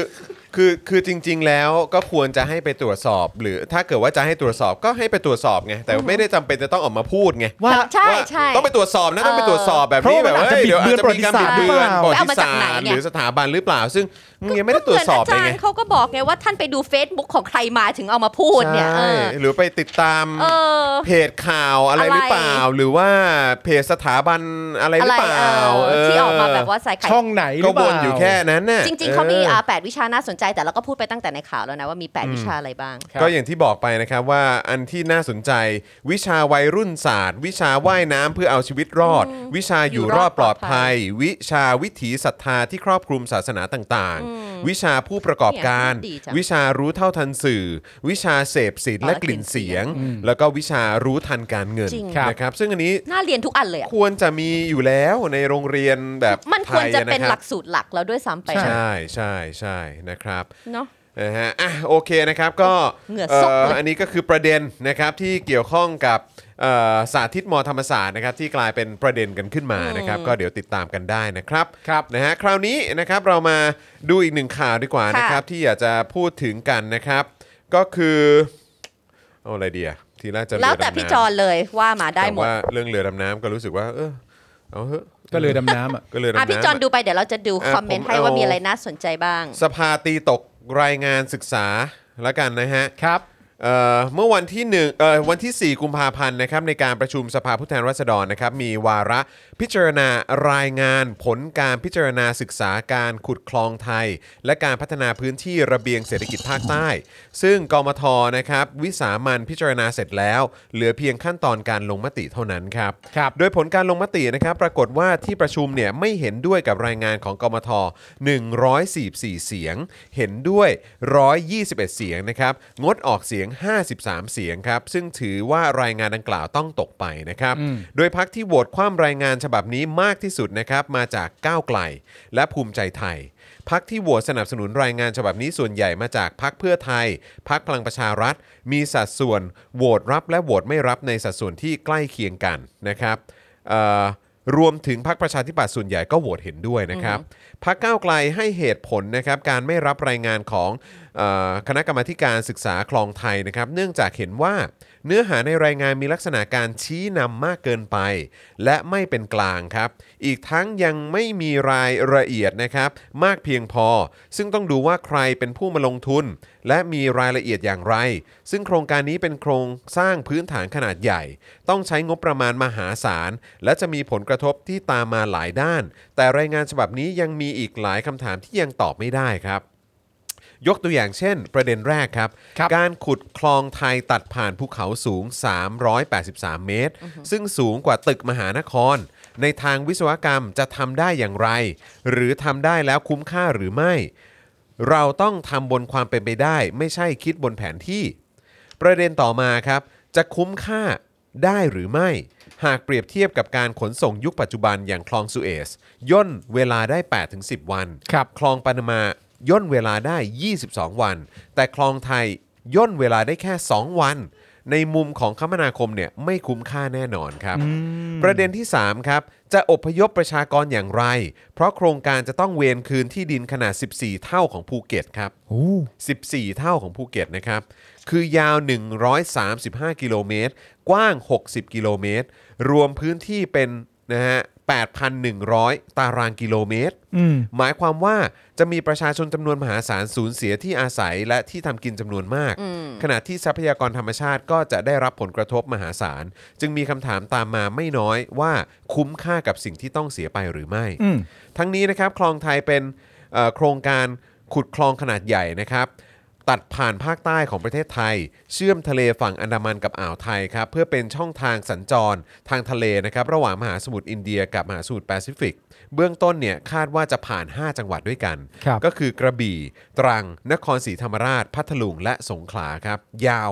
คือคือจริง ๆ แล้วก็ควรจะให้ไปตรวจสอบ หรือถ้าเกิดว่าจะให้ตรวจสอบก็ให้ไปตรวจสอบไงแต่ไม่ได้จำเป็นจะต้องออกมาพูดไง
ว่า
ใช่
ว่า
ใช่
ต้องไปตรวจสอบนะต้องไปตรวจสอบแบบ
เพราะ
นี้
ว่า
แบบ
มันอาจ
ว่า
จะ
เดี๋ยวอาจจะ
บิด
มีการบิ
เบือน
ดเบือน
ป
ประระ
วั
วั
ติ
ติ
ศา
ศา
สตร์
สตร์หรือสถาบันหรือเปล่า ซึ่งมึงยังไม่ได้ตรวจสอบ
ก็
เล
เหมื
ย
น
ไง
จารย์เขาก็บอกไงว่าท่านไปดู Facebook ของใครมาถึงเอามาพูดเนี่ยเอ
ใช่
อ
หรือไปติดตาม
เออ
เพจข่าวอะไรหรือเปล่า หรือว่าเพจสถาบันอะไรหรือเปล่า
อะไรเออที่ออกมาแบบว่าใส่ไข่
ช่องไหนห
ก็
รือเป
ว
ล่าน
อยู่แค่นั้นน่ะ
จริง ๆเขามี
ออ
อ่าแปดวิชาน่าสนใจแต่เราก็พูดไปตั้งแต่ในข่าวแล้วนะว่ามี 8 วิชาอะไรบ้าง
ก็อย่างที่บอกไปนะครับว่าอันที่น่าสนใจ วิชาวัยรุ่นศาสตร์ วิชาว่ายน้ำเพื่อเอาชีวิตรอด วิชาอยู่รอดปลอดภัย วิชาวิถีศรัทธาที่ครอบคลุมศาสนาต่างๆ วิชาผู้ประกอบการ
เนี่ยดีจัง
วิชารู้เท่าทันสื่อ วิชาเสพสินและกลิ่นเสียง แล้วก็วิชารู้ทันการเงินนะครับซึ่งอันนี้
น่าเรียนทุกอันเลยอะ
ควรจะมีอยู่แล้วในโรงเรียนแบบ
มันควรจะเป็น
ไทย
ห
ค
ลั
บ
กสูตรหลักแล้วด้วยซ้ำไป
ใช่ใช่ใช่นะครับ
เนาะ
นะฮะอ่ะโอเคนะครับก็
เหงื่อซกเลย
เอ่ออันนี้ก็คือประเด็นนะครับที่เกี่ยวข้องกับเอ่อสาธิตมอธรรมศาสตร์นะครับที่กลายเป็นประเด็นกันขึ้นมานะครับก็เดี๋ยวติดตามกันได้นะครับ
ครับ
นะฮะคราวนี้นะครับเรามาดูอีกหนึ่งข่าวดีกว่านะครับที่อยากจะพูดถึงกันนะครับ ก็คือเอาอะไรดีอะทีแรกจะเรือ
แล้วแต่
ดำน้ำ
พี่จอนเลยว่ามาได้หมด
ว่าเรื่องเรือดำน้ำก็รู้สึกว่า เออเอาเถอะ
ก็เลยดำน้ำอ่ะ
ก็เลยดำ
อ่ะ
น้ำ
พี่จอนดู
อะ
ไปเดี๋ยวเราจะดู
อ่ะ
คอมเมน
ผ
ต์
ม
ให้ว่า
เอามี
มีอะไรน่าสนใจบ้าง
สภาตีตกรายงานศึกษาแล้วกันนะฮะ
ครับ
เอ่อเมื่อวันที่หนึ่งเอ่อวันที่ 4 กุมภาพันธ์นะครับในการประชุมสภาผู้แทนราษฎรนะครับมีวาระพิจารณารายงานผลการพิจารณาศึกษาการขุดคลองไทย และการพัฒนาพื้นที่ระเบียงเศรษฐกิจภาคใต้ ซึ่งกมทนะครับวิสามันพิจารณาเสร็จแล้ว เหลือเพียงขั้นตอนการลงมติเท่านั้นครับ
ครับ
โดยผลการลงมตินะครับปรากฏว่าที่ประชุมเนี่ยไม่เห็นด้วยกับรายงานของกมท 144 เสียง เห็นด้วย 121 เสียงนะครับงดออกเสียง 53 เสียงครับซึ่งถือว่ารายงานดังกล่าวต้องตกไปนะครับ โดยพักที่โหวตคว่ำรายงานฉบับนี้มากที่สุดนะครับมาจากก้าวไกลและภูมิใจไทย พักที่โหวตสนับสนุนรายงานฉบับนี้ส่วนใหญ่มาจากพักเพื่อไทย พักพลังประชารัฐ มีสัดส่วนโหวตรับและโหวตไม่รับในสัดส่วนที่ใกล้เคียงกันนะครับเอ่อรวมถึงพักประชาธิปัตย์ส่วนใหญ่ก็โหวตเห็นด้วยนะครับพักก้าวไกลให้เหตุผลนะครับการไม่รับรายงานของเออคณะกรรมาธิการศึกษาคลองไทยนะครับ เนื่องจากเห็นว่า เนื้อหาในรายงานมีลักษณะการชี้นำมากเกินไป และไม่เป็นกลางครับ อีกทั้งยังไม่มีรายละเอียดนะครับ มากเพียงพอ ซึ่งต้องดูว่าใครเป็นผู้มาลงทุน และมีรายละเอียดอย่างไร ซึ่งโครงการนี้เป็นโครงสร้างพื้นฐานขนาดใหญ่ ต้องใช้งบประมาณมหาศาล และจะมีผลกระทบที่ตามมาหลายด้าน แต่รายงานฉบับนี้ยังมีอีกหลายคำถามที่ยังตอบไม่ได้ครับ ยกตัวอย่างเช่น ประเด็นแรกครับ
ครับ
การขุดคลองไทยตัดผ่านภูเขาสูง 383 เมตร ซึ่งสูงกว่าตึกมหานคร ในทางวิศวกรรมจะทำได้อย่างไร หรือทำได้แล้วคุ้มค่าหรือไม่ เราต้องทำบนความเป็นไปได้ ไม่ใช่คิดบนแผนที่ ประเด็นต่อมาครับ จะคุ้มค่าได้หรือไม่ หากเปรียบเทียบกับการขนส่งยุคปัจจุบันอย่างคลองสุเอซย่นเวลาได้ 8-10 วัน
ครับ
คลองปานามาย่นเวลาได้ 22 วัน แต่คลองไทยย่นเวลาได้แค่ 2 วัน ในมุมของคมนาคมเนี่ยไม่คุ้มค่าแน่นอนครับ ประเด็นที่ 3 ครับ จะอพยพประชากรอย่างไร เพราะโครงการจะต้องเวนคืนที่ดินขนาด 14 เท่าของภูเก็ตครับ
โอ้
14 เท่าของภูเก็ตนะครับ คือยาว 135 กิโลเมตร กว้าง 60 กิโลเมตร รวมพื้นที่เป็นนะฮะ 8,100 ตารางกิโลเมตร
อืม
หมายความว่าจะมีประชาชนจำนวนมหาศาลสูญเสียที่อาศัยและที่ทำกินจำนวนมาก ขณะที่ทรัพยากรธรรมชาติก็จะได้รับผลกระทบมหาศาล จึงมีคำถามตามมาไม่น้อยว่าคุ้มค่ากับสิ่งที่ต้องเสียไปหรือไม่
อืม
ทั้งนี้นะครับคลองไทยเป็นเอ่อโครงการขุดคลองขนาดใหญ่นะครับ ตัดผ่านภาคใต้ของประเทศไทย เชื่อมทะเลฝั่งอันดามันกับอ่าวไทยครับเพื่อเป็นช่องทางสัญจรทางทะเลนะครับระหว่างมหาสมุทรอินเดียกับมหาสมุทรแปซิฟิก เบื้องต้นเนี่ยคาดว่าจะผ่าน 5 จังหวัดด้วยกัน
ครับ
ก็คือกระบี่ ตรัง นครศรีธรรมราช พัทลุงและสงขลาครับยาว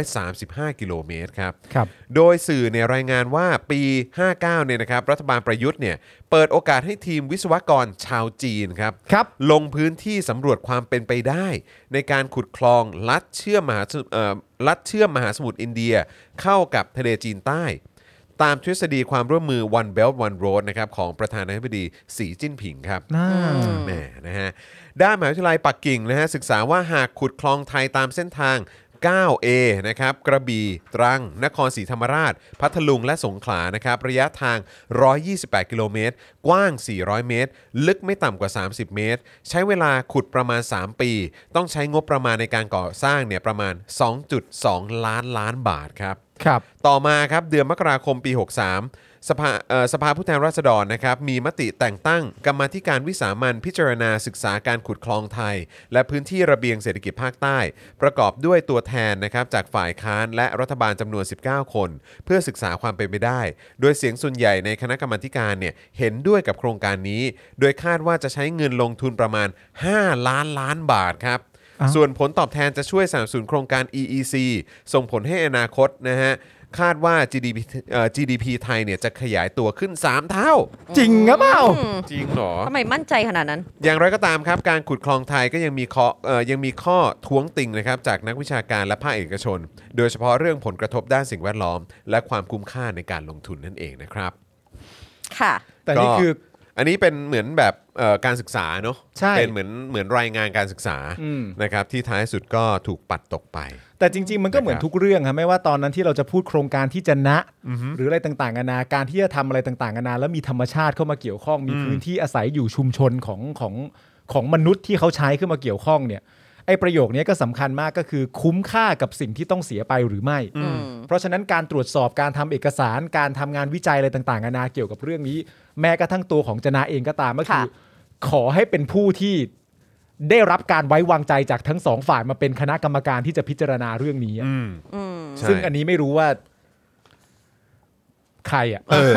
135 กิโลเมตรครับ
ครับ
โดยสื่อเนี่ยรายงานว่าปี 59 เนี่ยนะครับรัฐบาลประยุทธ์เนี่ยเปิดโอกาสให้ทีมวิศวกรชาวจีนครับ
ครับ
ลงพื้นที่สำรวจความเป็นไปได้ ในการขุดคลองลัดเชื่อมมหาสมุทรเอ่อลัดเชื่อมมหาสมุทรอินเดียเข้ากับทะเลจีนใต้ ตามทฤษฎีความร่วมมือ One Belt One Road นะครับของประธานาธิบดีสีจิ้นผิงครับ
น่า
แหมนะฮะด้านมหาวิทยาลัยปักกิ่งนะฮะศึกษาว่าหากขุดคลองไทยตามเส้นทาง 9A นะครับกระบี่ตรัง นครศรีธรรมราช พัทลุงและสงขลานะครับระยะทาง 128 กิโลเมตร กว้าง 400 เมตร ลึกไม่ต่ำกว่า 30 เมตร ใช้เวลาขุดประมาณ 3 ปี ต้องใช้งบประมาณในการก่อสร้างเนี่ยประมาณ 2.2 ล้านล้านบาทครับ
ครับ
ต่อมาครับเดือนมกราคมปี 63 สภาเอ่อสภาผู้แทนราษฎรนะครับมีมติแต่งตั้งกรรมาธิการวิสามันพิจารณาศึกษาการขุดคลองไทย และพื้นที่ระเบียงเศรษฐกิจภาคใต้ ประกอบด้วยตัวแทนนะครับจากฝ่ายค้านและรัฐบาลจำนวน 19 คน เพื่อศึกษาความเป็นไปได้ โดยเสียงส่วนใหญ่ในคณะกรรมาธิการเนี่ยเห็นด้วยกับโครงการนี้ โดยคาดว่าจะใช้เงินลงทุนประมาณ 5 ล้านล้านบาทครับ
อ้าว
ส่วนผลตอบแทนจะช่วยสนับสนุนโครงการ EEC ส่งผลให้อนาคตนะฮะ คาดว่า GDP เอ่อ GDP ไทยเนี่ยจะขยายตัวขึ้น 3 เท่า
จริงหรือเปล่า
จริงเหรอ
ทำไมมั่นใจขนาดนั้น
อย่างไรก็ตามครับ การขุดคลองไทยก็ยังมีข้อเอ่อยังมีข้อท้วงติงนะครับจากนักวิชาการและภาคเอกชน โดยเฉพาะเรื่องผลกระทบด้านสิ่งแวดล้อม และความคุ้มค่าในการลงทุนนั่นเองนะครับ
ค่ะ
แต่นี่
ก็
คือ
อันนี้เป็นเหมือนแบบเอ่อการศึกษาเนาะ
ใช่
เป็นเหมือนเหมือนรายงานการศึกษา
อืม
นะครับที่ท้ายสุดก็ถูกปัดตกไป
แต่จริง ๆ มันก็เหมือนทุกเรื่องครับไม่ว่าตอนนั้นที่เราจะพูดโครงการที่จะนะ หรืออะไรต่างๆนานาการที่จะทำอะไรต่างๆนานาแล้วมีธรรมชาติเข้ามาเกี่ยวข้องมีพื้นที่อาศัยอยู่ชุมชนของของของมนุษย์ที่เขาใช้ขึ้นมาเกี่ยวข้องเนี่ยไอ อ้ประโยคนี้ก็สำคัญมากก็คือคุ้มค่ากับสิ่งที่ต้องเสียไปหรือไม่
อืม
เพราะฉะนั้นการตรวจสอบการทำเอกสารการทำงานวิจัยอะไรต่างๆนานาเกี่ยวกับเรื่องนี้ แม้กระทั่งตัวของจนาเองก็ตามก็คือ
ค่ะ
ขอให้เป็นผู้ที่ได้รับการไว้วางใจจากทั้งสองฝ่ายมาเป็นคณะกรรมการที่จะพิจารณาเรื่องนี้อะ
อืม
อืม
ใช่
ซึ่งอันนี้ไม่รู้ว่า ใครอ่ะ
เออ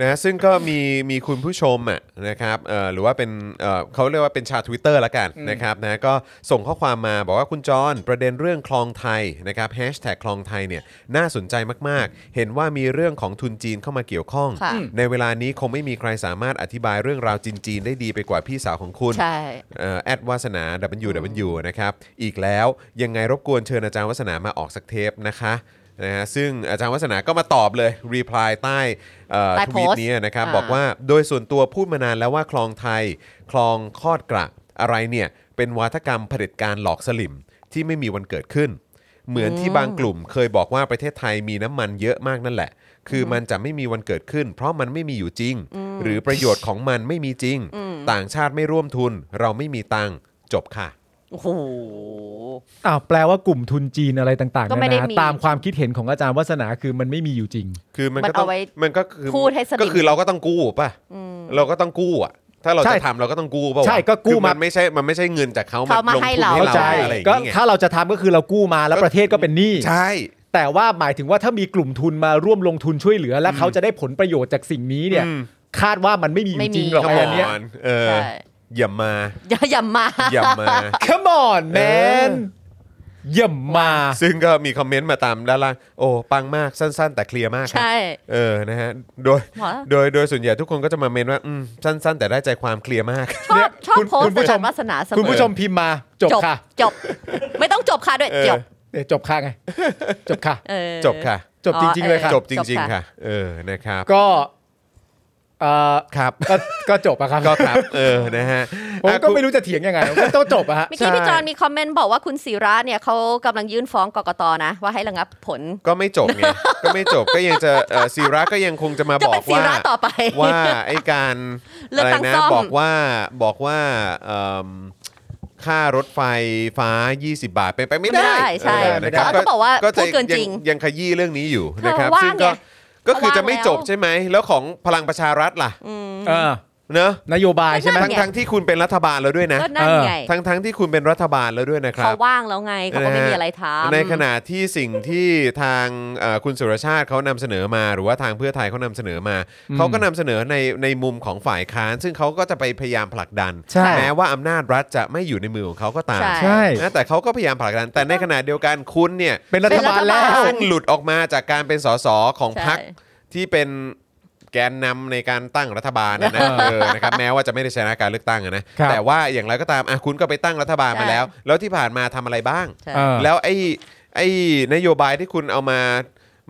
นะซึ่งก็มีมีคุณผู้ชมอ่ะนะครับเอ่อหรือว่าเป็นเอ่อเขาเรียกว่าเป็นชาว Twitter ละกันนะครับนะก็ส่งข้อความมาบอกว่าคุณจรประเด็นเรื่องคลองไทยนะครับแฮชแท็กคลองไทยเนี่ยน่าสนใจมากๆ เห็นว่ามีเรื่องของทุนจีนเข้ามาเกี่ยวข้อง
ค่ะ
ในเวลานี้คงไม่มีใครสามารถอธิบายเรื่องราวจีนๆได้ดีไปกว่าพี่สาวของคุณ
ใช่
แอดวาสนา WW นะครับ อีกแล้วยังไงรบกวนเชิญอาจารย์วัสนามาออกสักเทปนะคะนะฮะซึ่งอาจารย์วัสนาก็มาตอบเลย รีプライใต้เอ่อ
ใต้
ท
โพ
วี
ส
ต
ต์
นี้นะครับ
อ่า
บอกว่าโดยส่วนตัวพูดมานานแล้วว่าคลองไทย คลองคอดกระอะไรเนี่ย เป็นวาทกรรมเผด็จการหลอกสลิมที่ไม่มีวันเกิดขึ้น เหมือนที่บางกลุ่มเคยบอกว่าประเทศไทยมีน้ำมันเยอะมากนั่นแหละ คือมันจะไม่มีวันเกิดขึ้น เพราะมันไม่มีอยู่จริง หรือประโยชน์ของมันไม่มีจริง ต่างชาติไม่ร่วมทุน เราไม่มีตังค์จบค่ะ
โอ้โห
อ้าวแปลว่ากลุ่มทุนจีนอะไรต่างๆ
ก็ไม่
นา
ได้
นา
มี
ตามความคิดเห็นของอาจารย์วัฒนาคือมันไม่มีอยู่จริง
คือมัน
มัน
ก็ต้อง
เอาไว้
มันก็คือ
พูดให้สนิท
ก็คือเราก็ต้องกู้ป่ะเราก็ต้องกู้อ่ะ ถ้าเรา
ใช่
จะทำเราก็ต้องกู้ป่ะวะ
ใช่ก็กู้
คือ
มามั
นไม่ใช่มันไม่ใช่เงินจากเขา
เขามา
ลงทุน
ให้
ให้
เรา
เรา
เข้าใจ
อะไรอย่า
ก็
งเงี้ย
ถ้าเราจะทำก็คือเรากู้มาแล้วประเทศก็เป็นหนี้
ใช่
แต่ว่าหมายถึงว่าถ้ามีกลุ่มทุนมาร่วมลงทุนช่วยเหลือ และเขาจะได้ผลประโยชน์จากสิ่งนี้เนี่ย
อืม
คาดว่ามันไม่มีอ
ไม่
ยู่
มี
จริงหรอก
ข
ไอ้อัน
ม
เนี้ย
อนเออ
ใช่
อย่ามา
อย่าอย่ามา
อย่ามา
Come on
เออ
man เย่ยมมา
ซึ่งก็มีคอมเมนต์มาตามด้านล่างโอ้ปังมากสั้น ๆ แต่เคลียร์มากครับ
ใช่
เออนะฮะโดย
หมอ
โดยโดยส่วนใหญ่ทุกคนก็จะมาเมนว่าอืมสั้น ๆ แต่ได้ใจความเคลียร์มาก
ชอบชอบ
คุณ
โพส
คุ
ต์
ณผู้ชม
วาสนาเสมอ
คุณผู้ชมพิมพ์มา จบค่ะ
จบ ไม่ต้องจบค่ะด้วย
เออ
จบ
เดี๋ยวจบค่ะไง จบค่ะ
เออ
จบค่ะ
จบจริง ๆ เลยค่ะ
จบจริง
จ
ๆ
บค่ะ
ค่ะ เออนะครับ
ก็เอ่อ
ครับ
ก็ก็จบอะครับ
ก็ครับเออนะฮะ
ผม
อ่ะ
ก็
คุณ
ไม่รู้จะเถียงยังไงก็ต้องจบอะฮะ
เมื่อกี้พี่
ใช่
จอนมีคอมเมนต์บอกว่าคุณศิระเนี่ยเขากำลังยื่นฟ้องกกตนะ ว่าให้ระงับผล
ก็ไม่จบไงก็ไม่จบก็ยังจะเอ่อศิระก็ยังคงจะมา
จะ
บอ
เป็น
ก
ศิ
ว่า
ระต่อไป
ว่าไอ้การ
เลือ
อะ
ก
ไร
ตั้ง
นะ
ซ่อม
บอกว่าบอกว่าเอิ่มค่ารถไฟฟ้า 20 บาทเป็นไปไม่
ไม่ได้ใช่
เออนะค
แต่
รับ
ว่าเขาบอกว่า
จะ
พูดเกินจริง
ยัยังขยี้เรื่องนี้อยู่นะครับ
เออว่าง
ซึ่งก็
ไง
ก็คือ
ว่าง
จะไม่
แล้ว
จบใช่ไหมแล้วของพลังประชารัฐล่ะ
เออ
เนอะ
นโยบายใช่ไหม
ทั้ง
ไง
ทั้งที่คุณเป็นรัฐบาลแล้วด้วยนะ
ก็นั่นไง
ทั้งทั้งที่คุณเป็นรัฐบาลแล้วด้วยนะครั
เขา
บ
ว่างแล้วไงเขาก็ไม่มีอะไรทำ
ในขณะที่สิ่งที่ทางเอ่อคุณสุรชาติเขานำเสนอมา หรือว่าทางเพื่อไทยเขานำเสนอมา
อืม
เขาก็นำเสนอในในมุมของฝ่ายค้าน ซึ่งเขาก็จะไปพยายามผลักดัน
ใช่
แม้ว่าอำนาจรัฐจะไม่อยู่ในมือของเขาก็ตาม
ใช่
ใช่
นะแต่เขาก็พยายามผลักดัน แต่ในขณะเดียวกันคุณเนี่ย
เป็นรัฐบาลแล้ว
ซึ่งหลุดออกมาจากการเป็นสสของพรรค
ใช่
ที่เป็นแกนนำในการตั้งรัฐบาล นะนะ เออนะครับแม้ว่าจะไม่ได้ชนะการเลือกตั้งอะนะครับ แต่ว่าอย่างไรก็ตามอ่ะคุณก็ไปตั้งรัฐบาลมา
ใช่
แล้ว แล้วที่ผ่านมาทำอะไรบ้าง
ใช่
เออ
แล้วไอ้ไอ้นโยบายที่คุณเอามา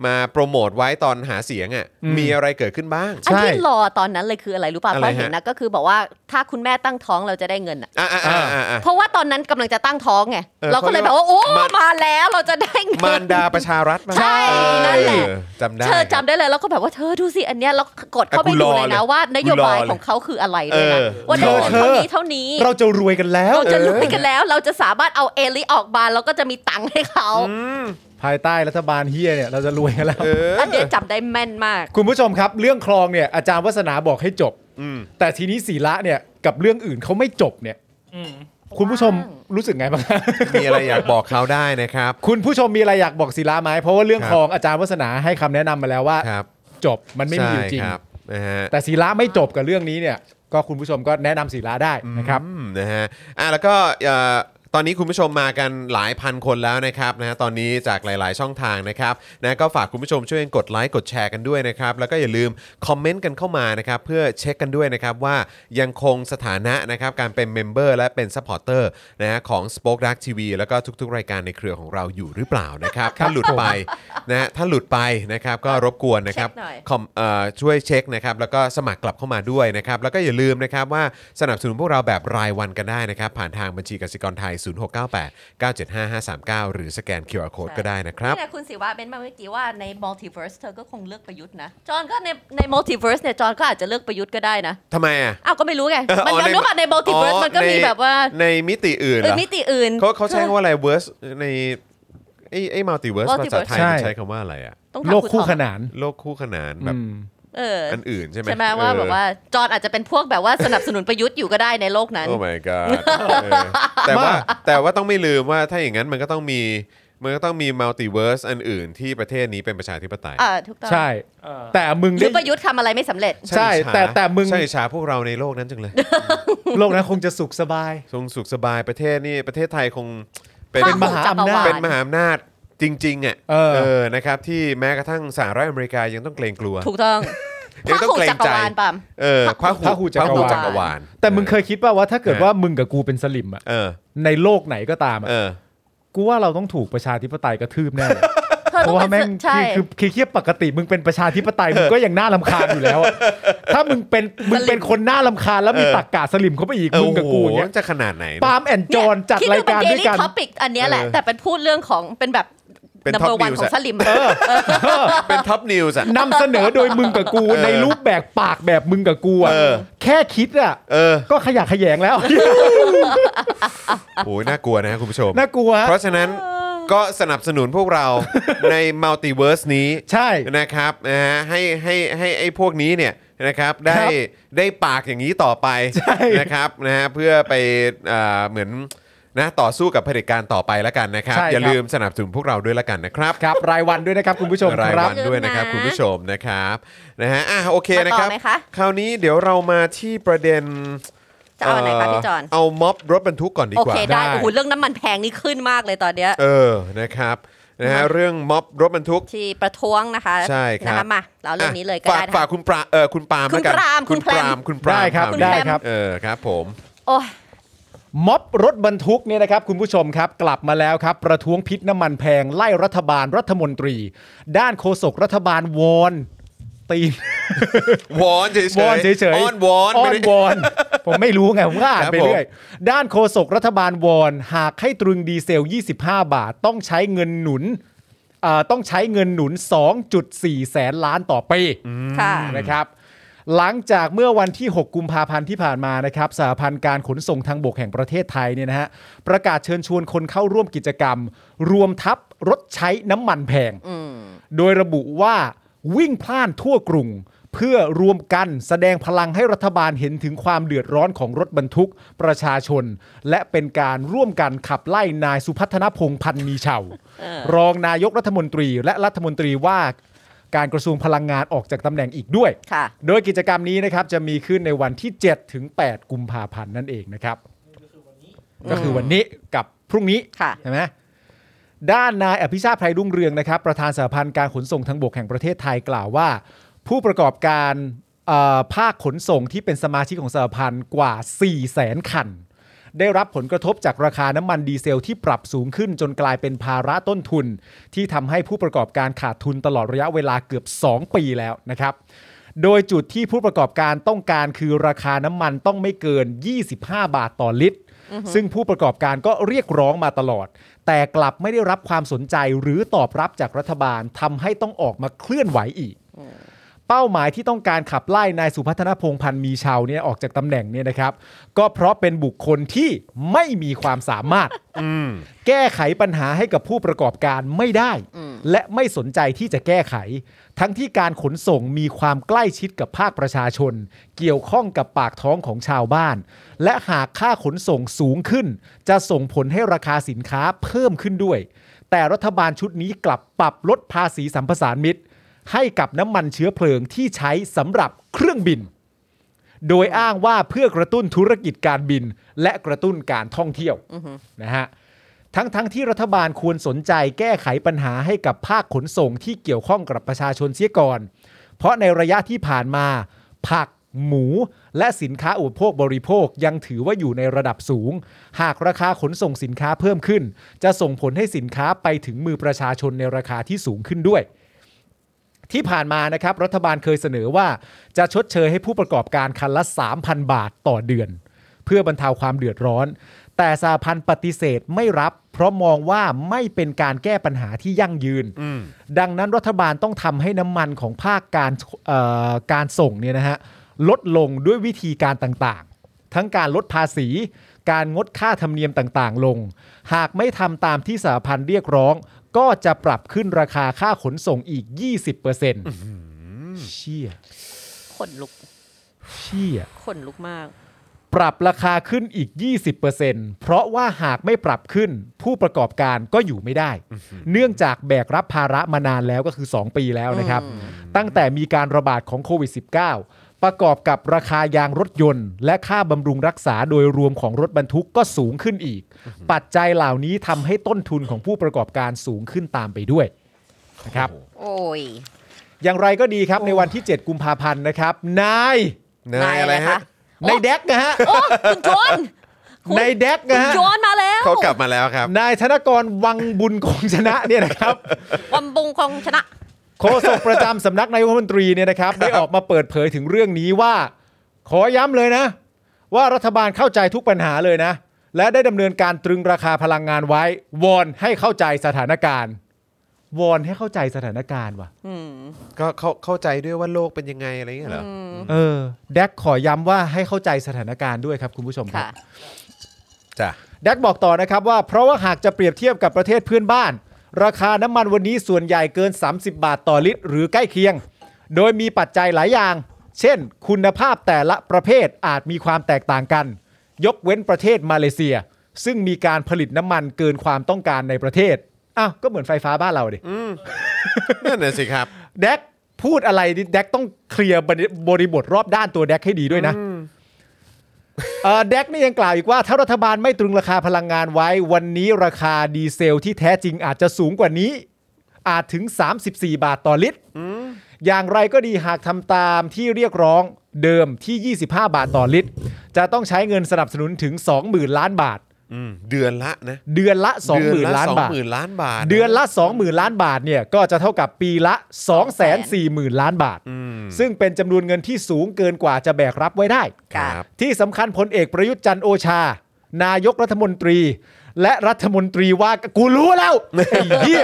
มาโปรโมทไว้ตอนหาเสียงอ่ะ
อืม
มีอะไรเกิดขึ้นบ้าง
อันที่
ใช่
รอตอนนั้นเลยคืออะไรรู้ป่ะ
อะไรฮะ
เพราะเห็นนะก็คือบอกว่าถ้าคุณแม่ตั้งท้องเราจะได้เงินอ่ะ
อ่ะอ่ะอ่ะอ่ะอ่ะ
เพราะว่าตอนนั้นกำลังจะตั้งท้องไง
เออ
เราก็เลยแบบว่า
เขา
โอ้
เรียกว่ามา
มาแล้วเราจะได้เงิน
มารดาประชารัฐมั้ง
ใช่
เออ
นั่นแหละ
จำได้
เธอจำได้เลยแล้วก็แบบว่าเธอดูสิอันเนี้ยเรากดเข้าไป
อ่ะกูร
ดู
อ
เลยนะ
เลย
ว่านโยบาย
กูรอเลย
ของเขาคืออะไรเลยนะ
เออ
ว่าได้เงิน
เธอ
เท่านี้เท่านี้
เราจะรวยกันแล้ว
เราจะรวย
เออ
กันแล้ว เราจะสามารถเอาเอลิออกมาแล้วก็จะมีตังค์ให้เขา
ภายใต้รัฐบาลเฮียเนี่ยเราจะรวยกันแล้ว
อันเนี้ยจำได้แม่นมาก
คุณผู้ชมครับเรื่องคลองเนี่ยอาจารย์วัฒนาบอกให้จบ
อืม
แต่ทีนี้ศีละเนี่ยกับเรื่องอื่นเขาไม่จบเนี่ย
อืม
คุณผู้ชมรู้สึกไงบ้าง
มีอะไรอยากบอกเขาได้นะครับ
คุณผู้ชมมีอะไรอยากบอกศิลาไหมเพราะว่าเรื่อง
ครับ
คลองอาจารย์วัฒนาให้คำแนะนำมาแล้วว่า
ครับ
จบมันไม่มีอยู่จริง
ใช่ครับนะฮะ
แต่ศิลาไม่จบกับเรื่องนี้เนี่ย ก็คุณผู้ชมก็แนะนำศิลาได้นะครับ
อืมนะฮะอ่ะแล้วก็เอ่อตอนนี้คุณผู้ชมมากันหลายพันคนแล้วนะครับนะฮะตอนนี้จากหลาย ๆ ช่องทางนะครับนะก็ฝากคุณผู้ชมช่วยกันกดไลค์กดแชร์กันด้วยนะครับแล้วก็อย่าลืมคอมเมนต์กันเข้ามานะครับเพื่อเช็คกันด้วยนะครับว่ายังคงสถานะนะครับการเป็นเมมเบอร์และเป็นซัพพอร์เตอร์นะฮะของ Spoke Dark TV แล้วก็ทุก ๆ รายการในเครือของเราอยู่หรือเปล่านะครับถ้าหลุดไปนะฮะถ้าหลุดไปนะครับก็รบกวนนะครับ
เช็คหน่อย
คอมเอ่อช่วยเช็คนะครับแล้วก็สมัครกลับเข้ามาด้วยนะครับแล้วก็อย่าลืมนะครับว่าสนับสนุนพวกเราแบบรายวันกันได้นะครับผ่านทางบัญชีกสิกรไทย 0698975539 หรือสแกน QR Code
ใช่
ก็ได้นะครับ
นี่แหละคุณสิวะเม้นมาเมื่อกี้ว่าในมัลติเวิร์สเธอก็คงเลือกประยุทธ์นะ จอนก็ในในมัลติเวิร์สเนี่ยจอนก็อาจจะเลือกประยุทธ์ก็ได้นะ
ทำไมอ่ะ
อ้าวก็ไม่รู้ไง
เออ
มัน
อ๋อ
มัน
ใน
รู้ว่าในมัลติเวิร์สมันก็มีแบบว่า
ในมิติอื่น
เอ
เห
อ
รอ
มิติอื่น
เขาเขาใช้คำว่าอะไร verse ในไอ้ไอ้มัลติเวิร์สภาษา
multiverse
ไทย
ใช่
มันใช้คำว่าอะไรอ่ะ
ต้องถาม
โลก
ณ
คู่
ทอม
ขนาน
โลกคู่ขนานแบ
อื
บ
ม
เอออ
อันอื่นใช่ไหม
ใช่ไหมว่า
เออ
แบบว่าจอนอาจจะเป็นพวกแบบว่าสนับสนุนประยุทธ์อยู่ก็ได้ในโลกนั้น
โอ้ my god เออแต่ว่าแต่ว่าต้องไม่ลืมว่าถ้าอย่างนั้นมันก็ต้องมี มันก็ต้องมีมัลติเวิร์สอันอื่นที่ประเทศนี้เป็นประชาธิปไตย
อ่าถูกต้อง
ใช่
เออ
แต่มึง
หรื
ได้
อประยุทธ์ทำอะไรไม่สำเร็จ
ใช่แต่แต่มึง
ใช่อิจฉาพวกเราในโลกนั้นจังเลย
โลกนั้นคงจะสุขสบาย
ทรงสุขสบายประเทศนี่ประเทศไทยคงเป็น
เป็นมหาอำนาจ
เป็นมหาอำนาจจริงๆอ่ะ
เออ
นะครับที่แม้กระทั่งสหรัฐอเมริกายังต้องเกรงกลัว
ถูกต้อง
ยังต้อง
พ
เกร
ระหู
ง
จักร
ใจ
วาลปั๊ม
เออพระหู
พระหูจักรวาล
พะหูจักรวาล
แต่มึงเคยคิดป่าว่าถ้าเกิดว่ามึงกับกูเป็นสลิมอะ
เออ
ในโลกไหนก็ตามอะ
เออ
กูว่าเราต้องถูกประชาธิปไตยกระทืบแน่เลย
เธอ
เพ
ต้อง
ราะว่า
เป็
แม่
น
ง
ใช่
คือคือคือเทียบปกติมึงเป็นประชาธิปไตยมึงก็ยังน่าลำคาญอยู่แล้วอะ ถ้ามึงเป็นมึงเป็นคนน่าลำคาญแล้วมี
เออ
ตักกาสลิมเข้าไปอีก
เออ
มึงกับกู
โอ้โห
เนี่ย
จะขนาดไหนนะ
ปาล์มแอนจอนจัดรายการด้วยกัน
ท็อปิกอันเนี้ยแหละ
เออ
แต่เป็นพูดเรื่องของเป็นแบบ
เป็น
number
top
one
news
ของ
อะ
สลิม
เป็นท็อปนิวส์อ่ะ
นำเสนอโดยมึงกับกู
เออ
ในรูปแบบปากแบบมึงกับกูอะ
เออ
แค่คิดอะ
เออ
ก็ขยะแขยงแล้ว
โอ้ยน่ากลัวนะคุณผู้ชม
น่ากลัวฮะ
เพราะฉะนั้นก็สนับสนุนพวก เรา ในมัลติเวิร์สนี้
ใช่
นะครับนะฮะให้ให้ให้ไอ้พวกนี้เนี่ยนะครับได้
ครับ
ได้ปากอย่างนี้ต่อไป
ใช่
นะครับนะฮะเพื่อไปเอ่อเหมือนนะต่อสู้กับเผด็จการต่อไปแล้วกันนะครับ
ใช่ครับ
อย่าลืมสนับสนุนพวกเราด้วยแล้วกันนะครับ
ครับรายวันด้วยนะครับคุณผู้ชม
ราย
ครั
วั
บ
นด้วยนะครับ
อย่าลืมนะ
คุณผู้ชมนะครับนะฮะอ่ะโอเคนะครับ
มาต่อไหมคะ
คราวนี้เดี๋ยวเรามาที่ประเด็น
จะเอาอันไหนคะพี่จอน
เอาม็อบรถบรรทุกก่อนดี
โอก
ว่า
เคได้
ได้
โอ้โหเรื่องน้ำมันแพงนี่ขึ้นมากเลยตอนเนี้ย
เออ นะครับ นะฮะ เรื่องม็อบรถบรรทุก
ที่ประท้วงนะคะ
ใช่ครับ
นะคะมาเราเรื่องนี้เลยก็
ฝาก
ได้นะ
ฝาก
คะ
คุณปลาเออคุณปาล์ม
คุณ
แล้วกัน
ปาล์ม
คุณ
คุณแพร
ปาล์
ม
มคุณปาล์
ได้ครับ
มาวนี้
ได้ครับ
เออ ครับผม
โอ้ย
ม็อบรถบรรทุกเนี่ยนะครับคุณผู้ชมครับ กลับมาแล้วครับ ประท้วงพิษน้ำมันแพง ไล่รัฐบาลรัฐมนตรี ด้านโฆษกรัฐบาลวอนตีน
วอนเฉยๆ
วอนเฉยๆ
อ้อนวอน
อ้อ
ไม่
น
ได้
วอน ผมไม่รู้ไงผมก็อ่าน
ครับ
ไปเรื่อย ด้านโฆษกรัฐบาลวอน หากให้ตรึงดีเซล 25 บาท ต้องใช้เงินหนุนเอ่อต้องใช้เงินหนุน 2.4 แสนล้านต่อปี
ค่ะ
นะครับ หลังจากเมื่อวันที่ 6 กุมภาพันธ์ที่ผ่านมานะครับสหพันธ์การขนส่งทางบกแห่งประเทศไทยเนี่ยนะฮะประกาศเชิญชวนคนเข้าร่วมกิจกรรม รวมทับรถใช้น้ำมันแพง
อืม
โดยระบุว่าวิ่งพล่านทั่วกรุง เพื่อรวมกันแสดงพลังให้รัฐบาลเห็นถึงความเดือดร้อนของรถบรรทุกประชาชน และเป็นการร่วมกันขับไล่นายสุพัฒนพงษ์พันธ์มีเชาว
เออ
รองนายกรัฐมนตรีและรัฐมนตรีว่าการกระทรวงพลังงานออกจากตำแหน่งอีกด้วย
ค่ะ
โดยกิจกรรมนี้นะครับจะมีขึ้นในวันที่ 7 ถึง 8 กุมภาพันธ์นั่นเองนะครับ ก็คือวันนี้กับพรุ่งนี้
ค่ะ
ใช่ไหมด้านนายอภิชาติไพรุ่งเรืองนะครับ ประธานสหพันธ์การขนส่งทางบกแห่งประเทศไทยกล่าวว่า ผู้ประกอบการเอ่อภาคขนส่งที่เป็นสมาชิกของสหพันธ์กว่า 4 0 0แสนคัน ได้รับผลกระทบจากราคาน้ำมันดีเซลที่ปรับสูงขึ้นจนกลายเป็นภาระต้นทุน ที่ทำให้ผู้ประกอบการขาดทุนตลอดระยะเวลาเกือบ 2 ปีแล้วนะครับ โดยจุดที่ผู้ประกอบการต้องการคือราคาน้ำมันต้องไม่เกิน 25 บาทต่อลิตร ซึ่งผู้ประกอบการก็เรียกร้องมาตลอด แต่กลับไม่ได้รับความสนใจหรือตอบรับจากรัฐบาลทำให้ต้องออกมาเคลื่อนไหวอีก เป้าหมายที่ต้องการขับไล่นายสุพัฒนพงษ์พันธ์มีชาวเนี่ยออกจากตำแหน่งเนี่ยนะครับ ก็เพราะเป็นบุคคลที่ไม่มีความสามารถ แก้ไขปัญหาให้กับผู้ประกอบการไม่ได้ และไม่สนใจที่จะแก้ไข ทั้งที่การขนส่งมีความใกล้ชิดกับภาคประชาชน เกี่ยวข้องกับปากท้องของชาวบ้าน และหากค่าขนส่งสูงขึ้น จะส่งผลให้ราคาสินค้าเพิ่มขึ้นด้วย แต่รัฐบาลชุดนี้กลับปรับลดภาษีสัมปทานมิตร ให้กับน้ำมันเชื้อเพลิงที่ใช้สำหรับเครื่องบิน โดยอ้างว่าเพื่อกระตุ้นธุรกิจการบิน และกระตุ้นการท่องเที่ยวนะฮะ ทั้งๆทที่รัฐบาลควรสนใจแก้ไขปัญหาให้กับภาคขนส่งที่เกี่ยวข้องกับประชาชนเสียก่อน เพราะในระยะที่ผ่านมา ผัก หมู และสินค้าอุปโภคบริโภคยังถือว่าอยู่ในระดับสูง หากราคาขนส่งสินค้าเพิ่มขึ้น จะส่งผลให้สินค้าไปถึงมือประชาชนในราคาที่สูงขึ้นด้วย ที่ผ่านมานะครับรัฐบาลเคยเสนอว่าจะชดเชยให้ผู้ประกอบการคันละ 3,000 บาทต่อเดือน เพื่อบรรเทาความเดือดร้อน แ แต่สหพันธ์ปฏิเสธไม่รับ เพราะมองว่าไม่เป็นการแก้ปัญหาที่ยั่งยืน
อืม
ดังนั้นรัฐบาลต้องทำให้น้ำมันของภาคการเอ่อการส่งเนี่ยนะฮะลดลงด้วยวิธีการต่างๆ ทั้งการลดภาษี การงดค่าธรรมเนียมต่างๆ ลง หากไม่ทำตามที่สหพันธ์เรียกร้อง ก็จะปรับขึ้นราคาค่าขนส่งอีก 20%เชี่ย
ขนลุก
เชี่ย
ขนลุกมาก
ปรับราคาขึ้นอีก 20%เพราะว่าหากไม่ปรับขึ้น ผู้ประกอบการก็อยู่ไม่ได้ เนื่องจากแบกรับภาระมานานแล้วก็คือ 2 ปีแล้วนะครับ
อืม
ตั้งแต่มีการระบาดของโควิด -19 ประกอบกับราคายางรถยนต์ และค่าบำรุงรักษาโดยรวมของรถบรรทุกก็สูงขึ้นอีก ปัจจัยเหล่านี้ทำให้ต้นทุนของผู้ประกอบการสูงขึ้นตามไปด้วยนะครับ
โอ้ย
อย่างไรก็ดีครับในวันที่ 7 กุมภาพันธ์นะครับ นาย
นายอะไรฮะ
นายแดกนะฮะ
โอ้คุณโจนคุณ
นายแดก
คุ
นะ
ณ
ฮะ
โจนมาแล้ว
เขากลับมาแล้วครับ
นายธนกรวังบุญคงชนะเนี่ย นะครับ
วันบงคงชนะ
โฆษกประจำสำนักนายกรัฐมนตรีเนี่ยนะครับ ได้ออกมาเปิดเผยถึงเรื่องนี้ว่า ขอย้ำเลยนะ ว่ารัฐบาลเข้าใจทุกปัญหาเลยนะ และได้ดำเนินการตรึงราคาพลังงานไว้ วอนให้เข้าใจสถานการณ์ วอนให้เข้าใจสถานการณ์ว่ะ
อืม
ก็เขาเข้าใจด้วยว่าโลกเป็นยังไงอะไรอย่างเงี้ยเหรอ
เออแดกขอย้ำว่าให้เข้าใจสถานการณ์ด้วยครับคุณผู้ชมครับ
ค่ะ
จ้ะ
ดักบอกต่อนะครับว่าเพราะว่าหากจะเปรียบเทียบกับประเทศเพื่อนบ้าน ราคาน้ำมันวันนี้ส่วนใหญ่เกิน 30 บาทต่อลิตร หรือใกล้เคียง โดยมีปัจจัยหลายอย่าง เช่น คุณภาพแต่ละประเภทอาจมีความแตกต่างกัน ยกเว้นประเทศมาเลเซีย ซึ่งมีการผลิตน้ำมันเกินความต้องการในประเทศอ้าวก็เหมือนไฟฟ้าบ้านเราดิ
นั่นน่ะสิครับ
แดกพูดอะไรนี่แดกต้องเคลียร์บริบริบทรอบด้านตัวแดกให้ดีด้วยนะ เอ่อแดกนี่ยังกล่าวอีกว่าถ้ารัฐบาลไม่ตรึงราคาพลังงานไว้ วันนี้ราคาดีเซลที่แท้จริงอาจจะสูงกว่านี้ อาจถึง 34 บาทต่อลิตร อย่างไรก็ดีหากทำตามที่เรียกร้องเดิมที่ 25 บาทต่อลิตร จะต้องใช้เงินสนับสนุนถึง 20,000 ล้านบาท
อืม เดือนละนะ
เดือนละ
เดือ
20,000 ล้าน
สอง
บาท
หมื่นล้านบาท
เดือนละ 20,000 ล้านบาทเนี่ยก็จะเท่ากับปีละ 240,000 ล้านบาท ซึ่งเป็นจำนวนเงินที่สูงเกินกว่าจะแบกรับไว้ได้
ครับ
ที่สำคัญพลเอกประยุทธ์จันทร์โอชา นายกรัฐมนตรี และรัฐมนตรีว่ากูรู้แล้วไอ้เหี้ย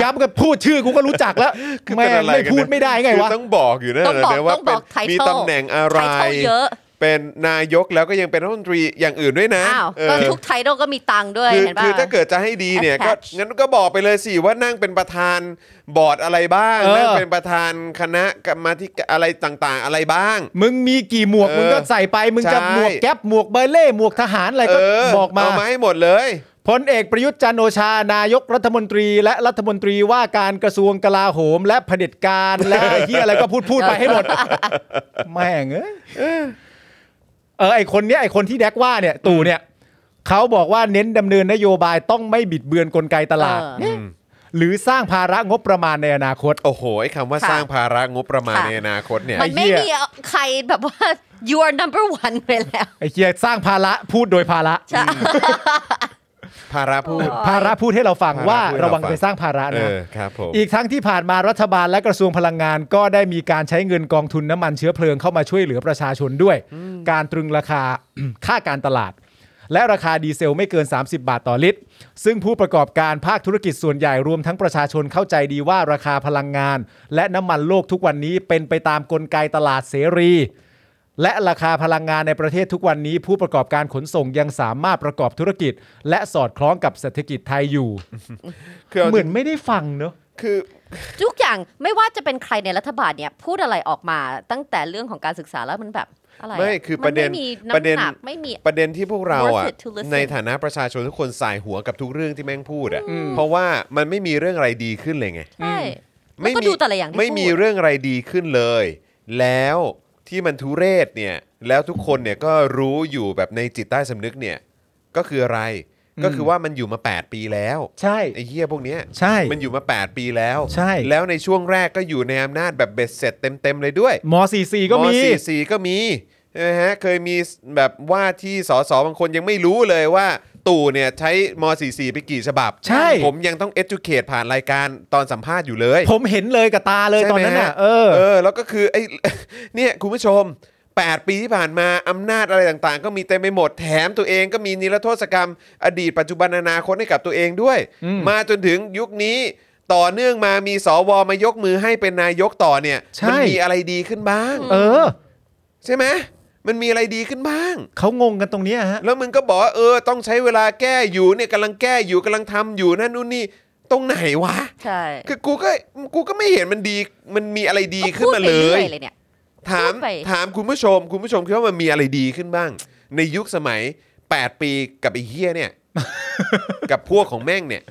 ย้ำกันพูดชื่อกูก็รู้จักแล้ว
คือ
แม่
เป็น
ง
อะไร
ไม่
กัน
พูด
เนี่ย
ไม่ได้ไงวะ
คือต้องบอกอยู่นะ
ต้องบอก
เดี๋ยวว่า
ต้องบอก
เป็น
title
มีตำแหน่งอะไร
title เยอะ
เป็นนายกแล้วก็ยังเป็นรัฐมนตรีอย่างอื่นด้วยนะ
อ้าว
เออ
ก็ทุกไทโดก็มีตังค์ด้วย
คือ
เห็นป่ะ
คือถ้าเกิดจะให้ดีเนี่ยก็
Attach
งั้นก็บอกไปเลยสิว่านั่งเป็นประธานบอร์ดอะไรบ้าง
เออ
นั่งเป็นประธานคณะกรรมาธิการอะไรต่างๆ อะไรบ้าง
มึงมีกี่หมวก
เออ
มึงก็ใส่ไป มึงจะ
ใช่
หมวกแก๊ปหมวกเบอร์เล่หมวกทหารอะไรก็
เ
บอกมา
เอามาให้หมดเลย
พลเอกประยุทธ์จันทร์โอชา นายกรัฐมนตรี และรัฐมนตรีว่าการกระทรวงกลาโหม และเผด็จการและไอ้เหี้ยอะไรก็พูดพูดไปให้หมดแม่งเอ้ย เออไอคนเนี้ยไอคนที่แดกว่าเนี่ยตู่เนี่ยเขาบอกว่าเน้นดำเนินนโยบายต้องไม่บิดเบือนกลไกตลาด
เออ
เนี่ยหรือสร้างภาระงบประมาณในอนาคต
โอ้โหไอ้คำว่า
ค่ะ
สร้างภาระงบประมาณ
ค่ะ
ในอนาคตเนี่ย
มันไม่
ไอ้เหี้ย
มีใครแบบว่า you are number one ไปแล้ว
ไอเคียสร้างภาระพูดโดยภาระ
ใช่
ภาระพูด
โอ้
ภาระพูดให้เราฟัง
ภาระ
ว่า
พูดให้เรา
ระวัง
ฟัง
ไปสร้างภาระ
เอ
นะ
อครับผม
อีกทั้งที่ผ่านมารัฐบาลและกระทรวงพลังงาน ก็ได้มีการใช้เงินกองทุนน้ำมันเชื้อเพลิงเข้ามาช่วยเหลือประชาชนด้วย การตรึงราคา ค่าการตลาด และราคาดีเซลไม่เกิน 30 บาทต่อลิตร ซึ่งผู้ประกอบการภาคธุรกิจส่วนใหญ่รวมทั้งประชาชนเข้าใจดีว่าราคาพลังงาน และน้ำมันโลกทุกวันนี้เป็นไปตามกลไกตลาดเสรี และราคาพลังงานในประเทศทุกวันนี้ ผู้ประกอบการขนส่งยังสามารถประกอบธุรกิจ และสอดคล้องกับเศรษฐกิจไทยอยู่
คือเอา
เหมือนไม่ได้ฟังเนอะ
คือ
ทุกอย่างไม่ว่าจะเป็นใครในรัฐบาลเนี่ย พูดอะไรออกมาตั้งแต่เรื่องของการศึกษาแล้วมันแบบอะไร
ไม่คือประเด็น
มัไม่มี
ประเด็น
น้ำหนักไม่มี
ประเด็นที่พวกเราอ่ะ
Worth it to listen
ในฐานะประชาชนทุกคนสายหัวกับทุกเรื่องที่แม่งพูดอ่ะเพราะว่ามันไม่มีเรื่องอะไรดีขึ้นเลยไง
ใช่ แล้วก็
ไม่มี
ดูแต่ละอย่างที่
ไม่มี
พูด
เรื่องอะไรดีขึ้นเลย แล้วที่มันทุเรศเนี่ย แล้วทุกคนเนี่ยก็รู้อยู่แบบในจิตใต้สำนึกเนี่ย ก็คืออะไร ก็คือว่ามันอยู่มา 8 ปีแล้ว
ใช่
ไอ้เหี้ยพวกเนี้ย
ใช่
มันอยู่มา 8 ปีแล้ว
ใช่
แล้วในช่วงแรกก็อยู่ในอำนาจแบบเบ็ดเสร็จเต็มๆเลยด้วย
ม .44 ก็มี
สี่สี่ก็มีนะฮะเคยมีแบบว่าที่สสบางคนยังไม่รู้เลยว่า ตู่เนี่ยใช้ม .44 ไปกี่ฉบับ
ใช่
ผมยังต้อง educate ผ่านรายการตอนสัมภาษณ์อยู่เลย
ผมเห็นเลยกับตาเลย
ใช่
ตอน
ไหม
นั้นน่ะ
ฮะ
เออ
เออ แล้วก็คือไอ้ เนี่ยคุณผู้ชม 8 ปีที่ผ่านมาอำนาจอะไรต่างๆ ก็มีเต็มไปหมดแถมตัวเองก็มีนิรโทษกรรม อดีตปัจจุบันอนาคตให้กับตัวเองด้วย
อืม
มาจนถึงยุคนี้ต่อเนื่องมามีสวมายกมือให้เป็นนายกต่อเนี่ย
ใช่
มัมีอะไรดีขึ้นบ้าง
เออ
ใช่ไหมมันมีอะไรดีขึ้นบ้าง
เขางงกันตรงเนี้ยฮะ
แล้วมึงก็บอกว่าเออต้องใช้เวลาแก้อยู่เนี่ยกำลังแก้อยู่กำลังทำอยู่นั่นนู่นนี่ตรงไหนวะ
ใช่
คือกูก็กูก็ไม่เห็นมันดีมันมีอะไรดีขึ้นมาเล
ก็พูดไป
ย
รื่อเลยเนี่ย
ถาม
พูดไป
ถามคุณผู้ชม คุณผู้ชมคิดว่ามันมีอะไรดีขึ้นบ้าง ในยุคสมัย 8 ปีกับไอ้เฮีย เนี่ย กับพวกของแม่งเนี่ย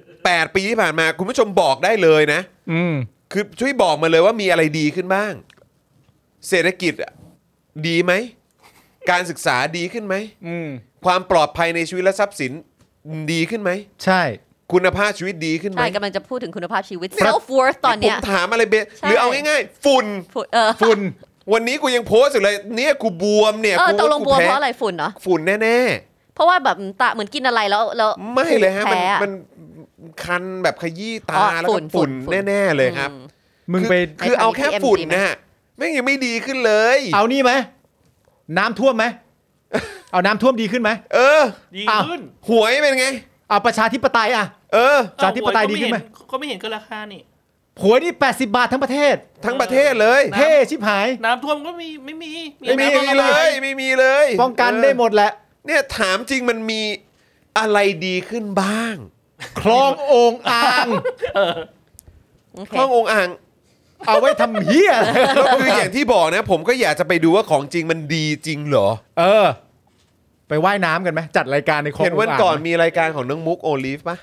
8ปีที่ผ่านมาคุณผู้ชมบอกได้เลยนะ
อืม
คือช่วยบอกมาเลยว่ามีอะไรดีขึ้นบ้าง เศรษฐกิจอะดีไหม การศึกษาดีขึ้นไหม
อืม
ความปลอดภัยในชีวิตและทรัพย์สินดีขึ้นไหม
ใช่
คุณภาพชีวิตดีขึ้นไหม
ใช่กำลังจะพูดถึงคุณภาพชีวิต self worth ตอนเนี้ย
ผมถามอะไรเบ
ใช่
หรือเอาง่ายๆฝุ่น
ฝุ่นเออ
ฝุ่น
วันนี้กูยังโพสต์อยู่เลยเนี่ยกูบวมเนี่ย
เออ
กู
ตกลงบวม
กู
เพ
แพ้
ราะอะไรฝุ่นเนาะ
ฝุ่นแน่
เพราะว่าแบบตาเหมือนกินอะไรแล้วแล้ว
ๆ ไม่เลยฮะ มัน
แพ้อะ
มันคันแบบขยี้ตา
อ๋อ
แล้วก็
ฝุ่นฝุ่
ฝุ่น
นฝุ่น
แน่ๆเลยครับ
อืม
มึงไป
คือคือเอาแค่
ในทาง EPM
ฝุ่น
ดีไหม
นะฮะแม่งยังไม่ดีขึ้นเลย
เอานี่ไหม น้ำ ท่วมไหม เอาน้ำท่วมดีขึ้นไหม
เออ
ดี
อ้าว
ขึ้น
หวยเป็นไง
เอาประชาธิปไตยอ่ะ
เออ
ประชาธิปไตยดีขึ้นไหม
เอ้าวยก็ไม่เห็นก็ไม่เห็นก็ราคานี่
หัวนี่ 80 บาททั้งประเทศ
ทั้งประเทศเลย
น้ำ
เท่ชิบหาย
น้ำท่วมก็มีไม่มี
ไม่มี
น้ำท่ว
เล
ก็
ย ไม่มีเลย
ป้องกันได้หมดแหละ
เนี่ยถามจริงมันมีอะไรดีขึ้นบ้าง
คลองโองอ่าง
โอเค
คลององอ่าง
เอาไว้ทำเฮียอะไร
แล้วคืออย่างที่บอกนะ ผมก็อยากจะไปดูว่าของจริงมันดีจริงเหรอ
เออ ไปว่ายน้ำกันไหม จัดรายการในคลอง
เห็นวัน
โงาง
ก่อน
ไหม
มีรายการของน้องมุกโอลิฟปะ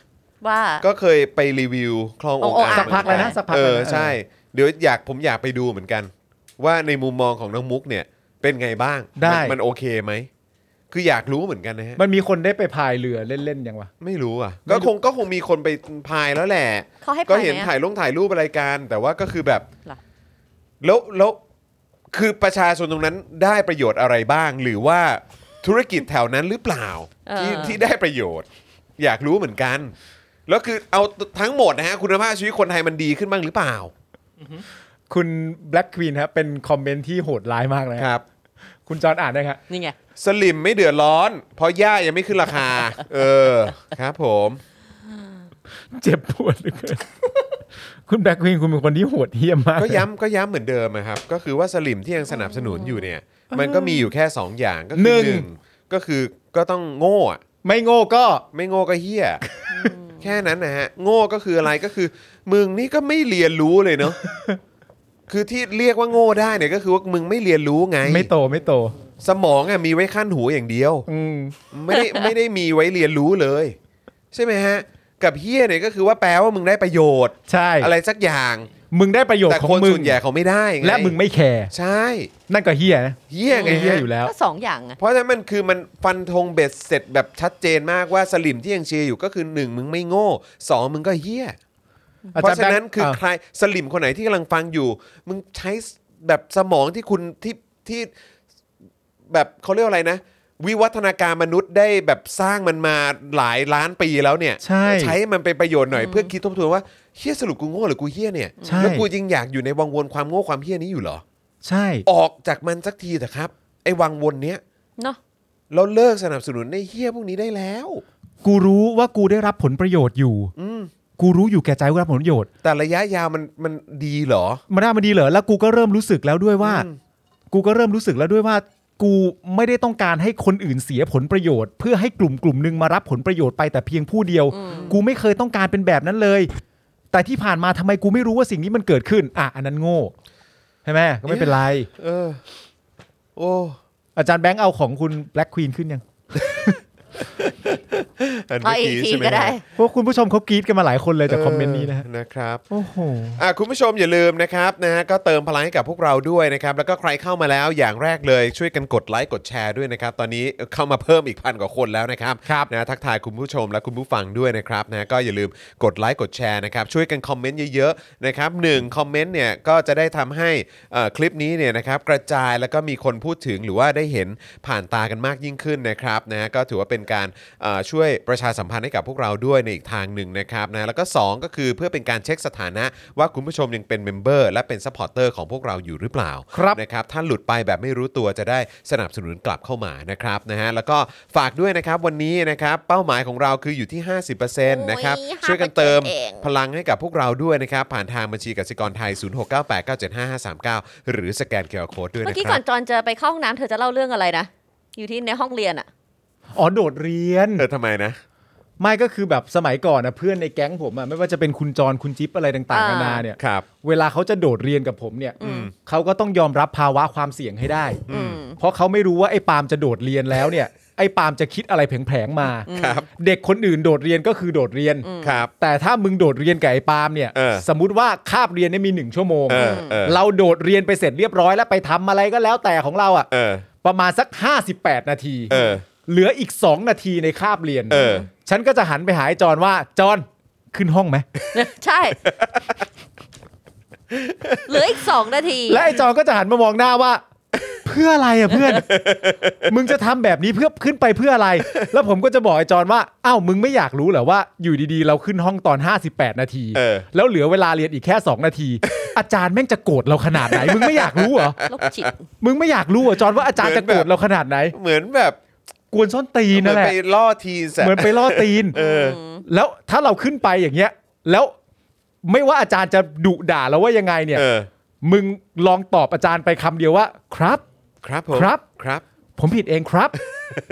ว่า
ก็เคยไปรีวิวคลองโอง
โอ่ง
อ่าง
อ่าง
สักพักแล้วนะ สักพัก
เอ
แล้ว
อ
นะ
ใช่ เดี๋ยวอยากผมอยากไปดูเหมือนกัน ว่าในมุมมองของน้องมุกเนี่ยเป็นไงบ้างมันมันโอเคไหม คืออยากรู้เหมือนกันนะฮะ
มันมีคนได้ไปพายเรือเล่น ๆ ยังวะ
ไม่รู้อ่ะ
ไม่รู้
ก็คงก็คงมีคนไปพายแล้วแหละ
เขาให้
ก็
ไป
เห็น
ไหม
ถ่า
อะ
ยลงถ่ายรูปอะไรกัน แต่ว่าก็คือแบบ
หรอ
แล้วแล้วคือประชาชนตรงนั้นได้ประโยชน์อะไรบ้าง หรือว่าธุรกิจแถวนั้นหรือเปล่า
เออ
ที่ที่ได้ประโยชน์ อยากรู้เหมือนกัน แล้วคือเอาทั้งหมดนะฮะคุณภาพชีวิตคนไทยมันดีขึ้นบ้างหรือเปล่า
คุณแบล็กควีนครับเป็นคอมเมนต์ที่โหดร้ายมากเลย
ค
ครับ
รับ
คุณจอห์นอ่านได้ครับ
นี่ไง
สลิมไม่เดือดร้อน เพราะย่ายังไม่ขึ้นราคา เออครับผม
เจ็บปวดเหลย คุณแบล็กควีนคุณเป็นคนที่โหดเหี้ยมมาก
ก็ย้ำก็ย้ำเหมือนเดิมนะครับ ก็คือว่าสลิมที่ยังสนับสนุนอยู่เนี่ย มันก็มีอยู่แค่ 2 อย่างก็คือ
หนึ่ง
หนึ่งก็คือก็ต้องโง่อะ
ไม่โง่ก็
ไม่โง่ก็เฮี้ยแค่นั้นนะฮะ โง่ก็คืออะไรก็คือ มึงนี่ก็ไม่เรียนรู้เลย เนาะคือที่เรียกว่าโง่ได้เนี่ยก็คือว่ามึงไม่เรียนรู้ไง
ไม่โตไม่โต
สมองอะมีไว้ขั้นหูอย่างเดียว
อืม
ไม่ ได้ไม่ได้มีไว้เรียนรู้เลย ใช่ไหมฮะ กับเฮี้ยเนี่ยก็คือว่าแปลว่ามึงได้ประโยชน์
ใช่
อะไรสักอย่าง
มึงได้ประโยช
แต่
น์ขอ
คน
งมึง
ส่วนใหญ่เขาไม่ได้ไง
และมึงไม่แคร์
ใช่
นั่นก็เฮียนะ
เฮี้ยไง
เฮีย
ฮะ
อยู่แล้ว
ก็สองอย่างไง
เพราะฉะนั้นมันคือมันฟันธงเบ็ดเสร็จแบบชัดเจนมากว่าสลิมที่ยังเชียร์อยู่ก็คือ 1 มึงไม่โง่2มึงก็เฮี้ย
อา
เพ
จาร
ราะ
ย์
ฉะนั้น
แบงค์
คือ
อ่ะ
ใครสลิมคนไหนที่กำลังฟังอยู่ มึงใช้แบบสมองที่คุณที่ที่แบบเขาเรียกว่าอะไรนะ วิวัฒนาการมนุษย์ได้แบบสร้างมันมาหลายล้านปีแล้วเนี่ย
ใช่
ใช้มันเป็นประโยชน์หน่อยเพื่อคิดทบทวนว่าเฮี้ยสรุปกูโง่หรือกูเฮี้ยเนี่ย
ใช่
แล้วกูยังอยากอยู่ในวังวนความโง่ความเฮี้ยนี้อยู่เหรอ
ใช่
ออกจากมันสักทีเถอะครับไอ้วังวนเนี้ย
เนาะ
เราเลิกสนับสนุนในเฮี้ยพวกนี้ได้แล้ว
กูรู้ว่ากูได้รับผลประโยชน์อยู่
อืม
กูรู้อยู่แก่ใจว่าได้รับผลประโยชน์
แต่ระยะยาวมันมันดีเหรอ
มันน่ามันดีเหรอแล้วกูก็เริ่มรู้สึกแล้วด้วยว่า
อืม
กูก็เริ่มรู้สึกแล้วด้วยว่า กูไม่ได้ต้องการให้คนอื่นเสียผลประโยชน์ เพื่อให้กลุ่มกลุ่มหนึ่งมารับผลประโยชน์ไปแต่เพียงผู้เดียว กูไม่เคยต้องการเป็นแบบนั้นเลย แต่ที่ผ่านมาทำไมกูไม่รู้ว่าสิ่งนี้มันเกิดขึ้น อ่ะอันนั้นโง่ใช่ไหมก็ไม่เป็นไร
เออ โอ้
อาจารย์แบงค์เอาของคุณแบล็กควีนขึ้นยัง
อันเมื่
เอา
อ
อีก
กี้
ที
ใช่ไหม
ก็ได้
พวกคุณผู้ชมเขากรี๊ดกันมาหลายคนเลยจากคอมเมนต์นี้นะฮะ
นะครับ
โอ้โห
อ่ะคุณผู้ชมอย่าลืมนะครับนะฮะก็เติมพลังให้กับพวกเราด้วยนะครับ แล้วก็ใครเข้ามาแล้วอย่างแรกเลยช่วยกันกดไลค์กดแชร์ด้วยนะครับ ตอนนี้เข้ามาเพิ่มอีกพันกว่าคนแล้วนะครับ
ครับ
นะทักทายคุณผู้ชมและคุณผู้ฟังด้วยนะครับนะก็อย่าลืมกดไลค์กดแชร์นะครับช่วยกันคอมเมนต์เยอะๆนะครับหนึ่งคอมเมนต์เนี่ยก็จะได้ทำให้เอ่อคลิปนี้เนี่ยนะครับกระจายแล้วก็มีคนพูดถึงหรือว่าได้เห็นผ่านตากันมากยิ่งขึ้นนะครับนะฮะก็ถือว่าเป็นการเอ่อช่วยประชา ชาสัมพันธ์ให้กับพวกเราด้วยในอีกทางหนึ่งนะครับนะแล้วก็สองก็คือเพื่อเป็นการเช็คสถานะว่าคุณผู้ชมยังเป็นเมมเบอร์และเป็นซัพพอร์เตอร์ของพวกเราอยู่หรือเปล่า
ครับ
นะครับถ้าหลุดไปแบบไม่รู้ตัวจะได้สนับสนุนกลับเข้ามานะครับนะฮะแล้วก็ฝากด้วยนะครับวันนี้นะครับเป้าหมายของเราคืออยู่ที่ 50%นะครับ
โอ้ย
ช่วยกันเติม
เอง
พลังให้กับพวกเราด้วยนะครับผ่านทางบัญชีกสิกรไทย 0698975539 หรือสแกนเคอร์โคดด้วย
เมื่
นะ
อกี้
ค
ก่
รั
อบ นจอนเจอไปเข้าห้องน้ำเธอจะเล่าเรื่องอะไรนะ อยู่ที่ในห้องเรียนอะ
อ๋อโดดเรียน
เออทำไมนะ
ไม่ก็คือแบบสมัยก่อนนะเพื่อนในแก๊งผมอะไม่ว่าจะเป็นคุณจรคุณจิ๊บอะไรต่างๆนานาเนี่ย
ครับ
เวลาเขาจะโดดเรียนกับผมเนี่ยเขาก็ต้องยอมรับภาวะความเสี่ยงให้ได้
อืม
เพราะเขาไม่รู้ว่าไอ้ปาล์มจะโดดเรียนแล้วเนี่ย ไอ้ปาล์มจะคิดอะไรแผลงๆมา
ครับ
เด็กคนอื่นโดดเรียนก็คือโดดเรียน
ครับ
แต่ถ้ามึงโดดเรียนกับไอ้ปาล์มเนี่ย
เออ
สมมติว่าคาบเรียนเนี่ยมีหนึ่งชั่วโมง
เออเออ
โดดเรียนไปเสร็จเรียบร้อยแล้วไปทำอะไรก็แล้วแต่ของเราอะ
เออ
ประมาณสัก 58 นาที
เออ
เหลืออีก 2 นาทีในคาบเรียน
เออ
ฉันก็จะหันไปหาไอ้จอนว่าจอนขึ้นห้องไหม
ใช่ เหลืออีกสองนาที
และไอ้จอนก็จะหันมามองหน้าว่า เพื่ออะไรอ่ะเพื่อน มึงจะทำแบบนี้เพื่อขึ้นไปเพื่ออะไร แล้วผมก็จะบอกไอ้จอนว่าอ้าวมึงไม่อยากรู้เหรอว่า อยู่ดีๆ เราขึ้นห้องตอน 58 นาที
เออ
แล้วเหลือเวลาเรียนอีกแค่ 2 นาที อาจารย์แม่งจะโกรธเราขนาดไหน มึงไม่อยากรู้เหรอ
โรคจิต
มึงไม่อยากรู้เหรอจอนว่าอาจารย์จะโกรธเราขนาดไหน
เหมือนแบบ
กวนส้นตีน
เหมื
นั่
อน
นแหละ
ไปล่อทีสะ
เหมือนไปล่อตีน
เออ
แล้วถ้าเราขึ้นไปอย่างเงี้ย แล้วไม่ว่าอาจารย์จะดุด่าเราว่ายังไงเนี่ย
เออ
มึงลองตอบอาจารย์ไปคำเดียวว่าครับ
ครับผม
ครับ
ครับ
ผมผิดเอง ครับ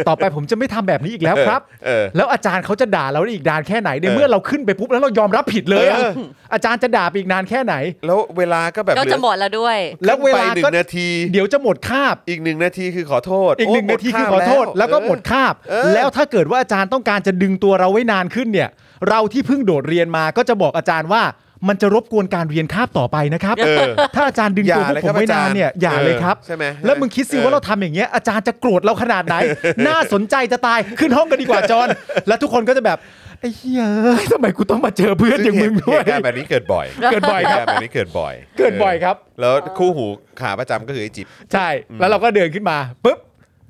ต่อไปผมจะไม่ทำแบบนี้อีกแล้วครับ
เออ
แล้วอาจารย์เขาจะด่าเราได้อีกนานแค่ไหนใน
เออ
เมื่อเราขึ้นไปปุ๊บแล้วเรายอมรับผิดเลยอะ
เออ
อาจารย์จะด่าไปอีกนานแค่ไหน
แล้วเวลาก็แบบ
ก็จะหมดแล้วด้วย
แล้วเวลา
ไปหนึ่
ก็
งนาที
เดี๋ยวจะหมดคาบ
อีกหนึ่งนาทีคือขอโทษ
อีกหนึ่ง
โมด
นาทีคือ
ว
ขอโทษ แล้วก็หมด
เอ
คาบ
เออ
แล้วถ้าเกิดว่าอาจารย์ต้องการจะดึงตัวเราไว้นานขึ้นเนี่ย เราที่เพิ่งโดดเรียนมาก็จะบอกอาจารย์ว่า มันจะรบกวนการเรียนคาบต่อไปนะครับ
อเออ
ถ้าอาจารย์ดึง
อย่า
ตัวพวก
เลย
ผ
ครั
ม
บ
ไว้นานเนี่ย
อาจารย์
อย่าเลยครับ
เออใช่ไหม
แล้วมึงคิดสิ
เออ
ว่าเราทำอย่างเงี้ยอาจารย์จะโกรธเราขนาดไหน น่าสนใจจะตายขึ้นห้องกันดีกว่าจอนแล้วทุกคนก็จะแบบไอ้เหี้ยเอ้ยทำไมกูต้องมาเจอเพื่อนอย่างมึงด้วย
เหตุการณ์แบบนี้เกิดบ่อย
เกิดบ่อยครับ
หตุกาแบบนี้เกิดบ่อย
เกิดบ่อยครับ
แล้วคู่หูขาประจำก็คือไอ้จิบ
ใช่แล้วเราก็เดินขึ้นมาปุ๊บ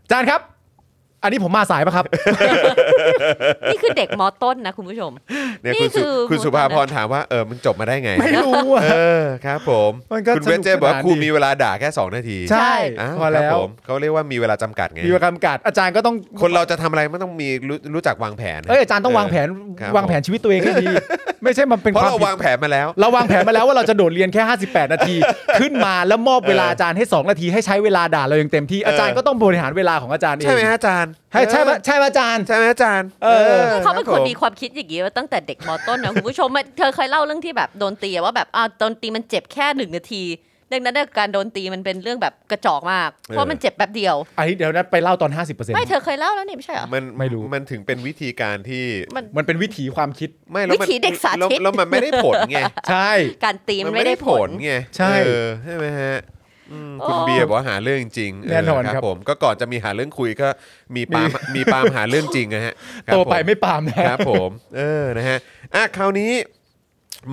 อาจารย์ครับ อันนี้ผมมาสายปะครับ
นี่คือเด็กมอต้นนะคุณผู้ชม
เนี่ยคุณสุ
นี่คือ
คุณสุภาพ
หม
ร
ดแล้วนะ
ถามว่าเออมันจบมาได้ไง
ไม่รู้อะ
เออครับผม
มันก็
คุณเวจเจบอกว่า
สนุกสนาน
ครู
ดี
มีเวลาด่าแค่ 2 นาที
ใช่
อ้าว
พ
ค
อ
รับ
แล้ว
ผมเขาเรียกว่ามีเวลาจำกัดไง
มีประกำกัดอาจารย์ก็ต้อง
คนเราจะทำอะไรมันต้องมีรู้รู้จักวางแผน
เอ้ยอาจารย์ต้องวางแผน
ครับ
วางแผนชีวิตตัวเองให้ดี ไม่ใช่มันเป็น
เพ
ค
ราะ
วาม
เรา
ผิด
วางแผนมาแล้ว
เราวางแผนมาแล้วว่าเราจะโดดเรียนแค่ 58 นาที ขึ้นมาแล้วมอบเวลาอาจารย์ให้ 2 นาทีให้ใช้เวลาด่าเราอย่างเต็มที่
เอออ
อาจารย์ก็ต้องบริหารเวลาของอาจารย์เอง
ใช่ไหมฮะอาจารย์
ให้ใช่ไหม
เออ
ใช่ไหมอาจารย์
ใช่ไหมอาจารย์
เออ
เขาเป็น
รับ
คน
ผม
มีความคิดอย่างนี้มาตั้งแต่เด็กมอต้นนะ คุณผู้ชมอะเธอเคยเล่าเรื่องที่แบบโดนตีอะว่าแบบอ้าวโดนตีมันเจ็บแค่หนึ่งนาที ดังนั้นเนี่ยการโดนตีมันเป็นเรื่องแบบกระจอกมาก เพ
เอ
ราะ
อ
มันเจ็บแป๊บเดียว
อันนี้เดี๋ยวนะไปเล่าตอน 50%
ไม่เธอเคยเล่าแล้วนี่ไม่ใช่เหรอ
มัน
ไม่รู้
มันถึงเป็นวิธีการที่
มัน
มันเป็นวิถีความคิด
ไม่แล้วมัน
วิถีเด็กสาธิต
แล้วแล้วมันไม่ได้ผลไง
ใช่
การตีมันไม่ได้ผล
ไง
ใช่
เออใช่ไหมฮะอืมคุณ
โอ้
เบียร์บอกว่าหาเรื่องจริงเ
แน่นอนครับ
ผมก็ก่อนจะมีหาเรื่องคุยก็มีปาล์มมีปาล์มหาเรื่องจริงนะฮะครับ
โตไป
ผ
ไม่ปามนะ
ครับผม เออนะฮะอ่ะคราวนี้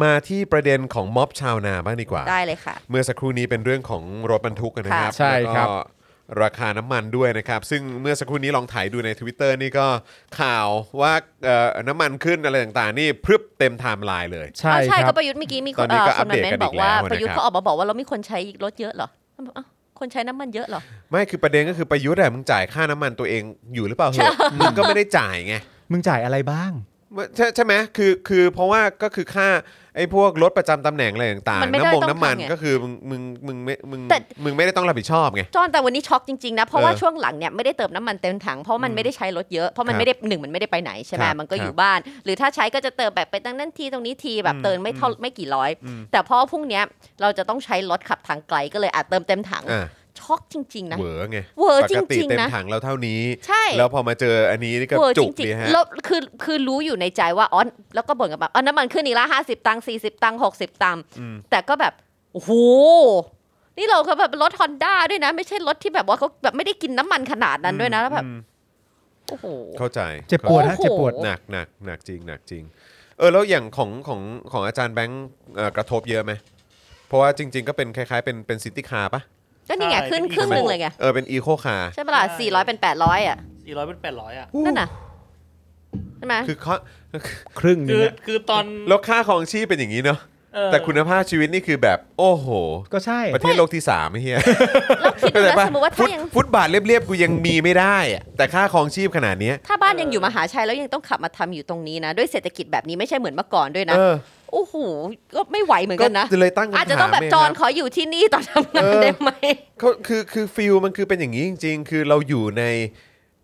มาที่ประเด็นของม็อบชาวนาบ้างดีกว่า
ได้เลยค่ะ
เมื่อสักครู่นี้เป็นเรื่องของรถบรรทุกนะครับ
ค่ะ
ใช่ครับ
แล้วก็ราคาน้ำมันด้วยนะครับ ซึ่งเมื่อสักครู่นี้ลองถ่ายดูใน Twitter นี่ก็ข่าวว่าเอ่อน้ำมันขึ้นอะไรต่างๆ นี่พรึบเต็มไทม์ไลน์เลย
ใช่
อ้าว
ค
ใช่
รั
ก็
บ
ประยุทธ์เมื่อกี้มีค
ตอน นนี้ก็
เอ่อ
อั
ค
ป
น
เดต
เมน
กัน
บ
อี
อก ก
แล้ว
ว่า
นะครับ
ประยุทธ์เขาออกมาบอกว่าเรามีคนใช้รถเยอะเหรออ้าวคนใช้น้ำมันเยอะเหรอ
ไม่คือประเด็นก็คือประยุทธ์อะมึงจ่ายค่าน้ำมันตัวเองอยู่หรือเปล่าเหอะมึงก็ไม่ได้จ่ายไง
มึงจ่ายอะไรบ้าง
ใช่ใช่ไหมคือคือเพราะว่าก็คือค่าไอ้พวกรถประจำตำแหน่งอะไรต่าง
มั
ๆ
นไม่ได้
น้ำมง
ต้อง
น้ำมัน
ทำไง
ก็คือมึงมึงมึงไม่มึง
แต่
มึงไม่ได้ต้องรับผิดชอบไง
จอนแต่วันนี้ช็อกจริงๆนะ เพราะว่า
เออ
ช่วงหลังเนี่ยไม่ได้เติมน้ำมันเต็มถังเพราะมันไม่ได้ใช้รถเยอะ เพราะมันไม่ได้หนึ่งมันไม่ได้ไปไหนใช่ไหม
ครับ
มันก็อ
ครั
ยู่
บ
บ้าน หรือถ้าใช้ก็จะเติมแบบไปตั้งนั่นทีตรงนี้ทีแบบ
อืม
เติมไม่เท่าไม่กี่ร้อย แต่พอพรุ่งเนี้ยเราจะต้องใช้รถขับทางไกลก็เลยอาจเติมเต็มถัง
อ่า
ช็อกจริง ๆ นะ
เหวอไง
เหวอ
ป
จริ
ก
งๆ
ติเต็ม
นะ
ถังเราเท่านี้
ใช่
แล้วพอมาเจออันนี้นี่ก็
เวอร์
จุ
จ
ก
ริง
ดีฮะ
ๆแล้วคือคือรู้อยู่ในใจว่าอ๋อแล้วก็บ่นกับแบบอ๋อน้ำมันขึ้นอีกละห้าสิบตังค์สี่สิบตังค์หกสิบตังค์
อืม
แต่ก็แบบโอ้โหนี่เราก็แบบรถฮอนด้าด้วยนะไม่ใช่รถที่แบบว่าเขาแบบไม่ได้กินน้ำมันขนาดนั้นด้วยนะแล้วแบบ
อืม
โอ้โห
เข้าใจ
เจ็บปวดนะ
โอ้โห
เจ็บปวด
หนักหนักหนักจริงหนักจริงเออแล้วอย่างของของของอาจารย์แบงค์เอ่อกระทบเยอะไหมเพราะว่าจริง ๆ ก็เป็นคล้ายๆเป็นเป็นซิตี้คาร์ปะ
ก็นี่ไง
ใช่
ขึ้น
เป็น
ครึ่งห
อีโค
นึ่งเลยไง
เออเป็นอีโคคาร์
ใช่ปะล่ะ
ใช่
400 เป็น 800 อ่ะ
สี่ร้อยเป็นแปดร้อยอ่ะ
นั่นน่ะ ไหม
คือเขา
ครึ่งหนึ
คื
ง
อ
อะ
คือตอน
แล้วค่าของชีพเป็นอย่างนี้เนาะ
เอ่อ
แต่คุณภาพชีวิตนี่คือแบบโอ้โห
ก็ใช่
ประเทศโลกที่สามไอ้เฮีย
แล้วคิดดู
เข้าใจ
นะ
ปะ
สมมติว่า
ฟุ
ถ้า
ต
ยัง
ฟุตบาทเรียบๆกูยังมีไม่ได้อะแต่ค่าของชีพขนาดเนี้ย
ถ้าบ้านยังอยู่มหาชัยแล้วยังต้องขับมาทำอยู่ตรงนี้นะ ด้วยเศรษฐกิจแบบนี้ไม่ใช่เหมือนเมื่อก่อนด้วยนะ
เออ
โอ้โหก็ไม่ไหวเหมือนกันนะ
ก็เลยตั้งคำถาม
อาจจะต้องแบบ
ไค
จ
รั
อนขออยู่ที่นี่ตอนทำงาน
เออ
ได้ไหม
เขาคือคือฟิลมันคือเป็นอย่างนี้จริง ๆ คือเราอยู่ใน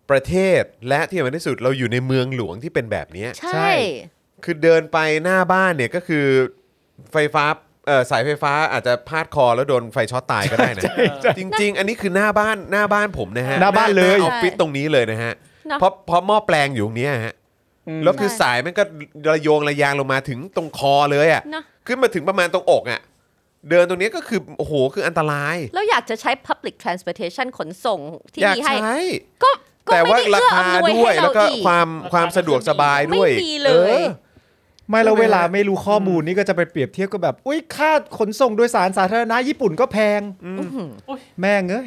ประเทศและที่สำคัญที่สุดเราอยู่ในเมืองหลวงที่เป็นแบบเนี้ย
ใช
ใช่
่
คือเดินไปหน้าบ้านเนี่ยก็คือไฟฟ้าเอ่อสายไฟฟ้าอาจจะพาดคอแล้วโดนไฟช็อตตายก็ได้นะ
เอ่อ
จริง ๆ อันนี้คือหน้าบ้านหน้าบ้านผมนะฮะ
หน้าบ้านเลย
ออฟฟิศตรงนี้เลยนะฮะ
เนอะ
เพราะเพราะหม้อแปลงอยู่ตรงเนี้ยฮะแล้วคือสายมันก็ระโยงระยางลงมาถึงตรงคอเลยอ่ะ
เนอะ
ขึ้นมาถึงประมาณตรงอกอ่ะเดินตรงเนี้ยก็คือโอ้โหคืออันตราย
แล้วอยากจะใช้ Public Transportation ขนส่งที่
อยาก
มีให้
ใช้
ก็ก็
แต่ว่า
ไม่ได้
รา
เอื้อ
คา
อำนวย
ด้วย
ให้
แล้
เรา
วก็
อีก
ความ
ราคา
ความสะดวกสบายด้วย
ไม่มีเล
อ
ย
อ
ไม่แล้ว
ใช่ไหม
เวลาไม่รู้ข้อมูลนี่ก็จะไปเปรียบเทียบกับแบบ อุ้ยค่าขนส่งโดยสารสาธารณะญี่ปุ่นก็แพง แม่งเอ้ย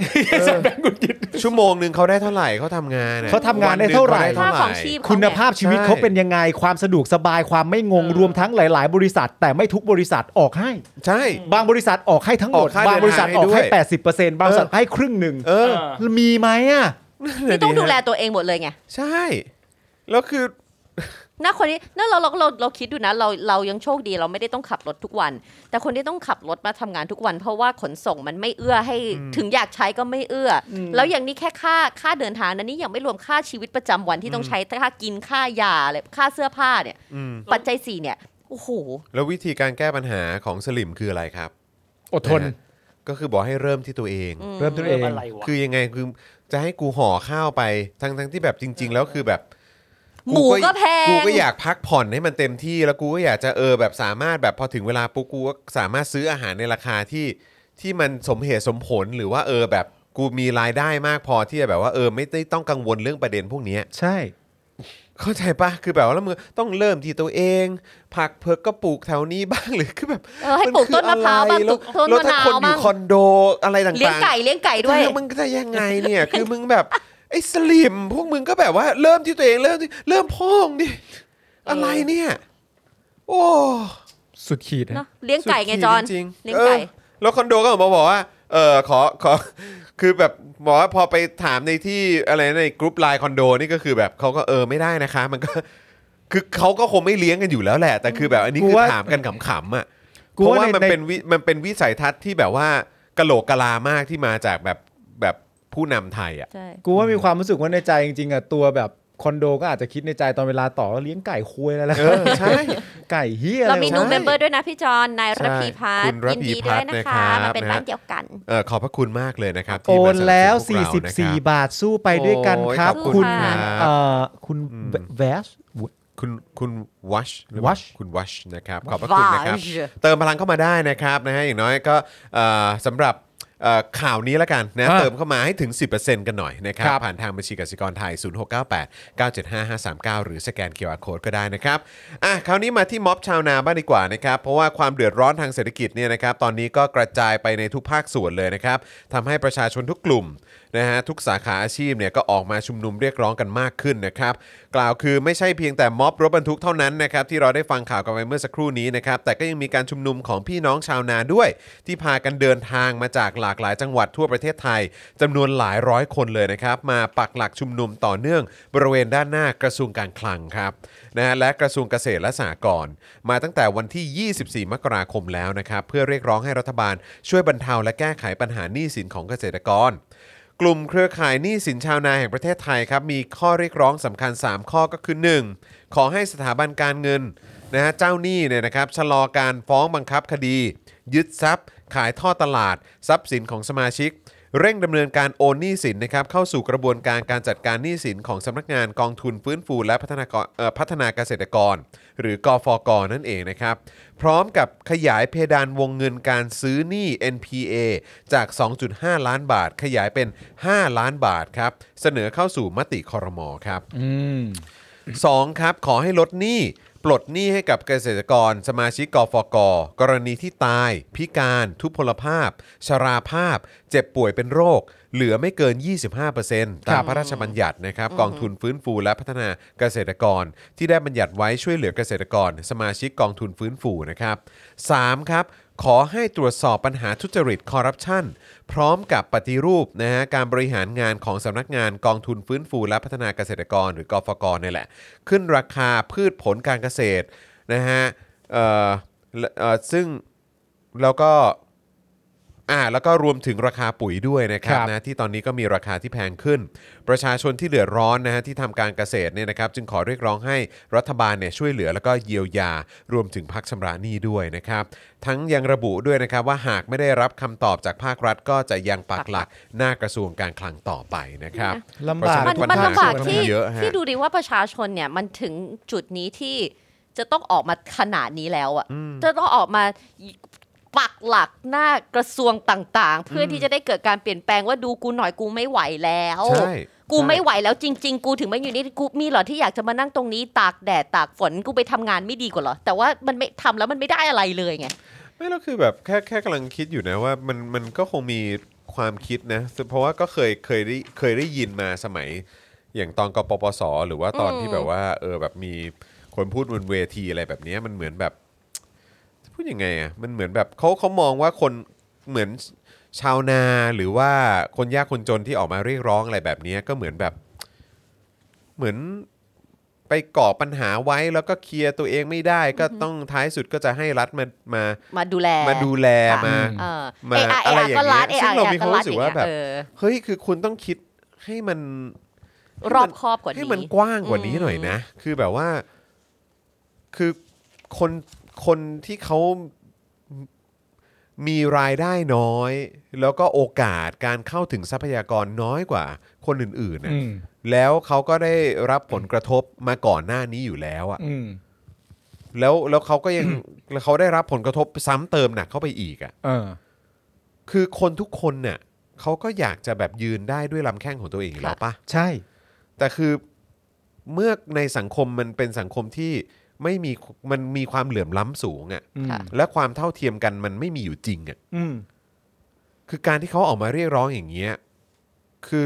ชั่วโมงหนึ่งเขาได้เท่าไหร่เขาทำงานอะ
เขาทำงานได้เท่าไหร่
วันนึ่
ค่า
เท่าไห
ของ
ร่
ชีพเข
คุณ
เนี่ย
ภาพชีวิต
ใช่
เขาเป็นยังไงความสะดวกสบายความไม่งง
เออ
รวมทั้งหลาย ๆ บริษัทแต่ไม่ทุกบริษัทออกให้
ใช่
บางบริษัทออกให้ทั้งหม
ออ
ด
กค่า
บางบริษัทออกให้
เดินทางให้ด้วย
แปดสิบเปอร์เซ็นต์บางบริษัทให้ครึ่งหนึ่ง
เออ
มีไหมอ่ะ
ที่ต้องดูแลตัวเองหมดเลยไง
ใช่ แล้วคือ
นะคนนี้นั่นเราเราเราเราคิดดูนะเราเรายังโชคดีเราไม่ได้ต้องขับรถทุกวัน แต่คนที่ต้องขับรถมาทำงานทุกวัน เพราะว่าขนส่งมันไม่เอื้อให้ถึงอยากใช้ก็ไม่เอื้ออแล้วอย่างนี้แค่ค่าค่าเดินทางนะนี่ยังไม่รวมค่าชีวิตประจำวันที่ต้องใช้ค่ากินค่ายาอะไรค่าเสื้อผ้าเนี่ย
อืม
ปัจจัยสี่เนี่ยโอ้โห
แล้ววิธีการแก้ปัญหาของสลิมคืออะไรครับ
อดทน
ะฮะก็คือบอกให้เริ่มที่ตัวเอง
เริ่มตัวเอง
อะไรวะ
คือยังไงคือจะให้กูห่อข้าวไปทั้งทั้งที่แบบจริง ๆ แล้วคือแบบ
หมูก็แพง
กูก็อยากพักผ่อนให้มันเต็มที่แล้วกูก็อยากจะเออแบบสามารถแบบพอถึงเวลาปุ๊บกูก็สามารถซื้ออาหารในราคาที่ที่มันสมเหตุสมผลหรือว่าเออแบบกูมีรายได้มากพอที่จะแบบว่าเออไม่ได้ต้องกังวลเรื่องประเด็นพวกเนี้ย
ใช่
เข้าใจปะคือแบบว่าแล้วมึงต้องเริ่มที่ตัวเอง ผักเพิกก็ปลูกแถวนี้บ้างหรือคือแบบ
เออให้ปลูกต้นมะพร้าวบ้า
มัน
งป
คือ
ลูกต้น
อะไรแล้วแล้วถ้านคนอยู่
มะาวบ้าง
คอนโดอะไรต่างๆ
เลี้ยงไก่เลี้ยงไก่ด้วย
เธอมึงจะยังไงเนี่ย คือมึงแบบไอ้สลิมพวกมึงก็แบบว่าเริ่มที่ตัวเองเริ่มที่เริ่มพ่องดิอะไรเนี่ย โอ้
สุดขีดนะ
เนอะเลี้ยงไก่ไง
สุดขีด
จอน
จริงๆ
เลี้ยงไก่
ออแล้วคอนโดก็ออกมาบอกว่าเออขอขอ คือแบบบอกว่าพอไปถามในที่อะไรนะในกรุ๊ปไลน์คอนโดนี่ก็คือแบบเขาก็เออไม่ได้นะคะ มันก็ คือเขาก็คงไม่เลี้ยงกันอยู่แล้วแหละ แต่คือแบบอันนี้
กู
คือ
ว่า
ถามกันขำๆอ่ะ
กู
เพราะ
ว่า
ว่า
ใน
มัน
ใน
เป็นวิมันเป็นวิสัยทัศน์ที่แบบว่ากะโหลกกะลามากที่มาจากแบบแบบผู้นำไทยอ่ะ
ใช่
กูว่ามีความรู้สึกว่าในใจจริงๆอ่ะตัวแบบคอนโดก็อาจจะคิดในใจตอนเวลาต่อว่าเลี้ยงไก่คุยอะไรแล้ว
เออใช่
ไก่เฮียอะไร
เรามี
ใช่
นูเมมเบอร์ด้วยนะพี่จอนนาย
ใช่
ระพีพัฒ
คุ
น์
ณระ
ยิน
พี
ดี
พั
ด้ว
ฒน์
ยนะ
นะครั
คะ
บ
มาเป็น
นะฮะ
บ้านเดียวกัน
เออขอบพระคุณมากเลยนะครับ
โอ
ที่มาน สบส
แล้ว
พวกเรานะครับ
44 บาทสู้ไปด้วยกันครับ
โอ้ยขอบคุ
คุณ ณ
ครับ
เอ่อคุณแวส
คุณคุณวัช
Wash
คุณวัชนะครับขอบพระคุณนะครับ
Wash
เติมพลังเข้ามาได้นะครับนะฮะอย่างน้อยก็เอ่อสำหรับเอ่อข่าวนี้ละกันนะ
อ่ะ
เติมเข้ามาให้ถึง 10%กันหน่อยนะครับ
ครับ
ผ่านทางบัญชีกสิกรไทย 0698 975 539 หรือสแกน QR Code ก็ได้นะครับอ่ะคราวนี้มาที่ม็อบชาวนาบ้างดีกว่านะครับเพราะว่าความเดือดร้อนทางเศรษฐกิจเนี่ยนะครับตอนนี้ก็กระจายไปในทุกภาคส่วนเลยนะครับทำให้ประชาชนทุกกลุ่มนะฮะทุกสาขาอาชีพเนี่ยก็ออกมาชุมนุมเรียกร้องกันมากขึ้นนะครับกล่าวคือไม่ใช่เพียงแต่ม็อบรถบรรทุกเท่านั้นนะครับที่เราได้ฟังข่าวกันไปเมื่อสักครู่นี้นะครับแต่ก็ยังมีการชุมนุมของพี่น้องชาวนาด้วย ที่พากันเดินทางมาจากหลากหลายจังหวัดทั่วประเทศไทยจำนวนหลายร้อยคนเลยนะครับ มาปักหลักชุมนุมต่อเนื่อง บริเวณด้านหน้ากระทรวงการคลังครับนะฮะและกระทรวงเกษตรและสหกรณ์มาตั้งแต่วันที่ 24 มกราคมแล้วนะครับ เพื่อเรียกร้องให้รัฐบาลช่วยบรรเทาและแก้ไขปัญหาหนี้สินของเกษตรกร กลุ่มเครือข่ายหนี้สินชาวนาแห่งประเทศไทยครับมีข้อเรียกร้องสำคัญ 3 ข้อก็คือ 1. ขอให้สถาบันการเงินนะฮะเจ้าหนี้เนี่ยนะครับชะลอการฟ้องบังคับคดี ยึดทรัพย์ ขายท่อตลาด ทรัพย์สินของสมาชิก เร่งดำเนินการโอนหนี้สินนะครับเข้าสู่กระบวนการการจัดการหนี้สินของสำนักงานกองทุนฟื้นฟูและพัฒนากรเอ่อพัฒนาเกษตรกร หรือกฟกนั่นเองนะครับ พร้อมกับขยายเพดานวงเงินการซื้อหนี้ NPA จาก 2.5 ล้านบาท ขยายเป็น 5 ล้านบาทครับ เสนอเข้าสู่มติคอรมอครับ
อืม
2ครับขอให้ลดหนี้ ปลดหนี้ให้กับเกษตรกร สมาชิกกฟก กรณีที่ตาย พิการ ทุพพลภาพ ชราภาพ เจ็บป่วยเป็นโรค เหลือไม่เกิน 25%ตามพระราชบัญญัตินะครับกองทุนฟื้นฟูและพัฒนาเกษตรกร ที่ได้บัญญัติไว้ช่วยเหลือเกษตรกร สมาชิกกองทุนฟื้นฟูนะครับ 3. ครับ ขอให้ตรวจสอบปัญหาทุจริตคอร์รัปชันพร้อมกับปฏิรูปนะฮะการบริหารงานของสำนักงานกองทุนฟื้นฟูและพัฒนาเกษตรกรหรือกฟกเนี่ยแหละ ขึ้นราคาพืชผลการเกษตรนะฮะเอ่อและเอ่อซึ่งแล้วก็อ่าแล้วก็รวมถึงราคาปุ๋ยด้วยนะครับ
ครับ
นะที่ตอนนี้ก็มีราคาที่แพงขึ้น ประชาชนที่เดือดร้อนนะฮะที่ทำการเกษตรเนี่ยนะครับจึงขอเรียกร้องให้รัฐบาลเนี่ยช่วยเหลือแล้วก็เยียวยา รวมถึงพักชำระหนี้ด้วยนะครับ ทั้งยังระบุด้วยนะครับว่าหากไม่ได้รับคำตอบจากภาครัฐ ก็จะยังปักหลักหน้ากระทรวงการคลังต่อไปนะครับ
ลำบาก
เพ
มั
ระฉะ
นมัน
ปัญห
ลำบาก
ค่อนข้ง
ที่
เยอะฮะ
ที่ดูดิว่าประชาชนเนี่ยมันถึงจุดนี้ที่จะต้องออกมาขนาดนี้แล้วอะจะต้องออกมาปักหลักหน้ากระทรวงต่างๆ เพื่อที่จะได้เกิดการเปลี่ยนแปลงว่าดูกูหน่อยกูไม่ไหวแล้ว
ใช่
กู
ใช่
ไม่ไหวแล้วจริง ๆ กูถึงมาอยู่นี่กูมีเหรอที่อยากจะมานั่งตรงนี้ตากแดดตากฝนกูไปทำงานไม่ดีกว่าเหรอ แต่ว่ามันไม่ทำแล้วมันไม่ได้อะไรเลยไง
ไม่แล้วคือแบบแค่แค่กำลังคิดอยู่นะว่ามันมันก็คงมีความคิดนะซึ่งเพราะว่าก็เคยเคยได้เคยได้ยินมาสมัย อย่างตอนกปปส หรือว่าตอน
อืม
ที่แบบว่า เออแบบมีคนพูดบนเวทีอะไรแบบเนี้ยมันเหมือนแบบจะพูดยังไงอ่ะมันเหมือนแบบเขาเขามองว่าคนเหมือนชาวนาหรือว่าคนยากคนจนที่ออกมาเรียกร้องอะไรแบบเนี้ยก็เหมือนแบบ เหมือนไปก่อปัญหาไว้แล้วก็เคลียร์ตัวเองไม่ได้ ก็ต้องท้ายสุดก็จะให้รัฐมามา
มาดูแล
มาดูแล
ค่ะ
มา
เออ
มา
เอไอ
อะ
อะไร ไร
อย่างเงี้ย
ก็รัดเอ
ซึ่
ไอง
เรามี
ก็
ความ
รัด
รู้สึ
อก ย่าง
ว่า
เงี้ย
แบบ
เออ
เฮ้ยคือคุณต้องคิดให้มัน
รอบครอบกว่า
ให้
นี้
มันกว้างกว่านี้หน่อยนะ คือแบบว่า คือคนคนที่เขามีรายได้น้อย แล้วก็โอกาสการเข้าถึงทรัพยากรน้อยกว่า คนอื่นๆนะ
อืม
แล้วเขาก็ได้รับผลกระทบมาก่อนหน้านี้อยู่แล้วอะ
อืม
แล้วแล้วเขาก็ยังแล้วเขาได้รับผลกระทบซ้ำเติมหนักเข้าไปอีกอะ
เออ
คือคนทุกคนเนี่ยเขาก็อยากจะแบบยืนได้ด้วยลำแข้งของตัวเองอยู่แล้วปะ
ใช่
แต่คือเมื่อในสังคมมันเป็นสังคมที่ไม่มีมันมีความเหลื่อมล้ำสูงอะ่ะ
อืม
ค่ะ
และความเท่าเทียมกันมันไม่มีอยู่จริงอะ่ะ
อืม
คือการที่เขาออกมาเรียกร้องอย่างเงี้ยคือ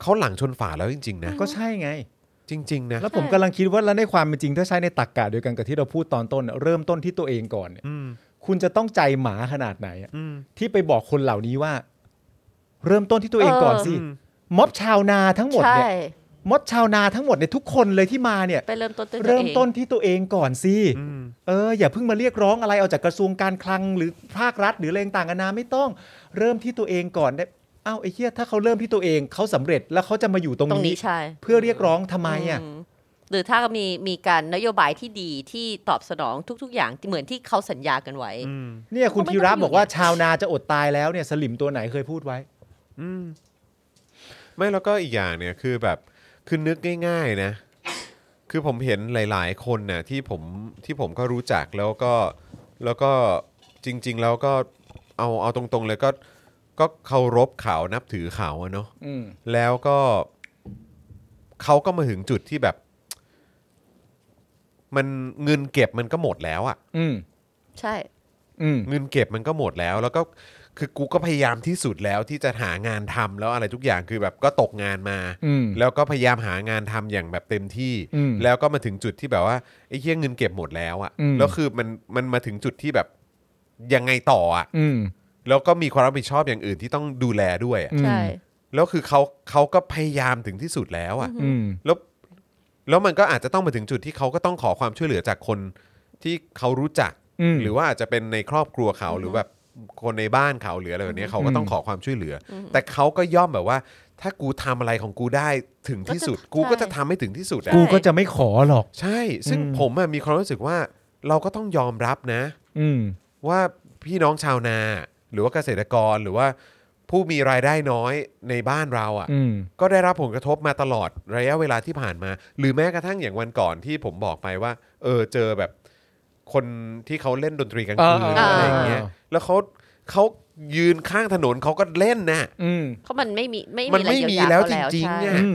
เขาหลังชนฝาแล้วจริง ๆ นะ
ก็ใช่ไง
จริง ๆ นะ
แล้วผมกำลังคิดว่าแล้วในความเป็นจริงถ้าใช้ในตรกกะเดียวกันกับที่เราพูดตอนต้นน่ะเริ่มต้นที่ตัวเองก่อนเนี่ย
อืม
คุณจะต้องใจหมาขนาดไหนอะ
อืม
ที่ไปบอกคนเหล่านี้ว่า เริ่มต้นที่ตัวเองก่อนสิ
อืม
ม็อบชาวนาทั้งหมด
ใช่
เนี่ยม็อบชาวนาทั้งหมดในยทุกคนเลยที่มาเนี่ย
ไปเริ่มต้นตัวอง
เริ่มต้นที่ตัวเองก่อนสิ
อืม
เอออย่าเพิ่งมาเรียกร้องอะไรเอาจากกระทรวงการคลังหรือภาครัฐหรืออะไรต่างกันานาไม่ต้อง เริ่มที่ตัวเองก่อนได้เอ้าวไอ้เหี้ยถ้าเขาเริ่มที่ตัวเองเขาสำเร็จแล้วเขาจะมาอยู่ตรง
ตรง
นี้
นี้ใช่
เพื่อเรียกร้องทำไมอ่ะ
อืมหรือถ้ามีมีการนโยบายที่ดีที่ตอบสนองทุก ๆ อย่างที่เหมือนที่เขาสัญญากันไว้
เนี่ยคุณ
ก็ไม่
ธีระ
ต้องอยู่
บอกว่าชาวนาจะอดตายแล้วเนี่ยสลิมตัวไหนเคยพูดไว้
อืมไม่แล้วก็อีกอย่างเนี่ยคือแบบคือนึกง่าย ๆนะ คือผมเห็นหลาย ๆ คนน่ะที่ผมที่ผมก็รู้จักแล้วก็แล้วก็จริง ๆ แล้วก็เอาเอาตรงๆเลยก็ก็เคารพเขานับถือเขาอะเนาะ
อืม
แล้วก็เขาก็มาถึงจุดที่แบบ มันเงินเก็บมันก็หมดแล้วอะ
อืม
ใช่
อืม
เงินเก็บมันก็หมดแล้ว แล้วก็คือกูก็พยายามที่สุดแล้วที่จะหางานทำแล้วอะไรทุกอย่างคือแบบก็ตกงานมา
อืม
แล้วก็พยายามหางานทำอย่างแบบเต็มที่
อืม
แล้วก็มาถึงจุดที่แบบว่าไอ้เหี้ยเงินเก็บหมดแล้วอะ
อืม
แล้วคือมันมันมาถึงจุดที่แบบยังไงต่ออะ
อืม
แล้วก็มีความรับผิดชอบอย่างอื่นที่ต้องดูแลด้วยอะ
อืม
ใช่
แล้วคือเขาเขาก็พยายามถึงที่สุดแล้วอะ
อืม
แล้วแล้วมันก็อาจจะต้องมาถึงจุดที่เขาก็ต้องขอความช่วยเหลือจากคนที่เขารู้จัก
อืม
หรือว่าอาจจะเป็นในครอบครัวเขาหรือแบบคนในบ้านเขาหรืออะไรแบบเนี้ยเขาก็ต้องขอความช่วยเหลืออแต่เขาก็ย่อมแบบว่า ถ้ากูทำอะไรของกูได้ถึงที่สุด
ก็จะ
กูก็จะ
ใช่
ทำให้ถึงที่สุดอะ
กูก็จะไม่ขอหรอก
ใช่ ซึ่ง
อืม
ผมอะมีความรู้สึกว่าเราก็ต้องยอมรับนะ
อืม
ว่าพี่น้องชาวนา หรือว่าเกษตรกรหรือว่าผู้มีรายได้น้อยในบ้านเราอะ
อืม
ก็ได้รับผลกระทบมาตลอดระยะเวลาที่ผ่านมา หรือแม้กระทั่งอย่างวันก่อนที่ผมบอกไปว่า เออเจอแบบคนที่เขาเล่นดนตรีกลางคืน
อ่า
อะไรอย่างเงี้ยแล้วเขาเขายืนข้างถนนเขาก็เล่นนะ
อืม
เขาะมันไม่มีไม่
มันไม่
อะรเยียวยา
มีแล้ว
เขา
จริงๆ
ใช่
เนี่ย
อืม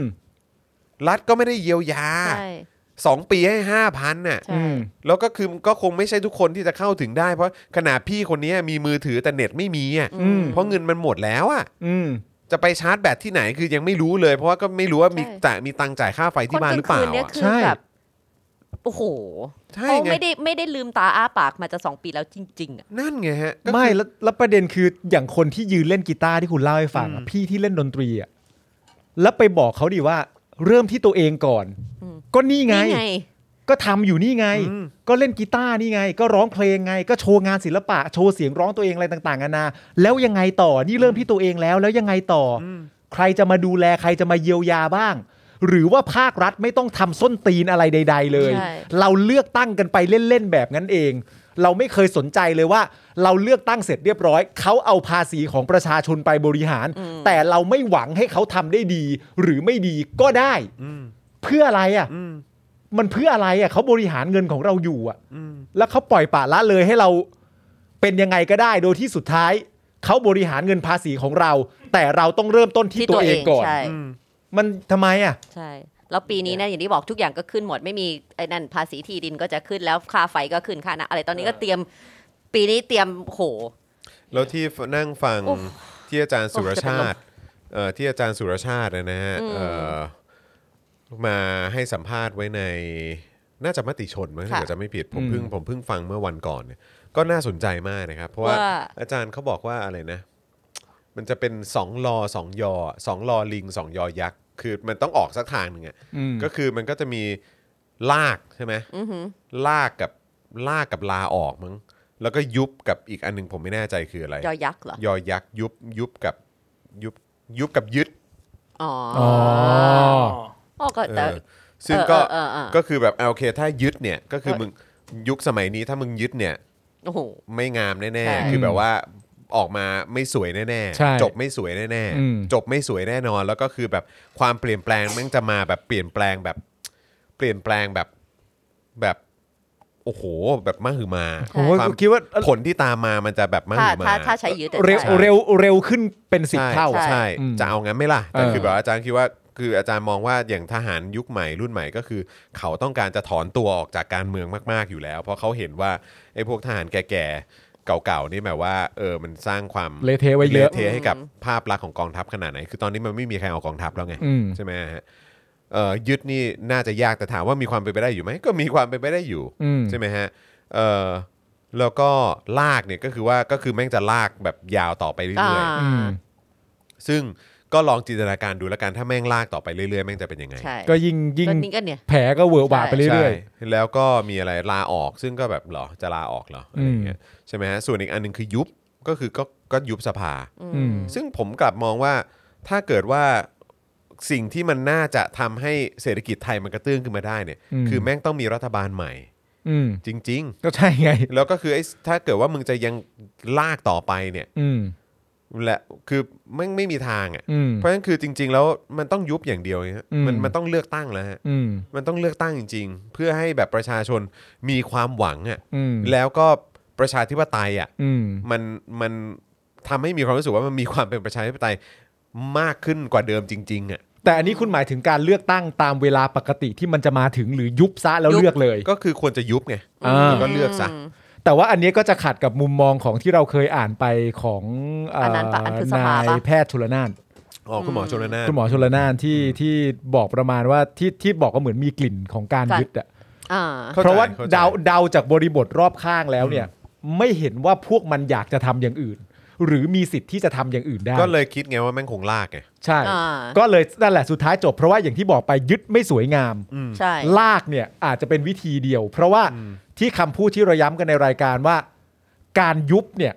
รัฐก็ไม่ได้เยียวยา
ใช่
สองปีให้ห้าพันน่ะ
ใช่
อืม
แล้วก็คือก็คงไม่ใช่ทุกคนที่จะเข้าถึงได้ เพราะขนาดพี่คนนี้มีมือถือแต่เน็ตไม่มีอ่ะ
อืม
เพราะเงินมันหมดแล้วอ่ะ
อืม
จะไปชาร์จแบตที่ไหนคือยังไม่รู้เลย เพราะว่าก็ไม่รู้ว่ามี
ใช่
จ่ายมีตังค์จ่ายค่าไฟที่บ้านหรือเปล่า
คนกลงคืนเนี่ย
อะ
คื
ใช่
อแบบโอ้โห
ใช่
เขา
ไง
ไม่ได้ไม่ได้ลืมตาอ้าปากมาจะสองปีแล้วจริง ๆอะ
นั่นไงฮะก็คือ
ไม่แล้วแล้วประเด็นคืออย่างคนที่ยืนเล่นกีตาร์ที่คุณเล่าให้ฟังอะพี่ที่เล่นดนตรีอ่ะแล้วไปบอกเขาดิว่า เริ่มที่ตัวเองก่อน
อืม
ก็นี่ไง
นี่ไง
ก็ทำอยู่นี่ไง ก็เล่นกีตาร์นี่ไง ก็ร้องเพลงไง ก็โชว์งานศิลปะ โชว์เสียงร้องตัวเองอะไรต่างๆนานาแล้วยังไงต่อนี่เริ่มที่ตัวเองแล้วแล้วยังไงต่ออใครจะมาดูแลใครจะมาเยียวยาบ้าง หรือว่าภาครัฐไม่ต้องทำส้นตีนอะไรใด ๆ เลย
ใช่
เราเลือกตั้งกันไปเล่นๆแบบนั้นเอง เราไม่เคยสนใจเลยว่า เราเลือกตั้งเสร็จเรียบร้อยเขาเอาภาษีของประชาชนไปบริหาร แต่เราไม่หวังให้เขาทำได้ดี หรือไม่ดีก็ได้
อืม
เพื่ออะไรอ่ะ
อืม
มันเพื่ออะไรอ่ะเขาบริหารเงินของเราอยู่อ่ะ
อืม
แล้วเขาปล่อยปละละเลยให้เราเป็นยังไงก็ได้โดยที่สุดท้าย เขาบริหารเงินภาษีของเรา แต่เราต้องเริ่มต้นที่
ที่
ตัวเองก่อน
ใช่
อืม
มันทำไมอ่ะ
ใช่ แล้วปีนี้นะอย่างที่บอกทุกอย่างก็ขึ้นหมดไม่มีไอ้นั่นภาษีที่ดินก็จะขึ้นแล้วค่าไฟก็ขึ้นค่านะอะไรตอนนี้ก็เตรียม ปีนี้เตรียมโอ้โห
แล้วที่นั่งฟัง
โอ้
ที่อาจารย์สุรชาติเอ่อที่อาจารย์สุรชาตินะฮะ
อืม
เอ่อมาให้สัมภาษณ์ไว้ในน่าจะมติชนมั้งถ้า
ค่ะ
เกิดจะไม่ผิดผม
อืม
เพิ่งผมเพิ่งฟังเมื่อวันก่อนเนี่ยก็น่าสนใจมากนะครับ เพราะว่า
ว่า
อาจารย์เขาบอกว่าอะไรนะ มันจะเป็นสองลอสองยอสองลอลิงสองยอยักษ์คือมันต้องออกสักทางหนึ่งอะ ก็คือมันก็จะมีลากใช่ไหม
อือหือ
ลากกับลากกับลาออกมั้งแล้วก็ยุบกับอีกอันหนึงผมไม่แน่ใจคืออะไร
ยอยักษ์เหรอ
ยอยักษ์ยุบยุบกับยุบยุบกับยึด
อ๋อ
อ๋อ
อ๋อ
อ๋อก็
เอ
แต่
อซึ่งก็
เออเออเออเออ
ก็คือแบบอ่ะโอเค ถ้ายึดเนี่ยก็คือมึงยุคสมัยนี้ถ้ามึงยึดเนี่ย
โอ้โห
ไม่งามแน่
ใช่
ๆ คือแบบว่าออกมาไม่สวยแน่
ใช่
ๆจบไม่สวยแน่
อืม
ๆจบไม่สวยแน่นอน แล้วก็คือแบบความเปลี่ยนแปลงมันจะมาแบบเปลี่ยนแปลงแบบเปลี่ยนแปลงแบบแบบโอ้โหแบบมหึมา
ใช่
โอ้ย
ความ
คิดว่า
ผลที่ตามมามันจะแบบม
ถ้า
หึมา
ถ้าถ้าใช้ยืดอะ
เร็ว
ใช่
เร็วเร็วขึ้นเป็นสิบเท่า
ใช่ใช่
อืม
จะเอางั้นไหม่ล่ะแต่
เออ
คือแบบว่าอาจารย์คิดว่าคืออาจารย์มองว่าอย่างทหารยุคใหม่รุ่นใหม่ก็คือ เขาต้องการจะถอนตัวออกจากการเมืองมาก ๆอยู่แล้ว เพราะเขาเห็นว่าไอ้พวกทหารแก่ๆเก่าๆนี่แบบว่าเออมันสร้างความ
เละเทะไว้เยอะ
ลเทให้กับภาพลักษณ์ของกองทัพขนาดไหน คือตอนนี้มันไม่มีใครเอากองทัพแล้วไง
อืม
ใช่ไหมฮะเอ่อยึดนี่น่าจะยากแต่ถามว่ามีความเป็นไปได้อยู่ไหมก็มีความเป็นไปได้อยู่
อืม
ใช่ไหมฮะ เออแล้วก็ลากเนี่ยก็คือว่าก็คือแม่งจะลากแบบยาวต่อไปเรื่อยๆ
อ่า
อืม
ซึ่งก็ลองจินตนาการดูแล้วกัน ถ้าแม่งลากต่อไปเรื่อยๆ แม่งจะเป็นยังไง
ใช่
ก็ยิ่งยิ่ง
ก็นี่ก็เนี่ย
แผลก็เวอะหวาไป
ใช่
เรื่อย
แล้วก็มีอะไรลาออก ซึ่งก็แบบเหรอจะลาออกเหรออะไรอย่างเงี้ยใช่ไหมฮะส่วนอีกอันหนึงคือยุบก็คือก็ก็ยุบสภา
อืม
ซึ่งผมกลับมองว่าถ้าเกิดว่าสิ่งที่มันน่าจะทำให้เศรษฐกิจไทยมันกระเตื้องขึ้นมาได้เนี่ย
อืม
คือแม่งต้องมีรัฐบาลใหม่
ๆอืม
จริง
ก็ใช่ไง
ๆ แล้วก็คือไอ้ถ้าเกิดว่ามึงจะยังลากต่อไปเนี่ย
อืม
และคือแม่งไม่มีทางอ่ะ
อืม
เพราะฉะนั้นคือจริง ๆ แล้วมันต้องยุบอย่างเดียวเนี่ย
อืม
มันมันต้องเลือกตั้งแล้วฮะ
อืม
มันต้องเลือกตั้งจริง ๆ เพื่อให้แบบประชาชนมีความหวังอ่ะ
อืม
แล้วก็ประชาธิปไตยอ่ะ
อืม
มันมันทำให้มีความรู้สึกว่ามันมีความเป็นประชาธิปไตยมากขึ้นกว่าเดิมจริงๆอ่ะ
แต่อันนี้คุณหมายถึงการเลือกตั้งตามเวลาปกติที่มันจะมาถึงหรือยุบซะแล้ว
ยุบ
เลือกเลย
ก็คือควรจะยุบไง
อ่า
ก็เลือกซะ
ม
แต่ว่าอันนี้ก็จะขัดกับมุมมองของที่เราเคยอ่านไปของเอ่อ
อันนั้นปะอันพฤษภาปะ
นายแพทย์ชลนาน
อ๋อคุณหมอชนละนาน
คุณหมอชลนานที่ที่บอกประมาณว่าที่ที่บอกว่าเหมือนมีกลิ่นของการ
การ
ยึดอ่ะ
อ่า
ข้ใจ
เพราะว่า
ข้ใจ
เดาเดาจากบริบทรอบข้างแล้วเนี่ย ไม่เห็นว่าพวกมันอยากจะทำอย่างอื่น หรือมีสิทธิ์ที่จะทำอย่างอื่นได้
ก็เลยคิดไงว่าแม่งคงลากไง
ใช่
อ่า
ก็เลยนั่นแหละสุดท้ายจบเพราะว่าอย่างที่บอกไปยึดไม่สวยงาม
ใช่
ลากเนี่ยอาจจะเป็นวิธีเดียว เพราะว่าที่คำพูดที่เราย้ำกันในรายการว่า การยุบเนี่ย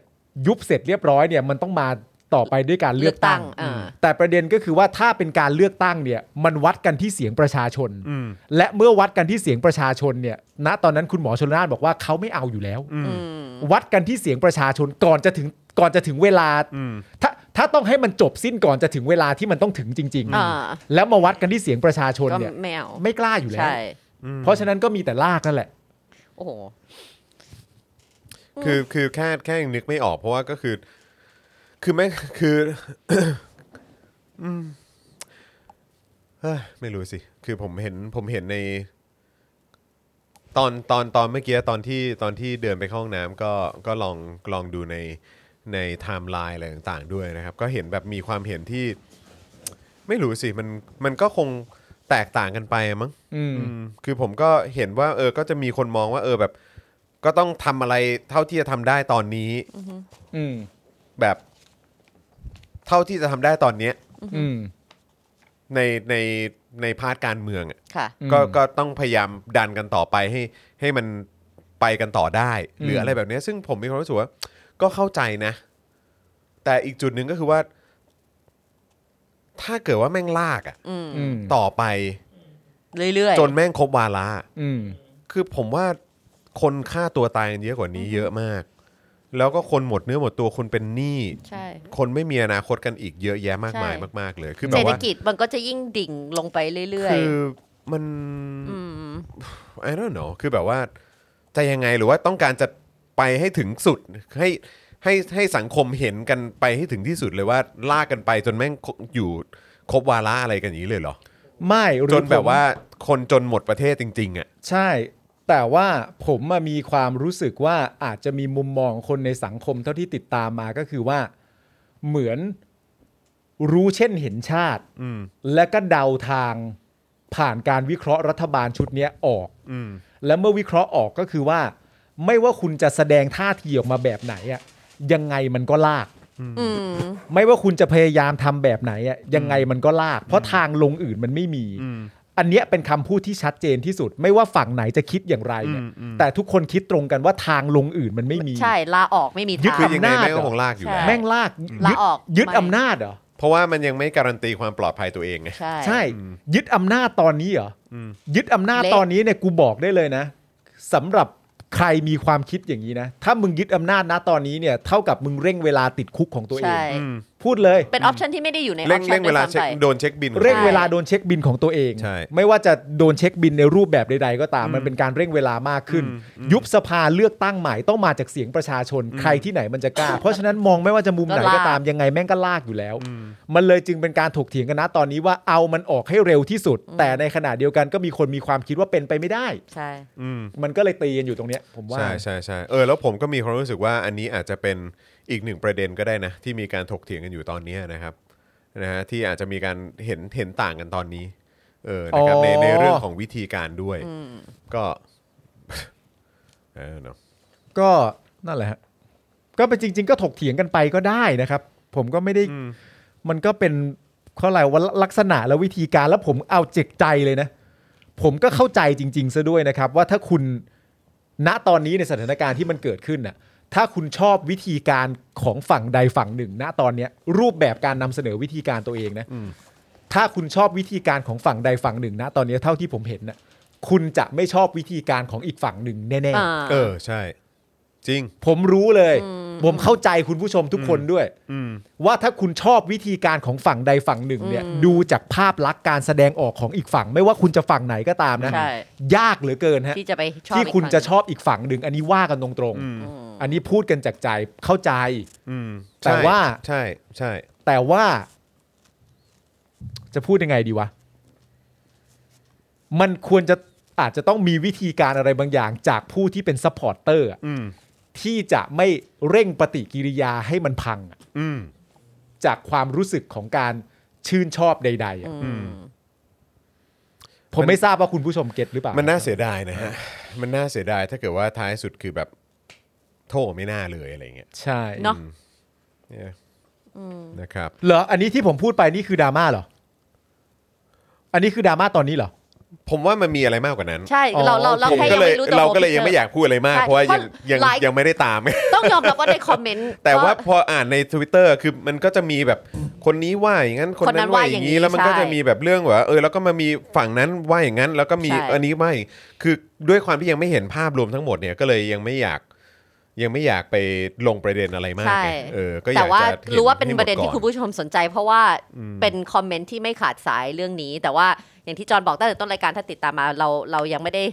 ยุบเสร็จเรียบร้อยเนี่ยมันต้องมาต่อไปด้วยการเลือกตั้ง
อ่า
แต่ประเด็นก็คือว่าถ้าเป็นการเลือกตั้งเนี่ยมันวัดกันที่เสียงประชาชน
อืม
และเมื่อวัดกันที่เสียงประชาชนเนี่ยณตอนนั้นคุณหมอชนน่านบอกว่าเขาไม่เอาอยู่แล้ว
อืม
อืม
วัดกันที่เสียงประชาชนก่อนจะถึงก่อนจะถึงเวลา
อืม
ถ้าถ้าต้องให้มันจบสิ้นก่อนจะถึงเวลาที่มันต้องถึงจริง
อ่า
ๆ แล้วมาวัดกันที่เสียงประชาชน
ก็
เนี่ย
ไม่เอา
ไม่กล้าอยู่แล้ว
ใช่
เพราะฉะนั้นก็มีแต่ลากนั่นแหละ
โอ้โห
คือคือแค่แค่ยังนึกไม่ออกเพราะว่าก็คือ คือแม่งคือ เอ้ยไม่รู้สิ คือผมเห็นผมเห็นใน ตอนตอนตอนเมื่อกี้ตอนที่ตอนที่เดินไปเข้าห้องน้ำก็ก็ลองลองดูในในไทม์ไลน์อะไรต่างๆด้วยนะครับ ก็เห็นแบบมีความเห็นที่ ไม่รู้สิมันมันก็คงแตกต่างกันไปมั้ง
อืม
อืมคือผมก็เห็นว่าเออก็จะมีคนมองว่าเออแบบ ก็ต้องทำอะไรเท่าที่จะทำได้ตอนนี้
อืม
แบบ เท่าที่จะทำได้ตอนเนี้ย
อืม
ในในในพาร์ทการเมืองอะ
ค่ะ
อืม
ก็ก็ต้องพยายามดันกันต่อไปให้ให้มันไปกันต่อได้ หรือ
ม
อะไรแบบเนี้ยซึ่งผมมีความรู้สึกว่า ก็เข้าใจนะ แต่อีกจุดหนึ่งก็คือว่า ถ้าเกิดว่าแม่งลากอะ
อืม
อืม
ต่อไป
เรื่อยๆ
จนแม่งครบวาระ
อืม
คือผมว่าคนฆ่าตัวตายกันเยอะกว่านี้เยอะมาก แล้วก็คนหมดเนื้อหมดตัวคนเป็นหนี้
ใช่
คนไม่มีอนาคตกันอีกเยอะแยะมากมาย
ใช่
มาก ๆ เลย คือแบ
เศร
บ
ษฐ
ว่า
กิจมันก็จะยิ่งดิ่งลงไปเรื่อย
คือมัน
ๆม
I don't know คือแบบว่า จะยังไงหรือว่าต้องการจะไปให้ถึงสุดให้ให้ให้สังคมเห็นกันไปให้ถึงที่สุดเลยว่าลากกันไปจนแม่งอยู่ครบวาระอะไรกันอย่างนี้เลยเหรอ
ไม่หรือ
จนแบบ
ผม
ว่าคนจนหมดประเทศจริง ๆ อ่ะ
ใช่ แต่ว่าผมอะมีความรู้สึกว่าอาจจะมีมุมมองของคนในสังคมเท่าที่ติดตามมาก็คือว่า เหมือนรู้เช่นเห็นชาติ
อืม
และก็เดาทางผ่านการวิเคราะห์รัฐบาลชุดเนี้ยออก
อืม
และเมื่อวิเคราะห์ออกก็คือว่า ไม่ว่าคุณจะแสดงท่าทีออกมาแบบไหนอะยังไงมันก็ลาก
อืม
ไม่ว่าคุณจะพยายามทำแบบไหนอะยังไงมันก็ลาก เพราะทางลงอื่นมันไม่มี อันเนี้ยเป็นคำพูดที่ชัดเจนที่สุด ไม่ว่าฝั่งไหนจะคิดอย่างไรเนี่ย
อืมอืม
แต่ทุกคนคิดตรงกันว่าทางลงอื่นมันไม่มี
ใช่ ลาออกไม่มี
ยึด
ทาง
คือยังไง
อำนาจ
แม่งก็คงลากอยู่แหละ
แม่งลาก
ลา
ยึด
ออก
ยึด
ไม่
อำนาจเหรอ
เพราะว่ามันยังไม่การันตีความปลอดภัยตัวเองไง
ใช่
ใช่ ยึดอำนาจตอนนี้เหรออ
ม
ยึดอำนาจ
เละ
ตอนนี้เนี่ยกูบอกได้เลยนะสำหรับใครมีความคิดอย่างนี้นะ ถ้ามึงยึดอำนาจนะตอนนี้เนี่ยเท่ากับมึงเร่งเวลาติดคุกของตัวเอง
ใช่
พูดเลย
เป็นออปชันที่ไม่ได้อยู่ในอ
เร่
อง ปชั
เร่
น
ง
ด้
เว
วย
ลาเช็ค
ซ้ำไป
โดนเช็คบิน
เร่ง
ใช่
เวลาโดนเช็คบินของตัวเอง
ใช่
ไม่ว่าจะโดนเช็คบินในรูปแบบใด ๆ ก็ตามมันเป็นการเร่งเวลามากขึ้น ยุบสภาเลือกตั้งใหม่ต้องมาจากเสียงประชาชน ใครที่ไหนมันจะกล้า เพราะฉะนั้นมองไม่ว่าจะมุมไหน
ก็ลาก
ก็ตามยังไงแม่งก็ลากอยู่แล้ว มันเลยจึงเป็นการถกเถียงกันนะตอนนี้ว่าเอามันออกให้เร็วที่สุด แต่ในขณะเดียวกันก็มีคนมีความคิดว่าเป็นไปไม่ได้
ใช่
อืม
มันก็เลยตีกันอยู่ตรงเนี้ย ผมว่า
ใช่ใช่ใช่เออแล้วผมก็มีความรู้สึกว่าอันนี้อาจจะเป็นอีกหนึ่งประเด็นก็ได้นะ ที่มีการถกเถียงกันอยู่ตอนนี้นะครับนะฮะที่อาจจะมีการเห็นเห็นต่างกันตอนนี้ เออนะครับใน
อ๋อ
ในเรื่องของวิธีการด้วยก็ เออเนาะ
ก็นั่นแหละฮะก็เป็นจริง ๆ ก็ถกเถียงกันไปก็ได้นะครับ ผมก็ไม่ได้ มันก็เป็นเขาอะไรยกว่าลักษณะและวิธีการแล้วผมเอาเจ็กใจเลยนะ ผมก็เข้าใจจริง ๆ ซะด้วยนะครับ ว่าถ้าคุณณตอนนี้ในสถานการณ์ที่มันเกิดขึ้นน่ะถ้าคุณชอบวิธีการของฝั่งใดฝั่งหนึ่ง ณตอนเนี้ยรูปแบบการนำเสนอวิธีการตัวเองนะถ้าคุณชอบวิธีการของฝั่งใดฝั่งหนึ่ง ณตอนเนี้ยเท่าที่ผมเห็นน่ะคุณจะไม่ชอบวิธีการของอีกฝั่งหนึ่งแน่ๆ
อ่า
เออใช่ จริง
ผมรู้เลย ผมเข้าใจคุณผู้ชมทุกคนด้วย
อืม
ว่าถ้าคุณชอบวิธีการของฝั่งใดฝั่งหนึ่งเนี่ย ดูจากภาพลักษณ์การแสดงออกของอีกฝั่ง ไม่ว่าคุณจะฝั่งไหนก็ตามนะ
ใช่
ยากเหลือเกินฮะ
ที่จะไปชอบ
ที่คุณ
อีก
จะ
รั้ง
ชอบอีกฝั่งหนึ่งอันนี้ว่ากันตรง
อืม
ๆ อันนี้พูดกันจากใจเข้าใจ
อืม
แต่ว่า
ใช่ใช่
แต่ว่า จะพูดยังไงดีวะ มันควรจะอาจจะต้องมีวิธีการอะไรบางอย่าง จากผู้ที่เป็นซัพพอร์ตเตอร์อะ
อืม
ที่จะไม่เร่งปฏิกิริยาให้มันพังอะ
อืม
จากความรู้สึกของการชื่นชอบใดๆอะผมไม่ทราบว่าคุณผู้ชมเก็ตหรือเปล่า
มั
มัน
น่าเสียดายนะฮะมันน่าเสียดายถ้าเกิดว่าท้ายสุดคือแบบโทษไม่น่าเลยอะไรอย่างเงี้ย
ใช่
เนอะ
เนี่ยนะครับ
เหรออันนี้ที่ผมพูดไปนี่คือดราม่าเหรอ อันนี้คือดราม่าตอนนี้เหรอ
ผมว่ามันมีอะไรมากกว่านั้น
ใช่ เราเราเรา
ผม
แค่
ก็
ยัง
เลย
ไม่รู้ตัว
เราก็เลยยังไม่อยากพูดอะไรมาก
ใช่
เพราะว่ายัง
เพราะ
ยัง
หลาย
ยังไม่ได้ตาม
ต้องยอมรับว่าในคอมเมนต์
แต่ว่าพออ่านใน Twitter คือมันก็จะมีแบบคนนี้ว่าอย่างนั้นคน
คนนั้
นั้น น
ว่า
ว่าอย่
อา
ย่าง ง
นี้
นี้แล้วมันก็
ใช่
จะมีแบบเรื่องว่าเออแล้วก็มามีฝั่งนั้นว่าอย่างนั้น แล้วก็มี
ใช่
อันนี้ว่าอย่างคือด้วยความที่ยังไม่เห็นภาพรวมทั้งหมดเนี่ยก็เลยยังไม่อยากยังไม่อยากไปลงประเด็นอะไรมาก
ใช่
ไงเออก็อยา
แต่
ก
ว่า
จะห็
รู้ว่าเป็น
ให้หม
ประเด็น
ก่
ที่
อ
คุณผู้ชมสนใจ เพราะว่าเป็นคอมเมนต์ที่ไม่ขาดสายเรื่องนี้ แต่ว่าอย่างที่จอห์นบอกตั้งแต่ต้นรายการถ้าติดตามมาเราเรายังไม่ได้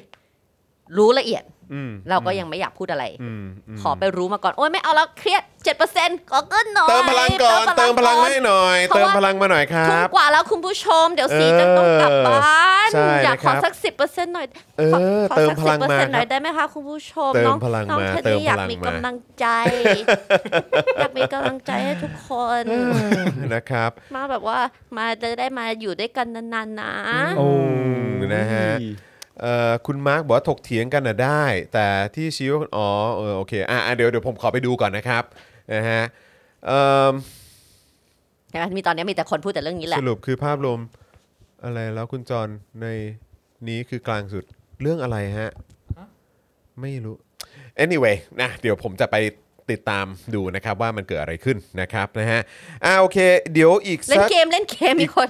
รู้ละเอียด
อืม
เราก็ยังไม่อยากพูดอะไร
อืมม
ขอไปรู้มาก่อน โอ้ยไม่เอาแล้วเครียด 7%ขอขึ้นหน่อย
เติมพลังก่อนเติมพลัง
ก่อ
มาให้หน่อย เติมพลังมาหน่อยค
ถู
รั
ก
บ
กว่าแล้วคุณผู้ชม เดี๋ยวสีจะต้องกลับบ้าน
เออใช่
อยาก
นะ
ขอ
ครับ
สัก 10%หน่อย
เออ
ขข
เติม
สัก
พลังมา
10%ห
ค
น่อ
รั
ย
บ
ได้ไหมคะคุณผู้ชม
เติม
น้อง
พลัง
น้อง
มา
เทน
เติม
นี่อยาก
พลัง
มี
มา
กำลังใจ อยากมีกำลังใจให้ทุกคน
นะครับ
มาแบบว่ามาจะได้มาอยู่ด้วยกันนานๆนะ
โอ้
มนะฮะ เอ่อคุณมาร์กบอกว่าถกเถียงกันน่ะได้ แต่ที่ชี้ว่าอ๋อเออโอเคอ่ะอ่ะเดี๋ยวเดี๋ยวผมขอไปดูก่อนนะครับนะฮะเอิ่ม
ใช่ไหมมีตอนนี้มีแต่คนพูดแต่เรื่องนี้แห
ส
ละ
รุปคือภาพรวมอะไรแล้วคุณจรในนี้คือกลางสุดเรื่องอะไรฮะ ไม่รู้ anyway นะเดี๋ยวผมจะไปติดตามดูนะครับว่ามันเกิดอะไรขึ้นนะครับนะฮะอ่าโอเค เดี๋ยวอีก
เล่น
สัก
เกมเล่นเกมมีคน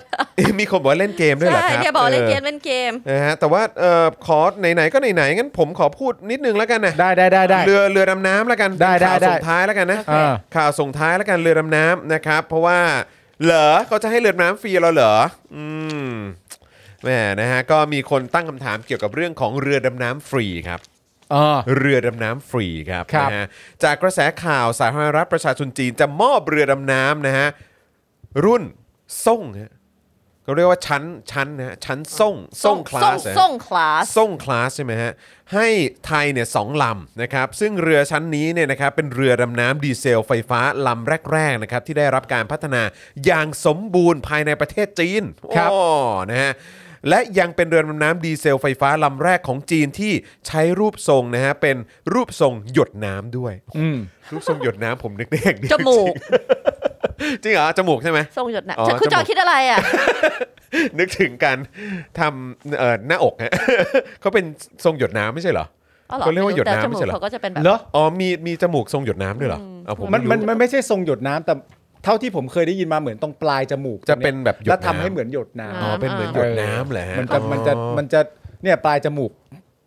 มีคนบอกว่าเล่นเกมด้วยเหรอ
ใช่
ครับ
เนี่ยบอกเล่นเก
อ
ม
อ
เล่นเกม
นะฮะแต่ว่าเอ่อขอไหนๆก็ไหนๆงั้นผมขอพูดนิดนึงแล้วกันนะ
ได้ได้ได้ได้
เรือเรือดำน้ำแล้วกัน
ได้ได้
ข่าว
ได้
ส่งท้ายแล้วกันนะ
อ่า
ข่าวส่งท้ายแล้วกันเรือดำน้ำนะครับ เพราะว่าเหรอเขาจะให้เรือดำน้ำฟรีเราเหรออืมแหมนะฮะก็มีคนตั้งคำถามเกี่ยวกับเรื่องของเรือดำน้ำฟรีครับ
เออ
เรือดำน้ำฟรีครับ
ครับ
นะฮะจากกระแสข่าวสาธารณรัฐประชาชนจีนจะมอบเรือดำน้ำนะฮะรุ่นส่งฮะเขาเรียกว่าชั้นชั้นนะฮะชั้นส่งส่งคลาส
ส่งคลา ส
ส่งคลาสใช่ไหมฮะ ให้ไทยเนี่ยสองลำนะครับ ซึ่งเรือชั้นนี้เนี่ยนะครับเป็นเรือดำน้ำดีเซลไฟฟ้าลำแรก ๆ นะครับ ที่ได้รับการพัฒนาอย่างสมบูรณ์ภายในประเทศจีน
ครับ
โอ้นะฮะ และยังเป็นเรือดำน้ำดีเซลไฟฟ้าลำแรกของจีนที่ใช้รูปทรงนะฮะเป็นรูปทรงหยดน้ำด้วย
อืม
รูปทรงหยดน้ำผมนึกได้อย่างเดียว
จมูก
จริงเหรอจมูกใช่ไหม
ส่งหยดนะ
อ๋อ
เธอคุณ
จ
จ
มู
อก คิดอะไรอ่ะ
นึกถึงการทำเอ่อหน้าอกฮะ เขาเป็นทรงหยดน้ำไม่ใช่เหรอ
อ๋อเรอ
เขาเรียกว่าหยดน้ำ
แต่จ
ไม่
มูก
ใช่เหรอ
เขาก็จะเป็นแบบ
เหรอ
อ๋อมีมีจมูกทรงหยดน้ำด้วยเหรอเอาผม
มัน
ไรู้
มันมันไม่ใช่ทรงหยดน้ำแต่เท่าที่ผมเคยได้ยินมาเหมือนตรงปลายจมูก
จะเป็นแบบหยดน้ำ
แล้วทำให้เหมือนหยดน้
อ๋อเป็นเหมือน
อ่า
หยดน้ำแหละ
ำมันจะมันจะมันจะเนี่ยปลายจมูก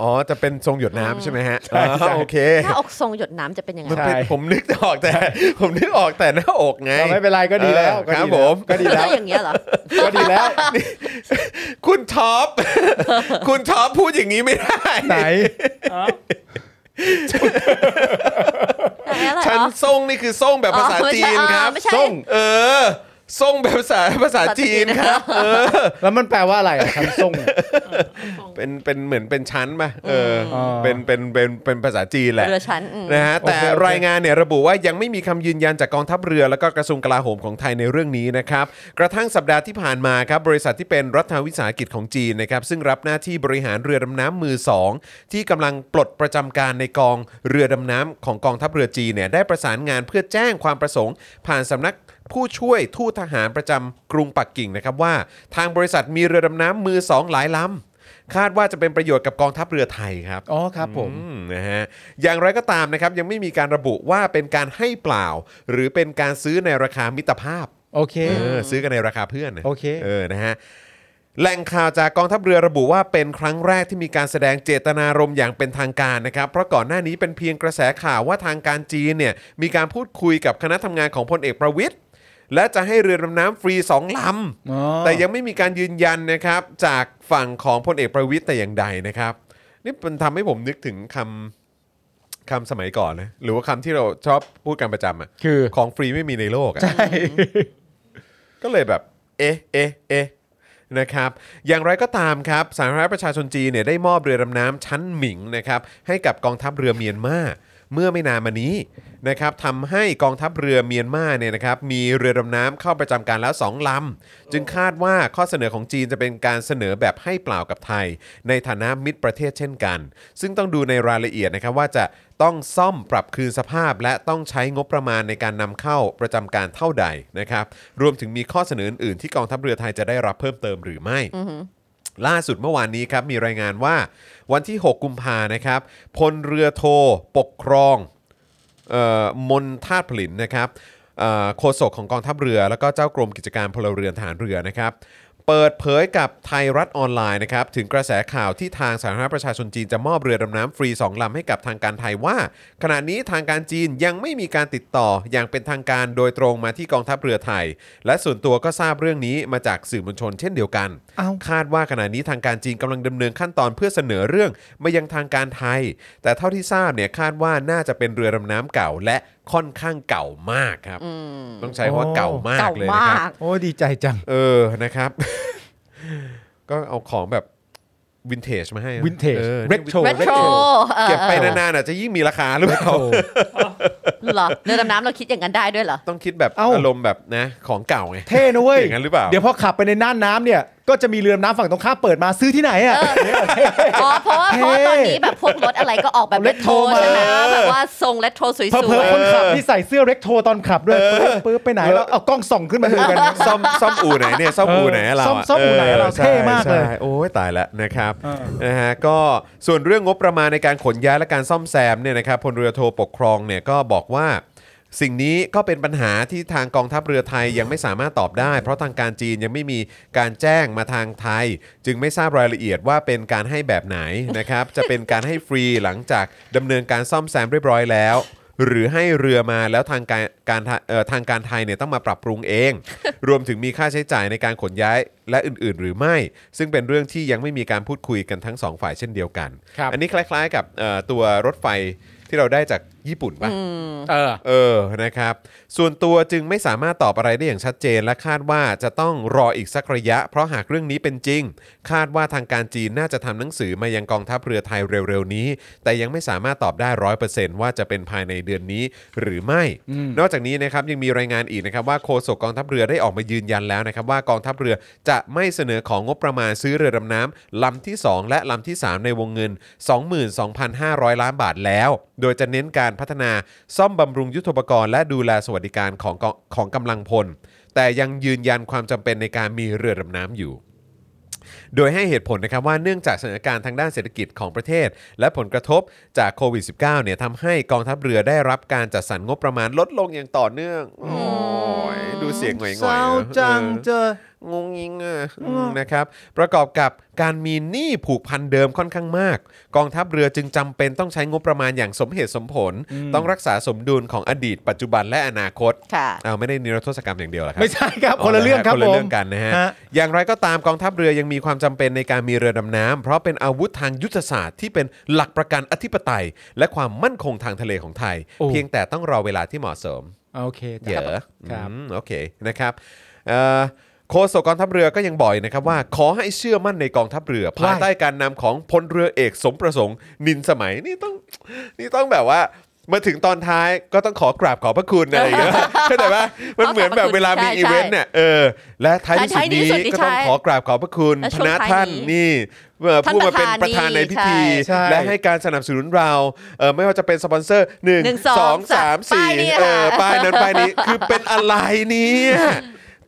อ๋อจะเป็นทรงหยดน้ำใช่ไหมฮะ
ใช่ใช่
อ๋อโอเค
ถ้าอกส่งหยดน้ำจะเป็นยังไง
มัน
ใช่
เป็นผมนึกออกแต่ ผมนึกออกแต่หน้าอกไง
เราไม่เป็นไรก็ดีแล้ว
เออครับ
ก็ดี
ผม
แล้วก็ดีแล้ว
ก็อย่างเงี้ยเหรอ
ก็ดีแล้ว
คุณท็อ ป คุณท็อปพูดอย่างนี้ไม่ได้
ไหน
อ๋อ
อะไรอะไร
ชั้น
อ๋อ
ทรงนี่คือทรงแบบภาษา
อ๋อไม่
จี
ใช่
นครับ
อ๋อไม่ใช่
ส่ง
เออทรงแบบภาษาภาษาจีนครับ เออ
แล้วมันแปลว่าอะไร อะคันส่งอะ
ส่ง
เป็นเป็นเหมือนเป็นชั้นป่ะเอออ
ม
เป็นเป็นเป็นเป็นภาษาจีนแหละ
เรือชั้นอืม
นะฮะแต่
โอเคโอเค
รายงานเนี่ยระบุว่ายังไม่มีคำยืนยันจากกองทัพเรือและก็กระทรวงกลาโหมของไทยในเรื่องนี้นะครับ กระทั่งสัปดาห์ที่ผ่านมาครับบริษัทที่เป็นรัฐวิสาหกิจของจีนนะครับซึ่งรับหน้าที่บริหารเรือดำน้ำมือ 2 ที่กำลังปลดประจำการในกองเรือดำน้ำของกองทัพเรือจีนเนี่ยได้ประสานงานเพื่อแจ้งความประสงค์ ผ่านสำนักผู้ช่วยทูตทหารประจำกรุงปักกิ่งนะครับว่า ทางบริษัทมีเรือดำน้ำมือสองหลายลำคาดว่าจะเป็นประโยชน์กับกองทัพเรือไทยครับ
อ๋อครับผม
อืมนะฮะอย่างไรก็ตามนะครับยังไม่มีการระบุว่าเป็นการให้เปล่า หรือเป็นการซื้อในราคามิตรภาพ
โอเค
เออซื้อกันในราคาเพื่อนนะ
โอเค
เออนะฮะแหล่งข่าวจากกองทัพเรือระบุว่าเป็นครั้งแรกที่มีการแสดงเจตนารมณ์อย่างเป็นทางการนะครับ เพราะก่อนหน้านี้เป็นเพียงกระแสข่าวว่าทางการจีนเนี่ยมีการพูดคุยกับคณะทำงานของพลเอกประวิทย์และจะให้เรือดำน้ำฟรีสองลำ
อ๋อ
แต่ยังไม่มีการยืนยันนะครับจากฝั่งของพลเอกประวิทย์แต่อย่างใดนะครับ นี่มันทำให้ผมนึกถึงคำคำสมัยก่อนนะหรือว่าคำที่เราชอบพูดกันประจำอะ
คือ
ของฟรีไม่มีในโลกอะ
ใช่
ก็เลยแบบ เอ๊ะ เอ๊ะ เอ๊ะ นะครับ อย่างไรก็ตามครับ สาธารณรัฐประชาชนจีนเนี่ยได้มอบเรือดำน้ำชั้นหมิงนะครับ ให้กับกองทัพเรือเมียนมา เมื่อไม่นานมานี้นะครับทำให้กองทัพเรือเมียนมาเนี่ยนะครับ มีเรือดำน้ำเข้าประจำการแล้ว 2ลำ จึงคาดว่าข้อเสนอของจีนจะเป็นการเสนอแบบให้เปล่ากับไทย ในฐานะมิตรประเทศเช่นกัน ซึ่งต้องดูในรายละเอียดนะครับว่าจะต้องซ่อมปรับคืนสภาพ และต้องใช้งบประมาณในการนำเข้าประจำการเท่าใดนะครับ รวมถึงมีข้อเสนออื่นๆที่กองทัพเรือไทยจะได้รับเพิ่มเติมหรือไม่ ล่าสุดเมื่อวานนี้ครับมีรายงานว่าวันที่ 6 กุมภานะครับพลเรือโทปกครอง เอ่อมนทาตผลินนะครับเอ่อโฆษกของกองทัพเรือ แล้วก็เจ้ากรมกิจการพลเรือนทหารเรือนะครับ เปิดเผยกับไทยรัฐออนไลน์นะครับ ถึงกระแสข่าวที่ทางสาธารณประชาชนจีนจะมอบเรือดำน้ำฟรี 2 ลำให้กับทางการไทยว่า ขณะนี้ทางการจีนยังไม่มีการติดต่ออย่างเป็นทางการโดยตรงมาที่กองทัพเรือไทย และส่วนตัวก็ทราบเรื่องนี้มาจากสื่อมวลชนเช่นเดียวกัน
อ้าว
คาดว่าขณะนี้ทางการจีนกำลังดำเนินขั้นตอนเพื่อเสนอเรื่องมายังทางการไทย แต่เท่าที่ทราบเนี่ยคาดว่าน่าจะเป็นเรือดำน้ำเก่าและค่อนข้างเก่ามากครับ ต้องใช้คำว่าเก่ามาก
เก่า
เลยนะ
มา
ครับ
ก
โอ้ดีใจจัง
เออ นะครับ ก็เอาของแบบวินเทจมาให้นะ
Vintage
ออ
Retro
เร
Vintage
โทรเออ
เก็บไปนานๆอาจจะยิ่งมีราคาหรือเปล่า
เหรอเรือดำน้ำเราคิดอย่างนั้นได้ด้วยเหรอ
ต้องคิดแบบ
เอ้า
อารมณ์แบบนะ ของเก่าไง
เท่นะเว้ย
อย่างนั้นหรือเปล่า
ยวพอขับไปในน่านน้ำเนี่ย ก็จะมีเรือน้ำฝั่งตรงข้ามเปิดมาซื้อที่ไหนอ่ะ
อ๋อเพราะว่า
เท่
เพราะว่าตอนนี้แบบพวกรถอะไรก็ออกแบบ
เอา
เล
retro
โทรใช่ไหม
มา
แบบว่าทรงเลโทรสวย
เพอเพอๆคนขับที่ใส่เสื้อเร็กโทตอนขับด้วยปึ๊บปึ๊บไปไหนแล้วเอากล้องส่องขึ้นมาดูกัน
ซ่อมซ่อมอู่ไหนเนี่ยซ่อมอู่ไหนเราะ
ซ่อมซ่อมอู่ไหนเราเท่มากเลย
ใช่ใช่โอ้ยตายแล้วนะครับ
เออ
นะฮะก็ส่วนเรื่องงบประมาณในการขนย้ายและการซ่อมแซมเนี่ยนะครับพลเรือโทปกครองเนี่ยก็บอกว่า สิ่งนี้ก็เป็นปัญหาที่ทางกองทัพเรือไทยยังไม่สามารถตอบได้ เพราะทางการจีนยังไม่มีการแจ้งมาทางไทย จึงไม่ทราบรายละเอียดว่าเป็นการให้แบบไหนนะครับ จะเป็นการให้ฟรีหลังจากดำเนินการซ่อมแซมเรียบร้อยแล้ว หรือให้เรือมาแล้วทางการการเอ่อทางการไทยเนี่ยต้องมาปรับปรุงเอง รวมถึงมีค่าใช้จ่ายในการขนย้ายและอื่นๆ หรือไม่ ซึ่งเป็นเรื่องที่ยังไม่มีการพูดคุยกันทั้งสองฝ่ายเช่นเดียวกัน
ครับ
อันนี้คล้ายๆกับเอ่อตัวรถไฟที่เราได้จากญี่ปุ่นป่ะ
เออ
เออ นะครับ ส่วนตัวจึงไม่สามารถตอบอะไรได้อย่างชัดเจน และคาดว่าจะต้องรออีกสักระยะ เพราะหากเรื่องนี้เป็นจริง คาดว่าทางการจีนน่าจะทำหนังสือมายังกองทัพเรือไทยเร็วๆนี้ แต่ยังไม่สามารถตอบได้ร้อยเปอร์เซนต์ว่าจะเป็นภายในเดือนนี้หรือไม่ นอกจากนี้นะครับยังมีรายงานอีกนะครับว่าโฆษกกองทัพเรือได้ออกมายืนยันแล้วนะครับว่ากองทัพเรือจะไม่เสนอของงบประมาณซื้อเรือดำน้ำลำที่ 2 และลำที่ 3 ในวงเงิน 22,500 ล้านบาทแล้ว โดยจะเน้นการพัฒนาซ่อมบำรุงยุทโธปกรณ์และดูแลสวัสดิการของกองของกำลังพล แต่ยังยืนยันความจำเป็นในการมีเรือดำน้ำอยู่ โดยให้เหตุผลนะครับว่าเนื่องจากสถานการณ์ทางด้านเศรษฐกิจของประเทศ และผลกระทบจากโควิด -19 เนี่ยทำให้กองทัพเรือได้รับการจัดสรรงบประมาณลดลงอย่างต่อเนื่อง โอ้ยดูเสียงหน่อยๆนะเออ งงยิงอ่ะอืมนะครับ ประกอบกับการมีหนี้ผูกพันเดิมค่อนข้างมาก กองทัพเรือจึงจำเป็นต้องใช้งบประมาณอย่างสมเหตุสมผล ต้องรักษาสมดุลของอดีต ปัจจุบันและอนาคต
ค่ะ
เอาไม่ได้นิรโทษกรรมอย่างเดียวหรอครับ
ไม่ใช่ครับคนละเรื่องครับ
น
ผ
ละ
ม
เรื่องกันนะฮะ
ฮะ
อย่างไรก็ตามกองทัพเรือยังมีความจำเป็นในการมีเรือดำน้ำเพราะเป็นอาวุธทางยุทธศาสตร์ที่เป็นหลักประกันอธิปไตย และความมั่นคงทางทะเลของไทย เพียงแต่ต้องรอเวลาที่เหมาะสม
โอเค
เย
ครับ
อะ
ครับ
อืมโอเคนะครับเอ่อโฆษกกองทัพเรือก็ยังบอกอีกนะครับว่า ขอให้เชื่อมั่นในกองทัพเรือ
ว่า
ภายใต้การนำของพลเรือเอกสมประสงค์ นินสมัยนี่ต้องนี่ต้องแบบว่า มาถึงตอนท้ายก็ต้องขอกราบขอบพระคุณอะไรอย่างเงี้ย เข้าใจปะมันเหมือนแบบเวลามี
ใช่ใช่
อีเวนต์เนี่ยเออและท้ายที่สุด
ท้ายที่
นี้
สุดนี่
ก็ต้อง
ใช่
ขอกราบขอบพระคุณ
และ
พ
ช่วง
นะ
ท้าย
ท่าน
นี้
นี่เอ่อผู้มาเป็นป
ประ ระ
ธา
ธาน น
ใน
นี่
พิธี
ใช่
และให้การสนับสนุนเราเอ่อไม่ว่าจะเป็นสปอนเซอร์หนึ่ง
หนึ่งสอง
สองสามสี่
ป้ายเนี่ย
เออ
ค่ะ
ป้ายนั้นป้ายนี้คือเป็นอะไรเนี่ย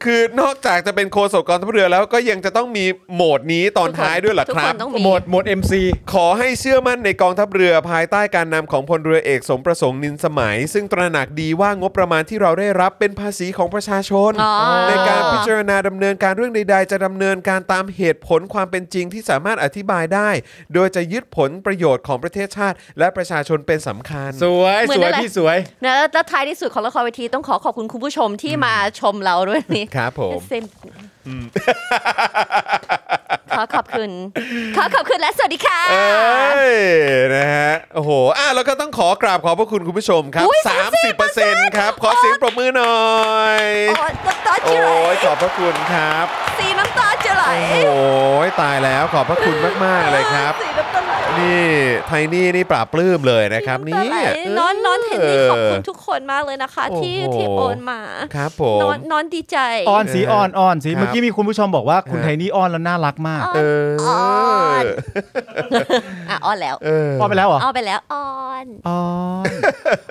คือนอกจากจะเป็นโคศกกองทัพเรือแล้วก็ยังจะต้องมีโหมดนี้ตอนท้ายด้วยเหรอ
ทุก
ครั
น
บ
ต้องมี
โหมดโหมด MC
ขอให้เชื่อมั่นในกองทัพเรือภายใต้การนำของพลเรือเอกสมประสงค์นินสมัย ซึ่งตระหนักดีว่างบประมาณที่เราได้รับเป็นภาษีของประชาชน
อ๋อ
ในการพิจารณาดำเนินการเรื่องใด ๆ จะดำเนินการตามเหตุผลความเป็นจริงที่สามารถอธิบายได้ โดยจะยึดผลประโยชน์ของประเทศชาติ และประชาชนเป็นสำคัญ
สวย
เหมือ
ส
น
ว
นั่น
ย
แหละ
พี่สวย
นะแล้วท้ายที่สุดของละครเวทีต้องขอขอบคุณคุณผู้ชมที่มาชมเราด้วยนี่
ครับผม
เซ็นขอขอบคุณ ขอขอบคุณและสวัสดีค่ะ
เอ้ยนะฮะโอ้โหอ่ะแล้วก็ต้องขอกราบขอบพระคุณคุณผู้ชมครับ
อุ๊ย
30%ครับ ขอเสียงปรบมือหน่อย
โอ้ยน้ำตาจะ
โอ้
ไหล
ยขอบพระคุณครับ
สีน้ำตาจะไหล
โอ้โหตายแล้วขอบพระคุณมาก ๆ เลยครับ
สีน้ำตาไหล
นี่ไทนี่นี่ปราบปลื้มเลยนะครับ
ำตา
เนี่
ไหล
ย
นอนนอนเห็นนี่ขอบคุณทุกคนมากเลยนะคะ
โอ้โห
ที่ที่โอนมา
ครับผม
นอนนอนดีใจ
อ่อนสีอ่อนอ่อนสี
ครับ
เมื่อกี้มีคุณผู้ชมบอกว่าคุณ
ฮะ
ไทนี่อ่อนแล้วน่ารักมาก
อ่อน
เออ
อ่อน อ่ะอ้อนแล้ว
เออ
อ่อนไปแล้วเหรอ
อ้อนไปแล้วอ้อน
อ่อน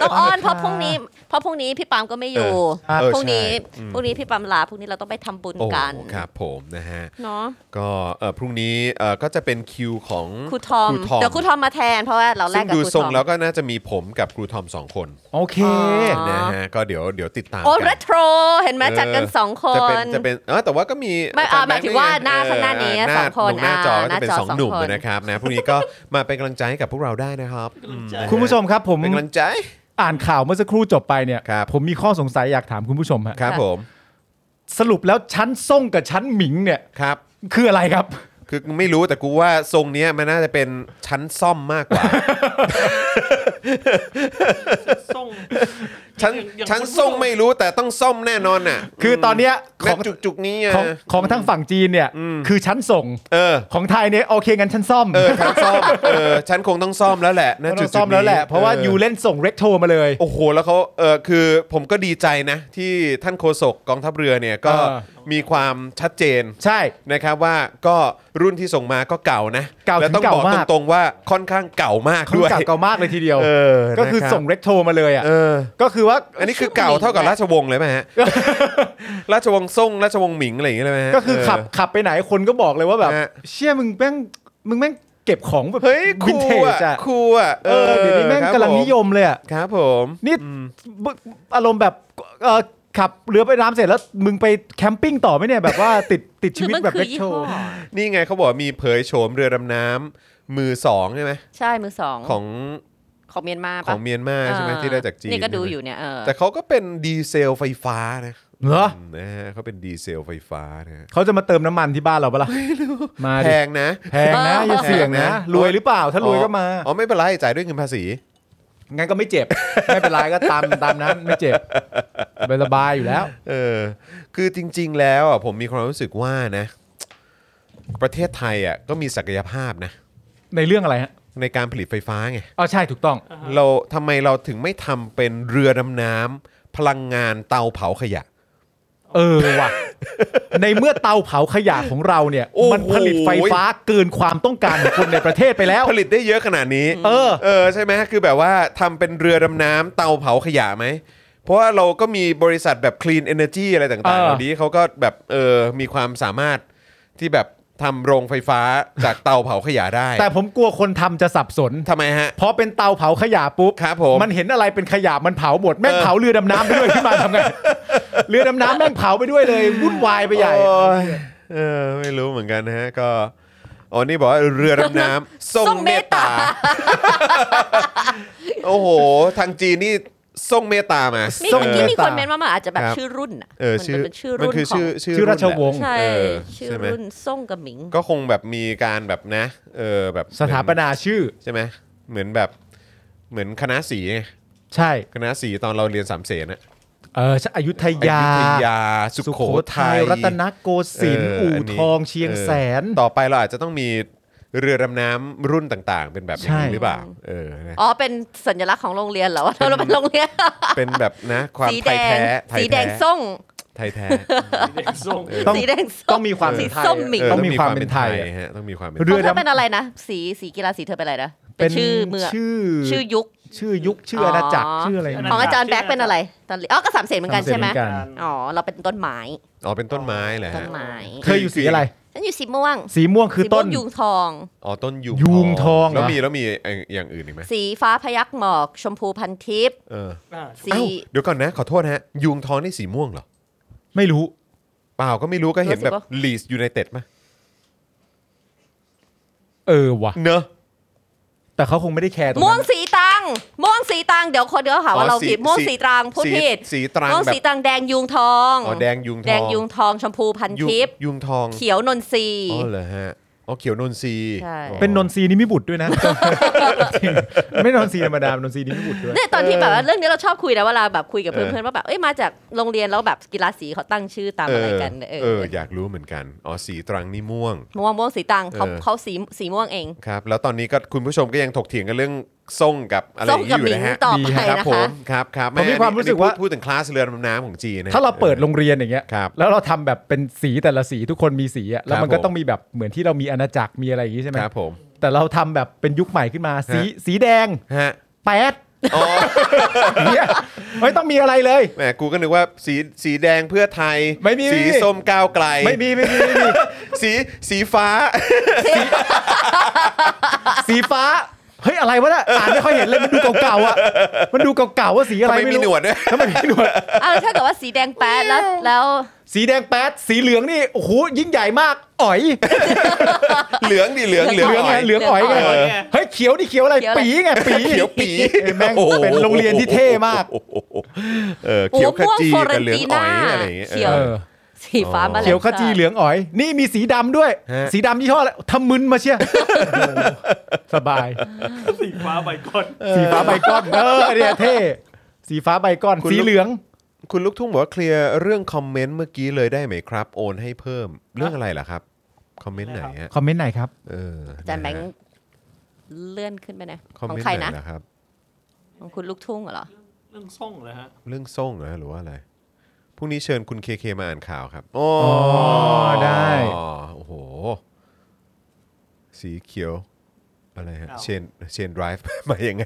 ต้องอ้อนเพราะ
ค่ะ
พรุ่งนี้เพราะพรุ่งนี้พี่ปามก็ไม่อยู่
เออครับ
พรุ่งนี้
เออใช่
พรุ่งนี้พี่ปาม ำลาพวกนี้เราต้องไปทำบุญ
โอ้
กัน
ครับผมนะฮะ
เนาะ
ก็เอ่อพรุ่งนี้เอ่อก็จะเป็นคิวของ
ครูทอมเดี๋ยวครูทอมมาแทนเพราะว่าเราแล
ซึ่
ก
ง
กับ
ดู
ครู
ท
ท
ร
อง ม
แล้วก็น่าจะมีผมกับครูทอมสองคน
โอเค
อ๋อ
นะฮะก็เดี๋ยวเดี๋ยวติดตาม
โอ้
กั
เรโทรเห็นไหมจัดกันสองค
จะเป็น
น
จะเป็นเออแต่ว่าก็มี
ไม่
อจร
อ่าหมายถึงว่าหน้าข้างหน้านี้
เ
สองคน
หน้าจอก็
อ่า
จะเป็น
หน้าจอ
สองหนุ่ม
สองคน
นะครับนะพรุ่งนี้ก็ มาเป็นกำลังใจให้กับพวกเราได้นะครับอืมนะฮะ
คุณผู้ชมครับผม
เป็นกำลังใจ
อ่านข่าวเมื่อสักครู่จบไปเนี่ย
ครับ
ผมมีข้อสงสัยอยากถามคุณผู้ชมฮะ
ครับผม
สรุปแล้วชั้นส่งกับชั้นหมิงเนี่ย
ครับ
คืออะไรครับ
คือไม่รู้แต่กูว่าทรงเนี้ยมันน่าจะเป็นชั้นซ่อมมากกว่า
ส่ง
ชั้น
อย่าง
ชั้น
คุณผู้ช
ทรงไม่รู้แต่ต้องซ่อมแน่นอนน่ะ
คือตอนเนี้ยข
ข
อ
อง งจุกจุกๆนี้อะ
ของของทางฝั่งจีนเนี่ย คือชั้นส่ง
เออ
ของไทยเนี่ยโอเคงั้นชั้นซ่อม
เออชั้นซ่อมเออชั้นคงต้องซ่อมแล้วแหละนะ
ก็ต้
จุด
อง
ๆ
ซ่อมแล้วแหละ
นี้
เพราะว่า
ออ
ยูเล่นส่งเรกโทรมาเลย
โอ้โหแล้วเขาเออคือผมก็ดีใจนะ ที่ท่านโฆษกกองทัพเรือเนี่ยก็
เออ
มีความชัดเจน
ใช่
นะครับว่าก็รุ่นที่ส่งมาก็เก่านะ
เก่า
แล้วต้องบ
ถึงเก่า
อก
มาก
ตรงๆว่าค่อนข้างเก่ามาก
ค่อน
ด้วย
ข้างเก่ามากเลยทีเดียว
เออ
ก็คือ
นะรับ
ส่งเรกโทรมาเลยอ่ะ
เออ
ก็คือว่า
อันนี้คือเก่าเท่ากับราชวงศ์เลยไหมฮะ ราชวงศ์ซ่งราชวงศ์หมิงอะไรอย่างเงี้ยเลยไหมฮะ
ก็คือขับขับไปไหนคนก็บอกเลยว่าแบบ
ฮะ
เชี่ยมึงแม่งมึงแม่งเก็บของแบบ
เฮ้ยคู
วินเทจ
อ่ะ
อะ
คูอ่ะ
เออเดี๋ยวนี้แม่ง
ครับ
กำลัง
ผ
นิยมเลยอะ
ครับผม
นี่บึอารมณ์แบบเออขับเรือไปน้ำเสร็จแล้วมึงไปแคมปิ้งต่อไหมเนี่ยแบบว่าติดติดชีวิตแบบ
คือมันคือ
เล็ก
ยี่
โช
ห้อ
ว์
นี่ไงเขาบอกมีเผยโฉมเรือดำน้ำมือสองใช่ไหม
ใช่มือสอง
ของ
ของเมียนมา
ข
ปะ
องเมียนมาใช่ไหม
เออ
ที่ได้จากจีน
นี่ก็ดู
ใช่ไหม
อยู่เนี่ยเออ
แต่เขาก็เป็นดีเซลไฟฟ้านะ
เหรอ
นะฮะเขาเป็นดีเซลไฟฟ้านะฮะ
เขาจะมาเติมน้ำมันที่บ้านเราปะล่ะมา
แพ
ดิ
งนะ
แพงนะอย่าเสี่ยงนะ
แพงนะ
รวยหรือเปล่าถ้ารวยก็มา
อ๋อไม่เป็นไรจ่ายด้วยเงินภาษี
งั้นก็ไม่เจ็บ ไม่เป็นไรก็ตามตามนั้นไม่เจ็บเป็นสบายอยู่แล้ว
เออคือจริง ๆ แล้วอ่ะผมมีความรู้สึกว่านะ ประเทศไทยอ่ะก็มีศักยภาพนะ
ในเรื่องอะไรฮะ
ในการผลิตไฟฟ้าไง
อ๋อใช่ถูกต้อง
อ่าฮะ
เราทำไมเราถึงไม่ทำเป็นเรือดำน้ำพลังงานเตาเผาขยะ
เออว่ะ ในเมื่อเตาเผาขยะของเราเนี่ย
โอ้โห
มันผลิตไฟฟ้าเกินความต้องการของคนในประเทศไปแล้ว
ผลิตได้เยอะขนาดนี้
เออ
เออใช่ไหมคือแบบว่าทำเป็นเรือดำน้ำเตาเผาขยะไหม เพราะว่าเราก็มีบริษัทแบบ Clean Energy อะไรต่างๆ
เออ
เหล่านี้เขาก็แบบเออมีความสามารถที่แบบทำโรงไฟฟ้าจากเตาเผาขยะได้
แต่ผมกลัวคนทำจะสับสน
ทำไมฮะ
พอเป็นเตาเผาขยะปุ๊บ
ครับผม
นเห็นอะไรเป็นขยะมันเผาหมดแม่งเผาเรือดำน้ำไปด้วยขึ้นมาทำไงเรือดำน้ำแม่งเผาไปด้วยเลยวุ่นวายไปใหญ่
โอ้ยเออไม่รู้เหมือนกันนะฮะก็อ๋อนี่บอกว่าเรือดำน้ ำ ทรงเมตตา โอ้โห ทางจีนนี่ทรงเมตตามา
มีเมื่อกี้มีคน
เออ
เม้นต์ว่ามันอาจจะแบบ
ครับ
ชื่อรุ่นอ่ะ
เออ
มัน
ชื่อ
เป็นชื่อ
มัน
รุ่น
คือ
ขอ
ชื่อง ชื่อ
ชื่อราช
นแหละ
วงศ์
ใช่
เออ
ชื่อ
ใช่ไหม
รุ่นส่งกับหมิง
ก็คงแบบมีการแบบนะ เออแบบ
สถาปนาชื่อ
ใช่ไหมเหมือนแบบเหมือนคณะสีไง
ใช่
คณะสีตอนเราเรียนสามเสนอะ
เออใช่อยุ
อย
ธา
ยุธยา สุ
สุ
โข
โขทั
ทั
ย
ย
รัตนโกสินทร์
เน
อู่
นี้
ทองเชียง
ออ
แสน
ต่อไปเราอาจจะต้องมีเรือดำน้ำรุ่นต่างๆ เป็นแบบอย่าง
ใช่
นี้หรือเปล่าเออนะ
อ๋อ เป็นสัญลักษณ์ของโรงเรียนเหรอว่าเราเป็นโรงเรียน
เป็นแบบนะความ
สี
ไท
แด
ย
ง
แท้ไทย
สีแด
แท้
งส่ง
ไทยแท้
ส่ง
ต้อง
สีแดงส้ม
ต้องมีความเป็นไทย
สีส้มหมิง
เ
ต้องมีความเป็นไทย
ฮะต้องมีความเป็น
เธ
เรือ
อ
ดำ
เป็นอะไรนะ สีสีกีฬาสีเธอเป็นอะไรนะ เป็นชื่อเมือง
ชื่อ
ชื่อยุค
ชื่อยุคชื่ออาณาจักร
อ๋อ
ชื่ออะไร
ชื่อ
ของอาจารย์แบ็คเป็นอะไรตอนเรียนอ๋อก็สามเสนเหมือนกันใช่ไหม
สาเสเอน
การ
อ๋อ เราเป็นต้นไม้
อ๋อเป็นต้นไม้เหรอ
ต้
ฮะ
นไม้
เธออยู่สีอะไร
ฉันอยู่สีม่วง
สีม่วงคือ
สีม่
ต้
วน งยุงทอง
อ๋อต้นยุ
ยุงทองเหรอ
แล้วมีแล้วมีอย่างอื่นอีกไหม
สีฟ้าพยักหมอก ชมพูพันทิพย์
เออ
อ่า
สี
เอ้าเดี๋ยวก่อนนะ ขอโทษนะฮะยุงทองนี่สีม่วงเหรอ
ไม่รู้
เปล่าก็ไม่รู้ก็เห็นแบบลีสยูไนเต็ดมั้ย
เออว่ะ
เนอะ
แต่เขาคงไม่ได้แคร์ตรง
ม่วง
นั้น
สีตรังม่วงสีตรังเดี๋ยวคนเดี๋ยวหาว่าเราผิด
อ๋อสี
ม่วงสีตรังพูด
สี
ผิด
สีตรัง
ม่วง
แบบ
สีตรังแดงยุงทอง
อ๋อแดงยุงทอง
แดงยุงทองชมพูพัน
ยุง
ทิพย์
ยุงทอง
เขียวนนทรี
อ๋อเหรอฮะอ๋อเขียวนนทรี
ใช่
อ๋อ
เป็นนนทรีนี่มิบุตรด้วยนะ จริง ไม่นนทรีธรรมดาเป็นนนทรีนี่มิบุตรด้วย
เนี่ยตอนที่แบบว่าเรื่องนี้เราชอบคุยนะเวลาแบบคุยกับเพื่อนๆว่าแบบเอ้ยมาจากโรงเรียนแล้วแบบกีฬาสีเขาตั้งชื่อตามอะไรกัน
เออ
เออ
เอออยากรู้เหมือนกันอ๋อสีตรังนี่ม่วง
ม่วงม่วงสีตังเขา
เออ
เขาสีสีม่วงเอง
ครับ แล้วตอนนี้ก็คุณผู้ชมก็ยังถกเถียงกันเรื่องส้งกับอะไรอย่างนี้อยู่นะฮะ
ส้มกับหมิงต่อไป
ครับ
นะคะ
ผมครับครับ
ผมมีความรู้สึกว่า
อันนี้พูดพูดถึงคลาสเรือดำน้ำของจีนนะฮะ
ถ้าเราเปิดโรงเรียนอย่างเงี้ย
ครับ
แล้วเราทำแบบเป็นสีแต่ละสีทุกคนมีสีอะแล้วมัน
ครั
ก็
บผม
ต้องมีแบบเหมือนที่เรามีอาณาจักรมีอะไรอย่างงี้ใช่ไหม
ครับผม
แต่เราทำแบบเป็นยุคใหม่ขึ้นมา สีสีแดง
ฮะ
แปด เนี่ยไม่ต้องมีอะไรเลย
แหมกูก็นึกว่าสีสีแดงเพื่อไทย
ไม่มี
สีส้มก้าวไกล
ไม่มีไม่มีไม่มี
สีสีฟ้า
สีฟ้า เฮ้ยอะไรวะน่ะอ่านไม่ค่อยเห็นเลยมันดูเก่าๆอ่ะมันดูเก่าๆว่าสีอะไร
ทำไม
ไม่
มี
รู้
หนวดด้วย
ทำไมมีหนวด
อ่ะแล้วถ้าเกิดว่าสีแดงแป๊ดแล้วแล้ว
สีแดงแป๊ดสีเหลืองนี่โอ้โหยิ่งใหญ่มากอ๋อย
เหลืองดิเหลืองเหลือง
เหลือง
หน่
ไง
อย
เหลืองอ๋อยไง
เหลืองอ๋อยไง
เฮ้ยเขียวนี่เขียวอะไรปีไงปี
เขียวปี
เอ้ยแม่ง
โอ้โห
เป็นโรงเรียนที่เท่มาก
โอ้โหเออเขียวขจีกับเหลืองอ่อยอะไรอย่างเงี้ยเอ
เขียว
อ
สีฟ้ามาแล้
เขียวขจีเหลืองอ๋อย นี่มีสีดำด้วย
ฮะ
สีดำยี่ห้ออะไรทำมึนมาเชีย สบาย
สีฟ้าใบก่อน
สีฟ้าใบก้อนเออเนี่ยเท่ สีฟ้าใบก้อน
คุณ
สีเหลือง
คุณลูกทุ่งบอกว่าเคลียร์เรื่องคอมเมนต์เมื่อกี้เลยได้ไหมครับ โอนให้เพิ่มเรื่องอะไรล่ะครับคอมเมนต์ไหนฮะ
คอมเมนต์ไหนครับ
เออ
อาจารย์แบงค์เลื่อนขึ้นไปหนะ
คอม
ของ
เมนต์
ใคร
ไหน
นะ
ล่ะครับ
ของคุณลูกทุ่งเหรอ
เรื่องส่งเหรอฮะ
เรื่องส่งเหรอหรือว่าอะไร พรุ่งนี้เชิญคุณเคเคมาอ่านข่าวครับ โอ้
อ๋อได้
โอ้โห สีเขียว อะไรฮะ เชน เชนไดรฟ์ มายังไง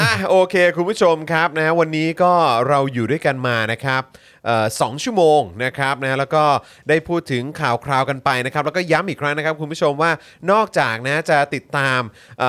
อ่ะโอเค คุณผู้ชมครับนะวันนี้ก็เราอยู่ด้วยกันมานะครับเอ่อสองชั่วโมงนะครับนะแล้วก็ได้พูดถึงข่าวคราวกันไปนะครับ แล้วก็ย้ำอีกครั้งนะครับ คุณผู้ชมว่านอกจากนะจะติดตามเ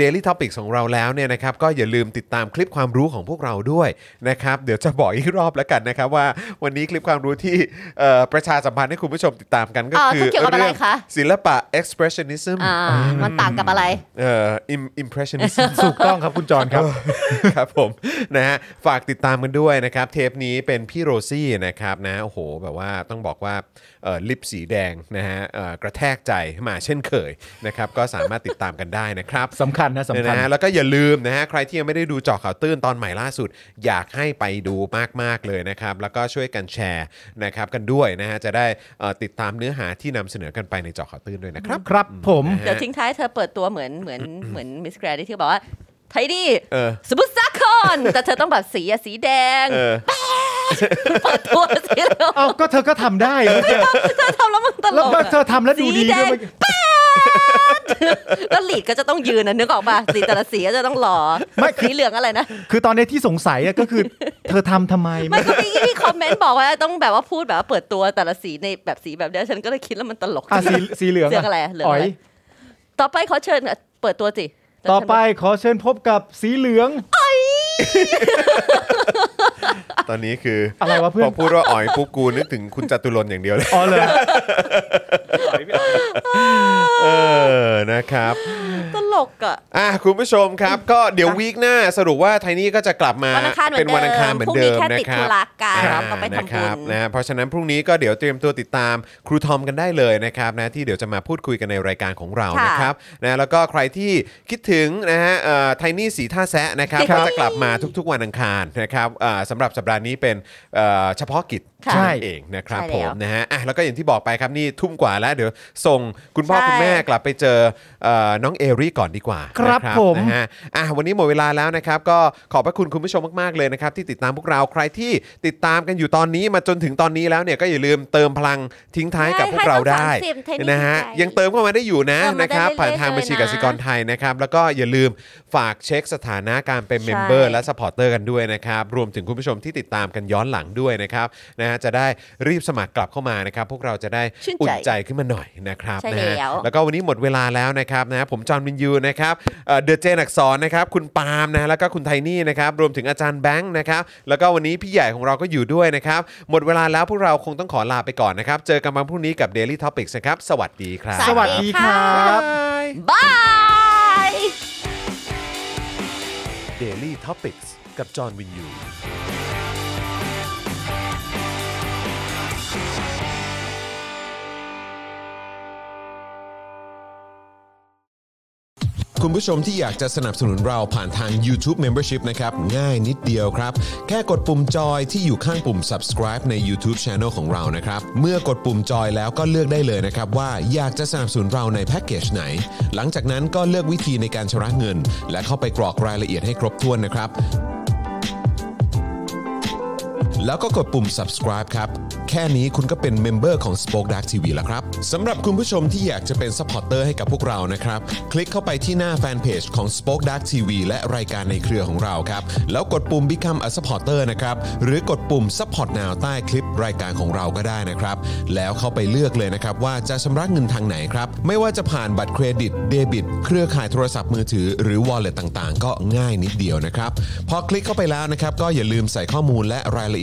ดลี่ท็อปิกของเราแล้วเนี่ยนะครับ ก็อย่าลืมติดตามคลิปความรู้ของพวกเราด้วยนะครับ เดี๋ยวจะบอกอีกรอบแล้วกันนะครับ ว่าวันนี้คลิปความรู้ที่เอ่อประชาสัมพันธ์ให้คุณผู้ชมติดตามกันก็
อ่า
คือ
เขาเกี่ยวกับอะไรคะ
ศิลปะ expressionism
อ่า มันต่างกับอะไร
เอ่อ im- impressionism
ถูกต้องครับคุณจอนครับ
ครับผมนะฮะฝากติดตามกันด้วยนะครับ เทปนี้เป็นพี่โรซี่นะครับนะโอ้โหแบบว่าต้องบอกว่าเอ่อลิปสีแดงนะฮะเอ่อกระแทกใจมาเช่นเคยนะครับ ก็สามารถติดตามกันได้นะครับ
สำคัญนะสำคัญ
นะฮะแล้วก็อย่าลืมนะฮะใครที่ยังไม่ได้ดูเจอข่าวตื้นตอนใหม่ล่าสุด อยากให้ไปดูมาก ๆ เลยนะครับ แล้วก็ช่วยกันแชร์นะครับกันด้วยนะฮะจะได้เอ่อติดตามเนื้อหาที่นำเสนอกันไปในเจอข่าวตื้นด้วยนะครับ
ครับผม
เดี๋ยวทิ้งท้ายเธอเปิดตัวเหมือนเหมือนเหมือนมิสแกรนที่บอกว่า ไทยดี
เออ
สมุทรสาคร แต่เธอต้องแบบสีอะสีแดง
เออ
เปิดตัวสีเหลือง
เอ้าก็เธอก็ทำ ได้แล้ว
เธอทำแล้วมันตลก
เธ
อะ
อทำแล้วดูดี
สีแด
ด้วย
ง
เมื่อกี้
แล้วหลีดก็จะต้องยืนนะนึกออกป่ะสีแต่ละสีก็จะต้องหล่อสีเหลืองอะไรนะ
คือตอนนี้ที่สงสัยอะก็คือ เธอทำทำไม
ไม่ ก็มีมีคอมเมนต์บอกว่าต้องแบบว่าพูดแบบว่าเปิดตัวแต่ละสีในแบบสีแบบเดียวฉันก็เลยคิดแล้วมันตลก
อ่ะสีสีเหลือง
เสื้ออะไรเหลือง
อ๋
อะ
อ
ไร
ย
ต่อไปขอเชิญเปิดตัวสิ
ต่อไปขอเชิญพบกับสีเหลือง
ตอนนี้คือ
อะไรวะเพื่
พ
อ
อน พูดว่าอ๋อยปุ๊บกูนึกถึงคุณจตุรนต์อย่างเดียวเลย
อ๋อเลย
สวยพี่อ๋อย
เออนะครับ
ตลกอ่ะ
อ่ะคุณผู้ชมครับ ก็เดี๋ยววีคหน้าสรุปว่าไทนี่ก็จะกลับมา
วันอังคารเหมือน
เป็นวันอังคารเหมือนเดิม
พรุ่ง
นะ
นี้แค่ติด
ค
ธุ
รับ
ระกัน
อ่า
ก็ไปทำบุญ
นะครับนะเพราะฉะนั้นพรุ่งนี้ก็เดี๋ยวเตรียมตัวติดตามครูทอมกันได้เลยนะครับนะที่เดี๋ยวจะมาพูดคุยกันในรายการของเรานะครับนะแล้วก็ใครที่คิดถึงนะฮะไทนี่อ Tiny สีท่าแซะนะครับ
ครั
ก็
บ
จะกลับมาทุกๆวันอังคารนะครับอ่าสำหรับสัปดาห์นี้เป็นเอ่อเฉพาะกิจ
ค่ะ
เท่านั้นเองนะครับ
ใช่
ผ
แล้
ม
ว
นะฮะอ่ะแล้วก็อย่างที่บอกไปครับนี่ทุ่มกว่าแล้วเดี๋ยวส่งคุณพ่อ
ใช่
คุณแม่กลับไปเจอเอ่อน้องเอรี่ก่อนดีกว่า
ครับ
นะ
ผม
นะฮะอ่ะวันนี้หมดเวลาแล้วนะครับ ก็ขอบพระคุณคุณผู้ชมมาก ๆ เลยนะครับ ที่ติดตามพวกเราใครที่ติดตามกันอยู่ตอนนี้มาจนถึงตอนนี้แล้วเนี่ยก็อย่าลืมเติมพลังทิ้งท้ายกับพวกเราได้
ให้ทั้งสามสิบเทนนิส
นะฮะ
ดีใจ
ยังเติมเข้ามาได้อยู่นะ
เติมมาได้
นะครับ
เรื่อยๆ
ผ่านทางบัญชีกสิกรไทยนะครับแล้วก็อย่าลืมฝากเช็คสถานะการเป็นเมมเบอร์
ใช่
และ และสปอร์เตอร์กันด้วยนะครับ รวมถึงคุณผู้ชมที่ติดตามกันย้อนหลังด้วยนะครับนะฮะจะได้รีบสมัครกลับเข้ามานะครับ พวกเราจะได้
ชื่นใจ
อุ่นใจขึ้นมาหน่อยนะครับ
ใช่
นะฮะ
แล้ว
แล้วก็วันนี้หมดเวลาแล้วนะครับนะฮะผมจอห์นวินยูนะครับเดอะเจนักสอนนะครับ คุณปาล์มนะฮะแล้วก็คุณไทนี่นะครับ รวมถึงอาจารย์แบงค์นะครับ แล้วก็วันนี้พี่ใหญ่ของเราก็อยู่ด้วยนะครับ หมดเวลาแล้วพวกเราคงต้องขอลาไปก่อนนะครับ เจอกันวันพรุ่งนี้กับ Daily Topics นะครับ สวัสดีครับ
สวัสดีครับ
บ๊ายบาย
บาย
Daily Topics กับจอห์นวินยูคุณผู้ชมที่อยากจะสนับสนุนเราผ่านทาง YouTube Membership นะครับ ง่ายนิดเดียวครับ แค่กดปุ่มจอยที่อยู่ข้างปุ่ม subscribe ใน YouTube Channel ของเรานะครับ เมื่อกดปุ่มจอยแล้วก็เลือกได้เลยนะครับ ว่าอยากจะสนับสนุนเราในแพ็กเกจไหน หลังจากนั้นก็เลือกวิธีในการชำระเงิน และเข้าไปกรอกรายละเอียดให้ครบถ้วนนะครับ แล้วก็กดปุ่ม subscribe ครับ แค่นี้คุณก็เป็นเมมเบอร์ของ Spoke Dark TV แล้วครับสำหรับคุณผู้ชมที่อยากจะเป็น s u p p อร์เตอร์ให้กับพวกเรานะครับ คลิกเข้าไปที่หน้าแฟนเพจของ Spoke Dark TV และรายการในเครือของเราครับ แล้วกดปุ่ม Become a supporter นะครับ หรือกดปุ่ม support now ใต้คลิปรายการของเราก็ได้นะครับ แล้วเข้าไปเลือกเลยนะครับ ว่าจะชำระเงินทางไหนครับ ไม่ว่าจะผ่านบัตรเครดิตเดบิต เครือข่ายโทรศัพท์มือถือหรือ wallet ต่างๆ ก็ง่ายนิดเดียวนะครับ พอคลิกเข้าไปแล้วนะครับ ก็อย่าลืมใส่ข้อมูลและรายละเ